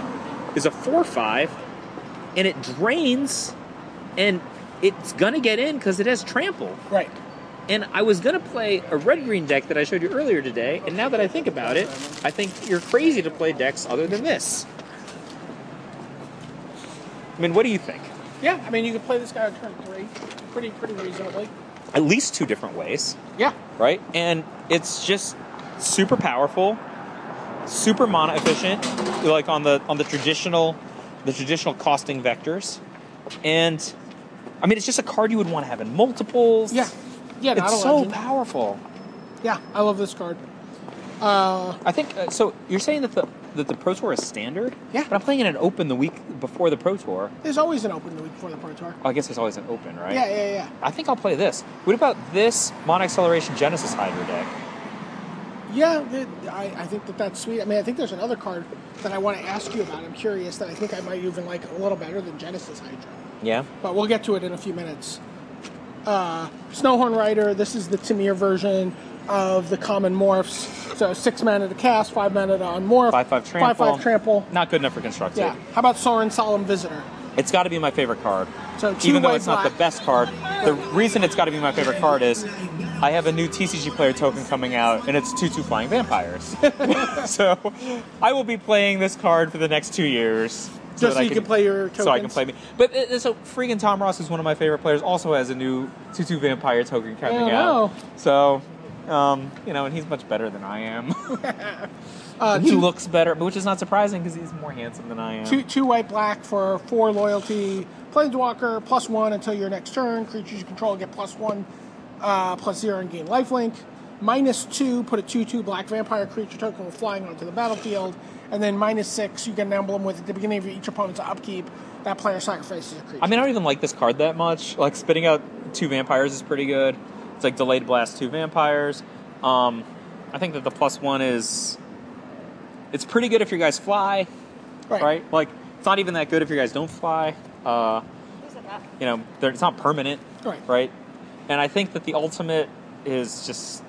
Speaker 3: is a 4 5, and it drains, and it's gonna get in because it has trample.
Speaker 2: right.
Speaker 3: And I was gonna play a red green deck that I showed you earlier today, and now that I think about it, I think you're crazy to play decks other than this. I mean, what do you think?
Speaker 2: Yeah, I mean, you could play this guy on turn three pretty pretty reasonably.
Speaker 3: At least two different ways,
Speaker 2: Yeah.
Speaker 3: right? And it's just super powerful, super mana efficient, like on the on the traditional the traditional costing vectors. And I mean, it's just a card you would want to have in multiples.
Speaker 2: Yeah. Yeah, not a
Speaker 3: it's so
Speaker 2: legend.
Speaker 3: powerful.
Speaker 2: Yeah, I love this card.
Speaker 3: I think uh, so. You're saying that the that the Pro Tour is standard.
Speaker 2: Yeah.
Speaker 3: But I'm playing in an open the week before the Pro Tour.
Speaker 2: There's always an open the week before the Pro Tour.
Speaker 3: Oh, I guess there's always an open, right?
Speaker 2: Yeah, yeah, yeah.
Speaker 3: I think I'll play this. What about this Mon Acceleration Genesis Hydra deck?
Speaker 2: Yeah, th- I, I think that that's sweet. I mean, I think there's another card that I want to ask you about. I'm curious that I think I might even like a little better than Genesis Hydra.
Speaker 3: Yeah.
Speaker 2: But we'll get to it in a few minutes. Uh, Snowhorn Rider, this is the Tamir version of the common morphs. So six mana to cast, five mana to unmorph.
Speaker 3: Five five trample.
Speaker 2: Five five trample.
Speaker 3: Not good enough for constructed.
Speaker 2: Yeah. How about Soren Solemn Visitor?
Speaker 3: It's got to be my favorite card.
Speaker 2: So two
Speaker 3: even though
Speaker 2: white,
Speaker 3: it's not
Speaker 2: black.
Speaker 3: the best card, the reason it's got to be my favorite card is I have a new TCG player token coming out, and it's two two flying vampires. so I will be playing this card for the next two years.
Speaker 2: Just so you can play your
Speaker 3: So I can
Speaker 2: tokens?
Speaker 3: play me. But it, it's a freaking Tom Ross, who's one of my favorite players, also has a new two two vampire token coming
Speaker 2: don't
Speaker 3: out.
Speaker 2: know.
Speaker 3: So. Um, you know, and he's much better than I am.
Speaker 2: Uh,
Speaker 3: he
Speaker 2: two-
Speaker 3: looks better, which is not surprising because he's more handsome than I am.
Speaker 2: Two, two white black for four loyalty. Planeswalker, plus one until your next turn. Creatures you control get plus one, uh, plus zero, and gain lifelink. Minus two, put a two two black vampire creature token flying onto the battlefield. And then minus six, you get an emblem with at the beginning of each opponent's upkeep. That player sacrifices a creature.
Speaker 3: I mean, I don't even like this card that much. Like spitting out two vampires is pretty good. It's like delayed blast two vampires. Um, I think that the plus one is it's pretty good if your guys fly, right? Like it's not even that good if your guys don't fly. Uh, you know, they're- it's not permanent,
Speaker 2: Right.
Speaker 3: Right. And I think that the ultimate is just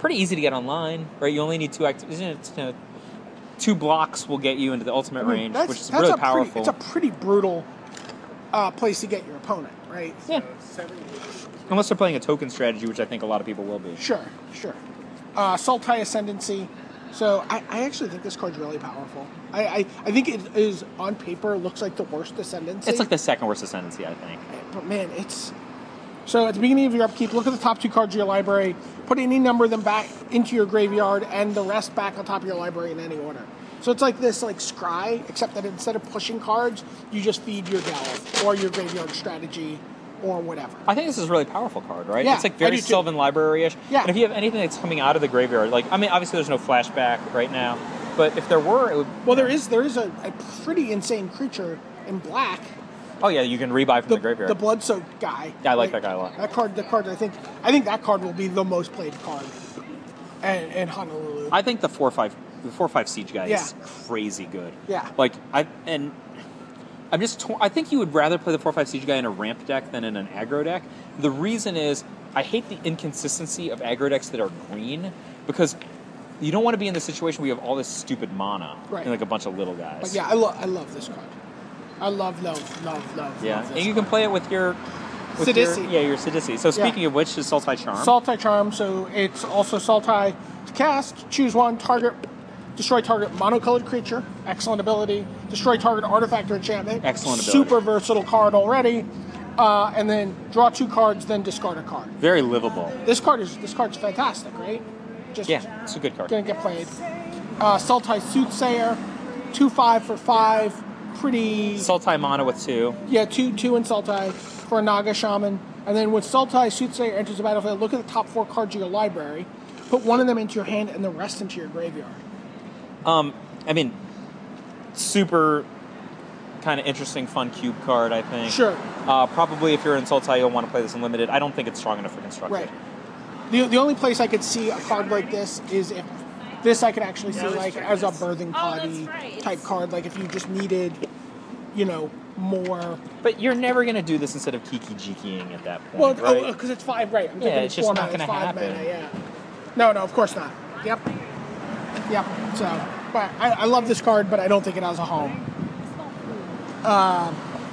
Speaker 3: pretty easy to get online, right? You only need two act- you know, two blocks will get you into the ultimate
Speaker 2: I mean,
Speaker 3: range,
Speaker 2: that's-
Speaker 3: which is
Speaker 2: Hmm, that's
Speaker 3: really
Speaker 2: a pretty-
Speaker 3: powerful.
Speaker 2: it's a pretty brutal uh, place to get your opponent, right?
Speaker 3: Yeah. Unless they're playing a token strategy, which I think a lot of people will be.
Speaker 2: Sure, sure. Uh, Sultai Ascendancy. So I, I actually think this card's really powerful. I, I, I think it is on paper looks like the worst ascendancy.
Speaker 3: It's like the second worst ascendancy, I think.
Speaker 2: but man, it's so at the beginning of your upkeep, look at the top two cards of your library, put any number of them back into your graveyard, and the rest back on top of your library in any order. So it's like this like scry, except that instead of pushing cards, you just feed your delve or your graveyard strategy or whatever.
Speaker 3: I think this is a really powerful card, right?
Speaker 2: Yeah,
Speaker 3: it's like
Speaker 2: I
Speaker 3: very
Speaker 2: do too.
Speaker 3: Sylvan Library-ish.
Speaker 2: Yeah.
Speaker 3: And if you have anything that's coming out of the graveyard, like I mean, obviously there's no flashback right now, but if there were, it would.
Speaker 2: Well, there is there is a, a pretty insane creature in black,
Speaker 3: Oh yeah, you can rebuy from the, graveyard.
Speaker 2: blood soaked guy.
Speaker 3: Yeah, I like that guy a lot.
Speaker 2: That card, the card I think I think that card will be the most played card in, in Honolulu.
Speaker 3: I think the four five, the four five siege guy
Speaker 2: Yeah.
Speaker 3: is crazy good.
Speaker 2: Yeah.
Speaker 3: Like I and I'm just. Tor- I think you would rather play the four five siege guy in a ramp deck than in an aggro deck. The reason is I hate the inconsistency of aggro decks that are green because you don't want to be in the situation where you have all this stupid mana
Speaker 2: Right.
Speaker 3: and like a bunch of little guys.
Speaker 2: but yeah, I love I love this card. I love love love love.
Speaker 3: Yeah,
Speaker 2: love this
Speaker 3: and you can play it with your with your-
Speaker 2: Sidisi.
Speaker 3: yeah, your Sidisi. So speaking of which, is Sultai Charm.
Speaker 2: Saltai Charm, so it's also Saltai to cast. Choose one, target, destroy target monocolored creature. Excellent ability. Destroy target artifact or enchantment.
Speaker 3: Excellent ability.
Speaker 2: Super versatile card already. Uh, and then draw two cards, then discard a card.
Speaker 3: Very livable.
Speaker 2: This card is this card's fantastic, right? Just
Speaker 3: Yeah, it's a good card.
Speaker 2: gonna get played. Uh, Sultai Soothsayer, two five for five. Pretty
Speaker 3: Sultai Mana with two.
Speaker 2: yeah, two two in Sultai for a Naga Shaman. And then when Sultai Soothsayer enters the battlefield, look at the top four cards of your library, put one of them into your hand and the rest into your graveyard.
Speaker 3: I mean, super kind of interesting, fun cube card, I think.
Speaker 2: Sure.
Speaker 3: Uh, probably if you're in Sultai, you'll want to play this in Limited. I don't think it's strong enough for Constructed.
Speaker 2: Right. The, the only place I could see a card like this is if this I could actually see like as a birthing potty
Speaker 5: right.
Speaker 2: type card, like if you just needed, you know, more
Speaker 3: But you're never going to do this instead of Kiki Jikiing at that point,
Speaker 2: Well, oh, because
Speaker 3: right?
Speaker 2: it's five, right? I'm
Speaker 3: Yeah,
Speaker 2: thinking
Speaker 3: it's just
Speaker 2: four
Speaker 3: not
Speaker 2: mana,
Speaker 3: gonna
Speaker 2: five
Speaker 3: happen.
Speaker 2: Mana, yeah. No, no, of course not. Yep. Yep. So, but I, I love this card, but I don't think it has a home. Uh,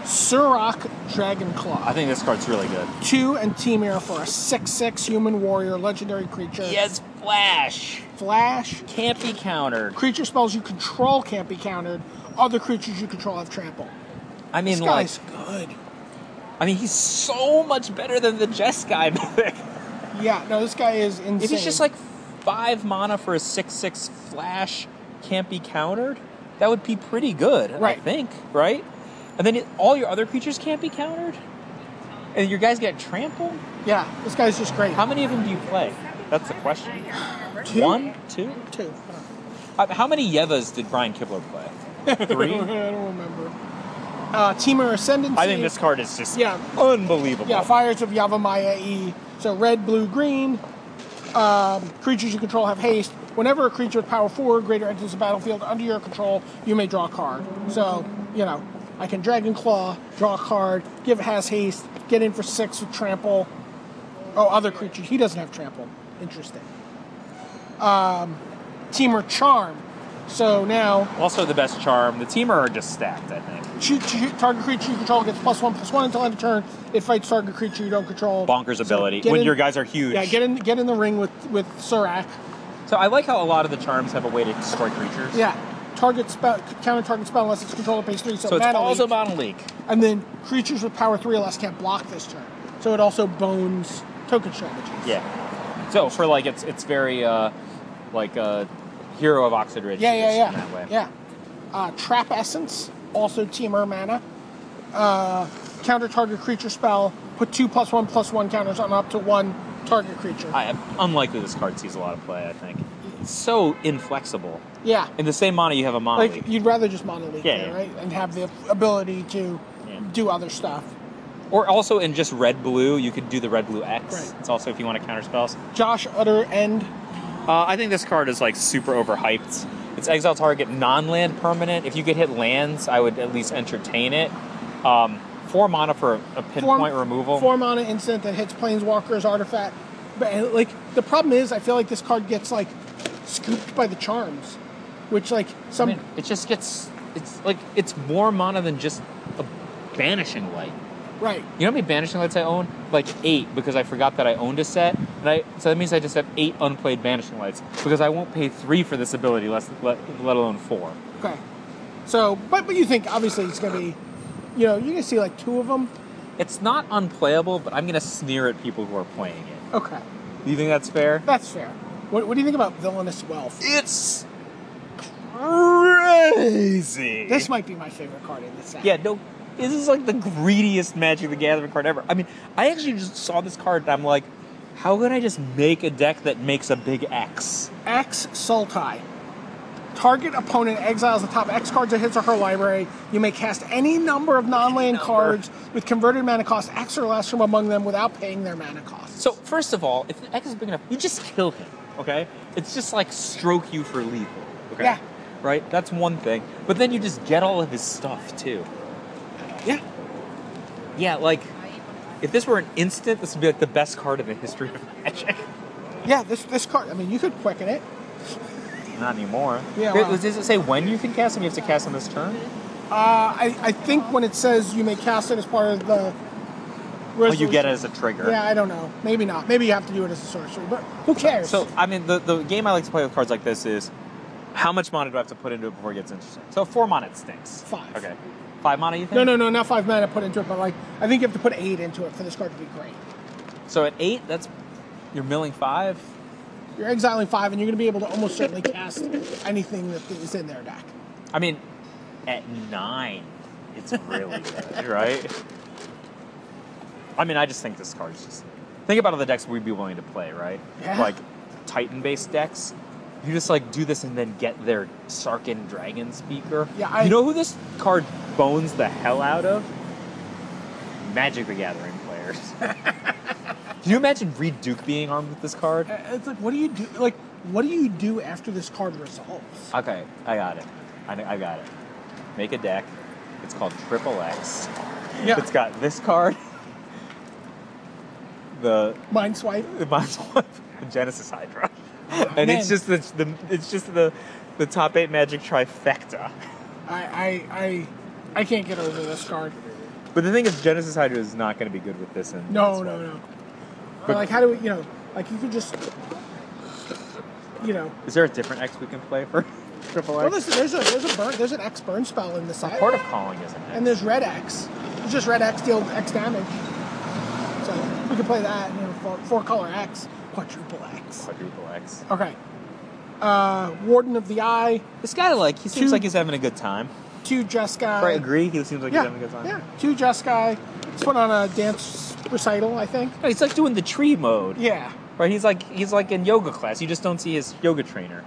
Speaker 2: Surak Dragon Claw.
Speaker 3: I think this card's really good.
Speaker 2: Two and Team Air for a 6 6 human warrior, legendary creature.
Speaker 3: Yes, Flash!
Speaker 2: Flash.
Speaker 3: Can't be countered.
Speaker 2: Creature spells you control can't be countered. Other creatures you control have trample.
Speaker 3: I mean,
Speaker 2: This
Speaker 3: like,
Speaker 2: guy's good.
Speaker 3: I mean, he's so much better than the Jess guy. Mythic.
Speaker 2: Yeah, no, this guy is insane.
Speaker 3: If it's just like five mana for a six-six flash, can't be countered. That would be pretty good, I
Speaker 2: Right.
Speaker 3: think, right? And then it, all your other creatures can't be countered, and your guys get trampled.
Speaker 2: Yeah, this guy's just great.
Speaker 3: How many of them do you play? That's the question.
Speaker 2: Two?
Speaker 3: One, two.
Speaker 2: Two.
Speaker 3: Uh, How many Yevas did Brian Kibler play? Three.
Speaker 2: I don't remember. Uh, Teamer Ascendancy.
Speaker 3: I think this card is just
Speaker 2: Yeah.
Speaker 3: unbelievable.
Speaker 2: Yeah, Fires of Yavamaya E. So red, blue, green. Um, creatures you control have haste. Whenever a creature with power four or greater enters the battlefield under your control, you may draw a card. So, you know, I can Dragon Claw, draw a card, give it has haste, get in for six with trample. Oh, other creature. He doesn't have trample. Interesting. Um, Teamer Charm. So now
Speaker 3: Also, the best charm. The teamer are just stacked. I think.
Speaker 2: Shoot, shoot target creature you control gets plus one plus one until end of turn. It fights target creature you don't control.
Speaker 3: Bonkers ability.
Speaker 2: get
Speaker 3: when
Speaker 2: in-
Speaker 3: your guys are huge.
Speaker 2: Yeah, get in get in the ring with with Surak.
Speaker 3: So I like how a lot of the charms have a way to destroy creatures.
Speaker 2: Yeah, target spell counter target spell unless it's controlled at base three. So,
Speaker 3: So it's
Speaker 2: mana
Speaker 3: also
Speaker 2: leak.
Speaker 3: mono leak.
Speaker 2: and then creatures with power three or less can't block this turn. So it also bones token strategies.
Speaker 3: Yeah. So for like it's it's very uh like uh hero of Oxid Ridge.
Speaker 2: yeah, yeah,
Speaker 3: is
Speaker 2: yeah.
Speaker 3: In that way.
Speaker 2: Yeah, uh, trap essence also teamer mana. Uh, counter target creature spell. Put two plus one plus one counters on up to one target creature.
Speaker 3: I, unlikely this card sees a lot of play. I think. It's so inflexible.
Speaker 2: yeah.
Speaker 3: In the same mana, you have a mono
Speaker 2: Like
Speaker 3: leak.
Speaker 2: you'd rather just monolith,
Speaker 3: Yeah,
Speaker 2: there,
Speaker 3: yeah.
Speaker 2: right? And have the ability to
Speaker 3: Yeah.
Speaker 2: do other stuff.
Speaker 3: Or also in just red blue, you could do the red blue X.
Speaker 2: Right.
Speaker 3: It's also if you want to counter spells.
Speaker 2: Josh Utter End.
Speaker 3: Uh, I think this card is like super overhyped. It's exile target non-land permanent. If you could hit lands, I would at least entertain it. Um, four mana for a, a
Speaker 2: Four-
Speaker 3: pinpoint removal.
Speaker 2: Four mana instant that hits Planeswalker's artifact. But and, like the problem is, I feel like this card gets like scooped by the charms, which like some
Speaker 3: I mean, it just gets it's like it's more mana than just a banishing light.
Speaker 2: Right.
Speaker 4: You know how many Banishing Lights I own? Like eight, because I forgot that I owned a set, and I so that means I just have eight unplayed Banishing Lights because I won't pay three for this ability, less let, let alone four.
Speaker 2: Okay. So, but but you think obviously it's going to be, you know, you're going to see like two of them.
Speaker 3: It's not unplayable, but I'm gonna sneer at people who are playing it.
Speaker 2: Okay,
Speaker 3: Do you think that's fair?
Speaker 2: that's fair. What, what do you think about villainous wealth?
Speaker 3: It's crazy.
Speaker 2: This might be my favorite card in the set.
Speaker 3: yeah, no, this is like the greediest Magic the Gathering card ever. I mean, I actually just saw this card and I'm like, how could I just make a deck that makes a big X?
Speaker 2: X Sultai. Target opponent exiles the top X cards of his or her library. You may cast any number of non-land cards with converted mana cost X or less from among them without paying their mana cost.
Speaker 3: So first of all, if the X is big enough, you just kill him. Okay, it's just like stroke you for lethal. Okay,
Speaker 2: Yeah.
Speaker 3: right. That's one thing. But then you just get all of his stuff too.
Speaker 2: yeah,
Speaker 3: Yeah, like if this were an instant, this would be like the best card in the history of Magic.
Speaker 2: yeah. This this card. I mean, you could quicken it.
Speaker 3: Not anymore.
Speaker 2: Yeah,
Speaker 3: Wait,
Speaker 2: wow.
Speaker 3: Does it say when you can cast him? You have to cast him this turn.
Speaker 2: Uh, I I think when it says you may cast it as part of the.
Speaker 3: Oh, you get it as a trigger.
Speaker 2: Yeah, I don't know. Maybe not. Maybe you have to do it as a sorcery, but who cares?
Speaker 3: So I mean, the, the game I like to play with cards like this is how much mana do I have to put into it before it gets interesting? So four mana it stinks.
Speaker 2: Five.
Speaker 3: Okay. Five mana, you think?
Speaker 2: no, no, no, not five mana put into it, but like I think you have to put eight into it for this card to be great.
Speaker 3: So at eight, that's you're milling five.
Speaker 2: You're exiling five, and you're going to be able to almost certainly cast anything that is in their deck.
Speaker 3: I mean, at nine, it's really good, right? I mean, I just think this card's just. Think about all the decks we'd be willing to play, right?
Speaker 2: Yeah.
Speaker 3: Like Titan-based decks. You just like do this and then get their Sarkin Dragon Speaker.
Speaker 2: Yeah, I-
Speaker 3: you know who this card bones the hell out of? Magic the Gathering players. Can you imagine Reed Duke being armed with this card?
Speaker 2: Uh, It's like, what do you do? Like, what do you do after this card resolves?
Speaker 3: Okay, I got it. I, I got it. Make a deck. It's called Triple X.
Speaker 2: Yeah.
Speaker 3: It's got this card, the
Speaker 2: Mineswipe.
Speaker 3: the Mineswipe, the Genesis Hydra, and
Speaker 2: man.
Speaker 3: it's just the, the it's just the the top eight Magic trifecta.
Speaker 2: I, I, I, I can't get over this card.
Speaker 3: But the thing is, Genesis Hydra is not going to be good with this. And
Speaker 2: No,
Speaker 3: Mineswipe.
Speaker 2: no, no. But like, how do we? You know, like you could just, you know.
Speaker 3: Is there a different X we can play for Triple
Speaker 2: Well,
Speaker 3: X?
Speaker 2: listen, there's a there's a burn there's an X burn spell in the side.
Speaker 3: Court of Calling isn't it?
Speaker 2: and there's red X. It's just red X deals X damage. So we could play that, you know, four, four color X, quadruple X.
Speaker 3: quadruple X.
Speaker 2: Okay. Uh, Warden of the Eye,
Speaker 3: This guy, like, he seems
Speaker 2: Two-
Speaker 3: like he's having a good time.
Speaker 2: two Jeskai.
Speaker 3: I agree. He seems like
Speaker 2: Yeah,
Speaker 3: he's having a good time.
Speaker 2: yeah, two Jeskai. Just went on a dance recital, I think.
Speaker 3: No, He's like doing the tree mode.
Speaker 2: Yeah.
Speaker 3: Right, he's like he's like in yoga class. You just don't see his yoga trainer.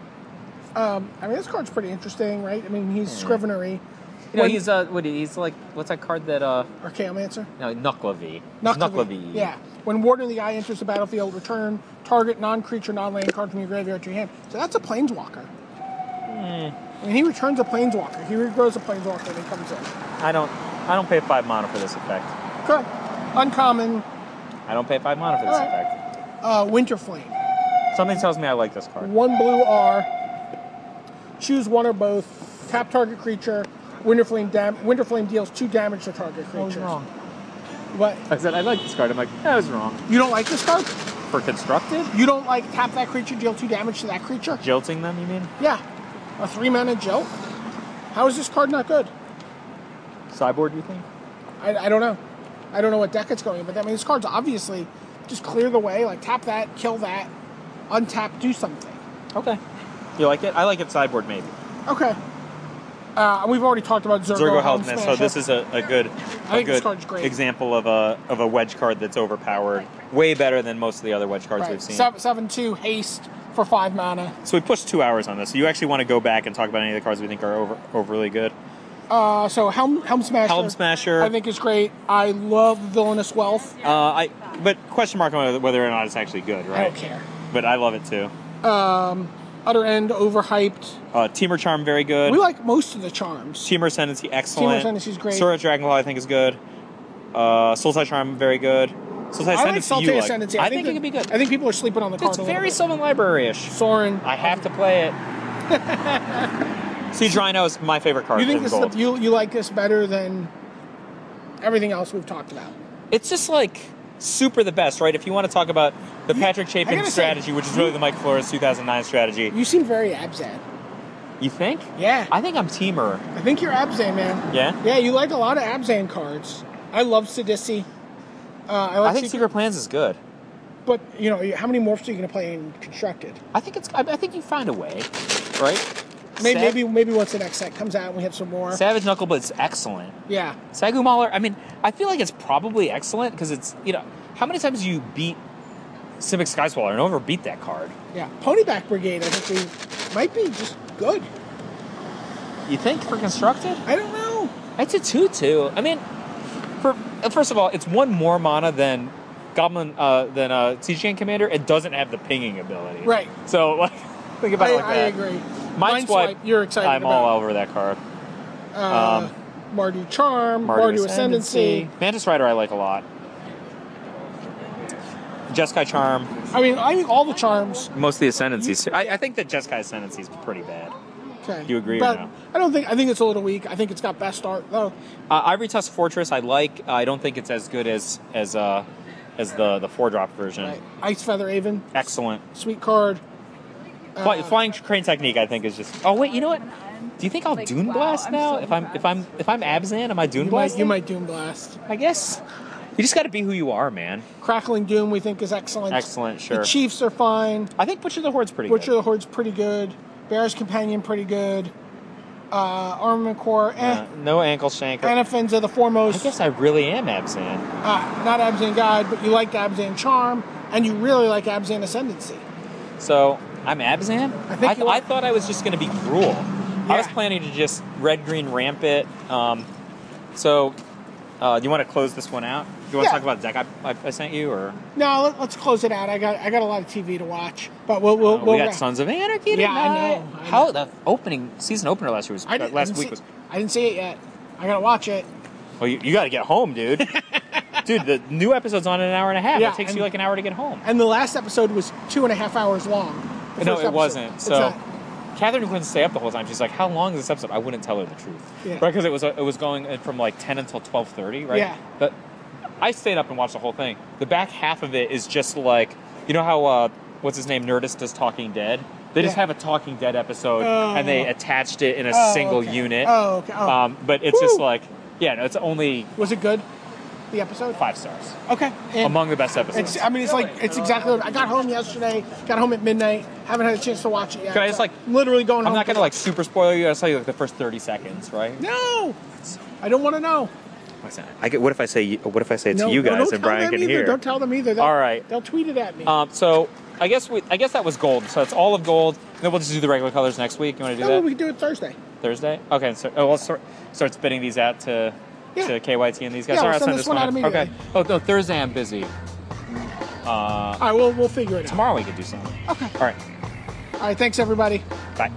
Speaker 2: Um, I mean, this card's pretty interesting, right? I mean, he's Scrivenery.
Speaker 3: You know,
Speaker 2: When-
Speaker 3: he's uh, what he's like. What's that card that uh,
Speaker 2: Archaeomancer.
Speaker 3: no, Nuclavy.
Speaker 2: Nucklevy. Yeah. When Warden of the Eye enters the battlefield, return target non-creature, non-land card from your graveyard to your hand. So that's a planeswalker.
Speaker 3: Hmm.
Speaker 2: And he returns a planeswalker. He regrows a planeswalker and he comes in.
Speaker 3: I don't, I don't pay five mana for this effect.
Speaker 2: Good. Uncommon
Speaker 3: I don't pay five mana for this
Speaker 2: Alright.
Speaker 3: effect.
Speaker 2: uh, Winter Flame.
Speaker 3: Something tells me I like this card.
Speaker 2: One blue R. Choose one or both. Tap target creature. Winter Flame, dam- Winter Flame deals two damage to target creature. What?
Speaker 3: I said I like this card. I'm like, that was wrong.
Speaker 2: You don't like this card?
Speaker 3: For constructed,
Speaker 2: You don't like tap that creature, deal two damage to that creature?
Speaker 3: jilting them. You mean
Speaker 2: Yeah. A three mana jilt? How is this card not good?
Speaker 3: cyborg? You think?
Speaker 2: I, I don't know. I don't know what deck it's going in, but I mean, this card's obviously just clear the way, like tap that, kill that, untap, do something.
Speaker 3: Okay. You like it? I like it. Cyborg maybe.
Speaker 2: Okay. Uh, and we've already talked about Zergo,
Speaker 3: Zergo
Speaker 2: Helm
Speaker 3: Helmsman. So
Speaker 2: Smasher.
Speaker 3: this is a, a good, a
Speaker 2: think this
Speaker 3: good
Speaker 2: card's great.
Speaker 3: example of a of a wedge card that's overpowered. Way better than most of the other wedge cards
Speaker 2: right.
Speaker 3: we've seen.
Speaker 2: Seven, seven two haste for five mana.
Speaker 3: So we pushed two hours on this. So you actually want to go back and talk about any of the cards we think are over, overly good.
Speaker 2: Uh, so Helm Helm Smasher.
Speaker 3: Helm Smasher.
Speaker 2: I think is great. I love Villainous Wealth.
Speaker 3: Uh, I but question mark on whether- whether or not it's actually good,
Speaker 2: I
Speaker 3: right?
Speaker 2: don't care.
Speaker 3: But I love it too.
Speaker 2: Utter End overhyped.
Speaker 3: Uh, Teamer Charm very good.
Speaker 2: We like most of the charms.
Speaker 3: Teamer Ascendancy excellent.
Speaker 2: Teamer Ascendancy's great.
Speaker 3: Sora Dragonfly I think is good. Uh, Soul Tie Charm very good. Soul Tie
Speaker 2: I like
Speaker 3: Ascendancy you
Speaker 2: Salte Ascendancy.
Speaker 3: I, think,
Speaker 2: that-
Speaker 3: it could be good.
Speaker 2: I think people are sleeping on the card
Speaker 3: it's
Speaker 2: a little
Speaker 3: very
Speaker 2: bit.
Speaker 3: Summon Library-ish.
Speaker 2: Soren.
Speaker 3: I have to play it. Siege Rhino is my favorite card
Speaker 2: You think
Speaker 3: in
Speaker 2: this
Speaker 3: gold.
Speaker 2: is the, you you like this better than everything else we've talked about.
Speaker 3: It's just like super the best, right? If you want to talk about the Patrick
Speaker 2: I
Speaker 3: Chapin
Speaker 2: gotta say-
Speaker 3: strategy, which is really the Mike Flores 2009 strategy,
Speaker 2: You seem very absent.
Speaker 3: you think?
Speaker 2: Yeah.
Speaker 3: I think I'm teamer.
Speaker 2: I think you're Abzan, man.
Speaker 3: Yeah?
Speaker 2: Yeah, you like a lot of Abzan cards. I love Sidisi. Uh, I like
Speaker 3: I think
Speaker 2: Secret-
Speaker 3: Secret Plans is good.
Speaker 2: but you know, how many morphs are you going to play in constructed?
Speaker 3: I think it's. I, I think you find a way, right?
Speaker 2: Maybe,
Speaker 3: Sav-
Speaker 2: maybe, maybe once the next set comes out, and we have some more.
Speaker 3: Savage Knuckleblade's excellent.
Speaker 2: Yeah,
Speaker 3: Sagu Mahler, I mean, I feel like it's probably excellent because it's, you know, how many times do you beat Civic Skyswaller and overbeat that card?
Speaker 2: yeah. Ponyback Brigade, I think we might be just good.
Speaker 3: You think for constructed?
Speaker 2: I don't know.
Speaker 3: It's a 2 2. I mean, for uh, first of all, it's one more mana than Goblin, uh, than uh, Tchan Commander. It doesn't have the pinging ability.
Speaker 2: Right.
Speaker 3: So, like, think about
Speaker 2: I,
Speaker 3: it like
Speaker 2: I
Speaker 3: that.
Speaker 2: agree.
Speaker 3: Mineswipe,
Speaker 2: you're excited
Speaker 3: I'm
Speaker 2: about.
Speaker 3: all over that card.
Speaker 2: Uh, Mardu Charm, Mardu, Ascendancy.
Speaker 3: Mantis Rider, I like a lot. Jeskai Charm.
Speaker 2: I mean, I think all the charms.
Speaker 3: Most of the ascendancies. I, I think that Jeskai ascendancy is pretty bad.
Speaker 2: Okay.
Speaker 3: Do you agree or
Speaker 2: But
Speaker 3: no?
Speaker 2: I don't think. I think it's a little weak. I think it's got best art though.
Speaker 3: Uh, Ivory Tusk Fortress, I like. I don't think it's as good as as uh, as the the four drop version.
Speaker 2: Right. Ice Feather Aven,
Speaker 3: Excellent.
Speaker 2: sweet card.
Speaker 3: Fly, flying crane technique, I think, is just. Oh wait, you know what? Do you think I'll
Speaker 7: Like,
Speaker 3: Dune
Speaker 7: wow,
Speaker 3: Blast
Speaker 7: I'm
Speaker 3: now?
Speaker 7: so
Speaker 3: if I'm if I'm if I'm Abzan, am I Dune
Speaker 2: You
Speaker 3: Blast?
Speaker 2: might, you might Doom Blast.
Speaker 3: I guess. You just got to be who you are, man.
Speaker 2: Crackling Doom, we think is excellent.
Speaker 3: Excellent,
Speaker 2: The
Speaker 3: sure.
Speaker 2: Chiefs are fine.
Speaker 3: I think Butcher the Horde's pretty
Speaker 2: Butcher
Speaker 3: good.
Speaker 2: of the Horde's pretty good. Bear's Companion, pretty good. Uh, Armament Core, eh.
Speaker 3: Uh, no ankle shanker.
Speaker 2: Anafins are the foremost.
Speaker 3: I guess I really am Abzan.
Speaker 2: uh, not Abzan Guide, but you like Abzan Charm, and you really like Abzan Ascendancy.
Speaker 3: So I'm Abzan.
Speaker 2: I think
Speaker 3: I,
Speaker 2: you are.
Speaker 3: I thought I was just going to be cruel. I was
Speaker 2: Yeah.
Speaker 3: planning to just red green ramp it. Um, so, uh, do you want to close this one out? Do you want
Speaker 2: Yeah.
Speaker 3: to talk about the deck I, I, I sent you, or
Speaker 2: No, let, let's close it out. I got I got a lot of TV to watch, but we'll we'll,
Speaker 3: Oh,
Speaker 2: we'll
Speaker 3: we got
Speaker 2: wrap.
Speaker 3: Sons of Anarchy
Speaker 2: Yeah, I
Speaker 3: tonight.
Speaker 2: know, I
Speaker 3: How
Speaker 2: know.
Speaker 3: the opening season opener last year was
Speaker 2: I
Speaker 3: uh,
Speaker 2: didn't, I
Speaker 3: last
Speaker 2: didn't
Speaker 3: week
Speaker 2: see,
Speaker 3: was.
Speaker 2: I didn't see it yet. I gotta watch it.
Speaker 3: Well, you, you got to get home, dude. dude, the new episode's on in an hour and a half.
Speaker 2: Yeah,
Speaker 3: it takes
Speaker 2: and-
Speaker 3: you like an hour to get home.
Speaker 2: And the last episode was two and a half hours long. The
Speaker 3: no,
Speaker 2: first
Speaker 3: it
Speaker 2: episode.
Speaker 3: wasn't.
Speaker 2: It's
Speaker 3: So,
Speaker 2: not.
Speaker 3: Catherine couldn't stay up the whole time. She's like, "How long is this episode?" I wouldn't tell her the truth,
Speaker 2: Yeah.
Speaker 3: right? Because it was it was going in from like ten until twelve thirty, right?
Speaker 2: Yeah.
Speaker 3: But I stayed up and watched the whole thing. The back half of it is just like you know how uh, what's his name Nerdist does Talking Dead. They just
Speaker 2: Yeah.
Speaker 3: have a Talking Dead episode and they attached it in a
Speaker 2: Oh,
Speaker 3: single
Speaker 2: okay.
Speaker 3: unit.
Speaker 2: Oh, okay. Oh.
Speaker 3: Um, but it's just
Speaker 2: Woo.
Speaker 3: like yeah, no, it's only
Speaker 2: was it good? The episode.
Speaker 3: five stars
Speaker 2: Okay. And
Speaker 3: among the best episodes.
Speaker 2: It's, I mean, it's like it's exactly. What, I got home yesterday. Got home at midnight. Haven't had a chance to watch it yet.
Speaker 3: Can I just,
Speaker 2: So,
Speaker 3: like-
Speaker 2: literally going?
Speaker 3: I'm
Speaker 2: home
Speaker 3: not gonna
Speaker 2: to-
Speaker 3: like super spoil you. I'll tell you like the first thirty seconds, right?
Speaker 2: No, I don't want to know.
Speaker 5: I get, what if I say you- what if I say it
Speaker 2: no,
Speaker 5: to you
Speaker 2: no,
Speaker 5: guys
Speaker 2: don't
Speaker 5: and
Speaker 2: tell
Speaker 5: Brian
Speaker 2: them
Speaker 5: can
Speaker 2: either.
Speaker 5: hear?
Speaker 2: Don't tell them either. They'll,
Speaker 3: All right.
Speaker 2: They'll tweet it at me.
Speaker 3: Um, so I guess we I guess that was gold. So it's all of gold. And then we'll just do the regular colors next week. You want to do
Speaker 2: no, we
Speaker 3: that
Speaker 2: can do it Thursday.
Speaker 3: Thursday? Okay. So oh, we'll start, start spitting these out to
Speaker 2: Yeah.
Speaker 3: to KYT and these guys.
Speaker 2: Yeah,
Speaker 3: All
Speaker 2: we'll
Speaker 3: right, I'll
Speaker 2: send this one out
Speaker 3: Okay.
Speaker 2: immediately.
Speaker 3: Oh no, Thursday I'm busy.
Speaker 2: All right, we'll we'll figure it out.
Speaker 3: Tomorrow we could do something. Okay. All right.
Speaker 2: All right, thanks everybody.
Speaker 3: Bye.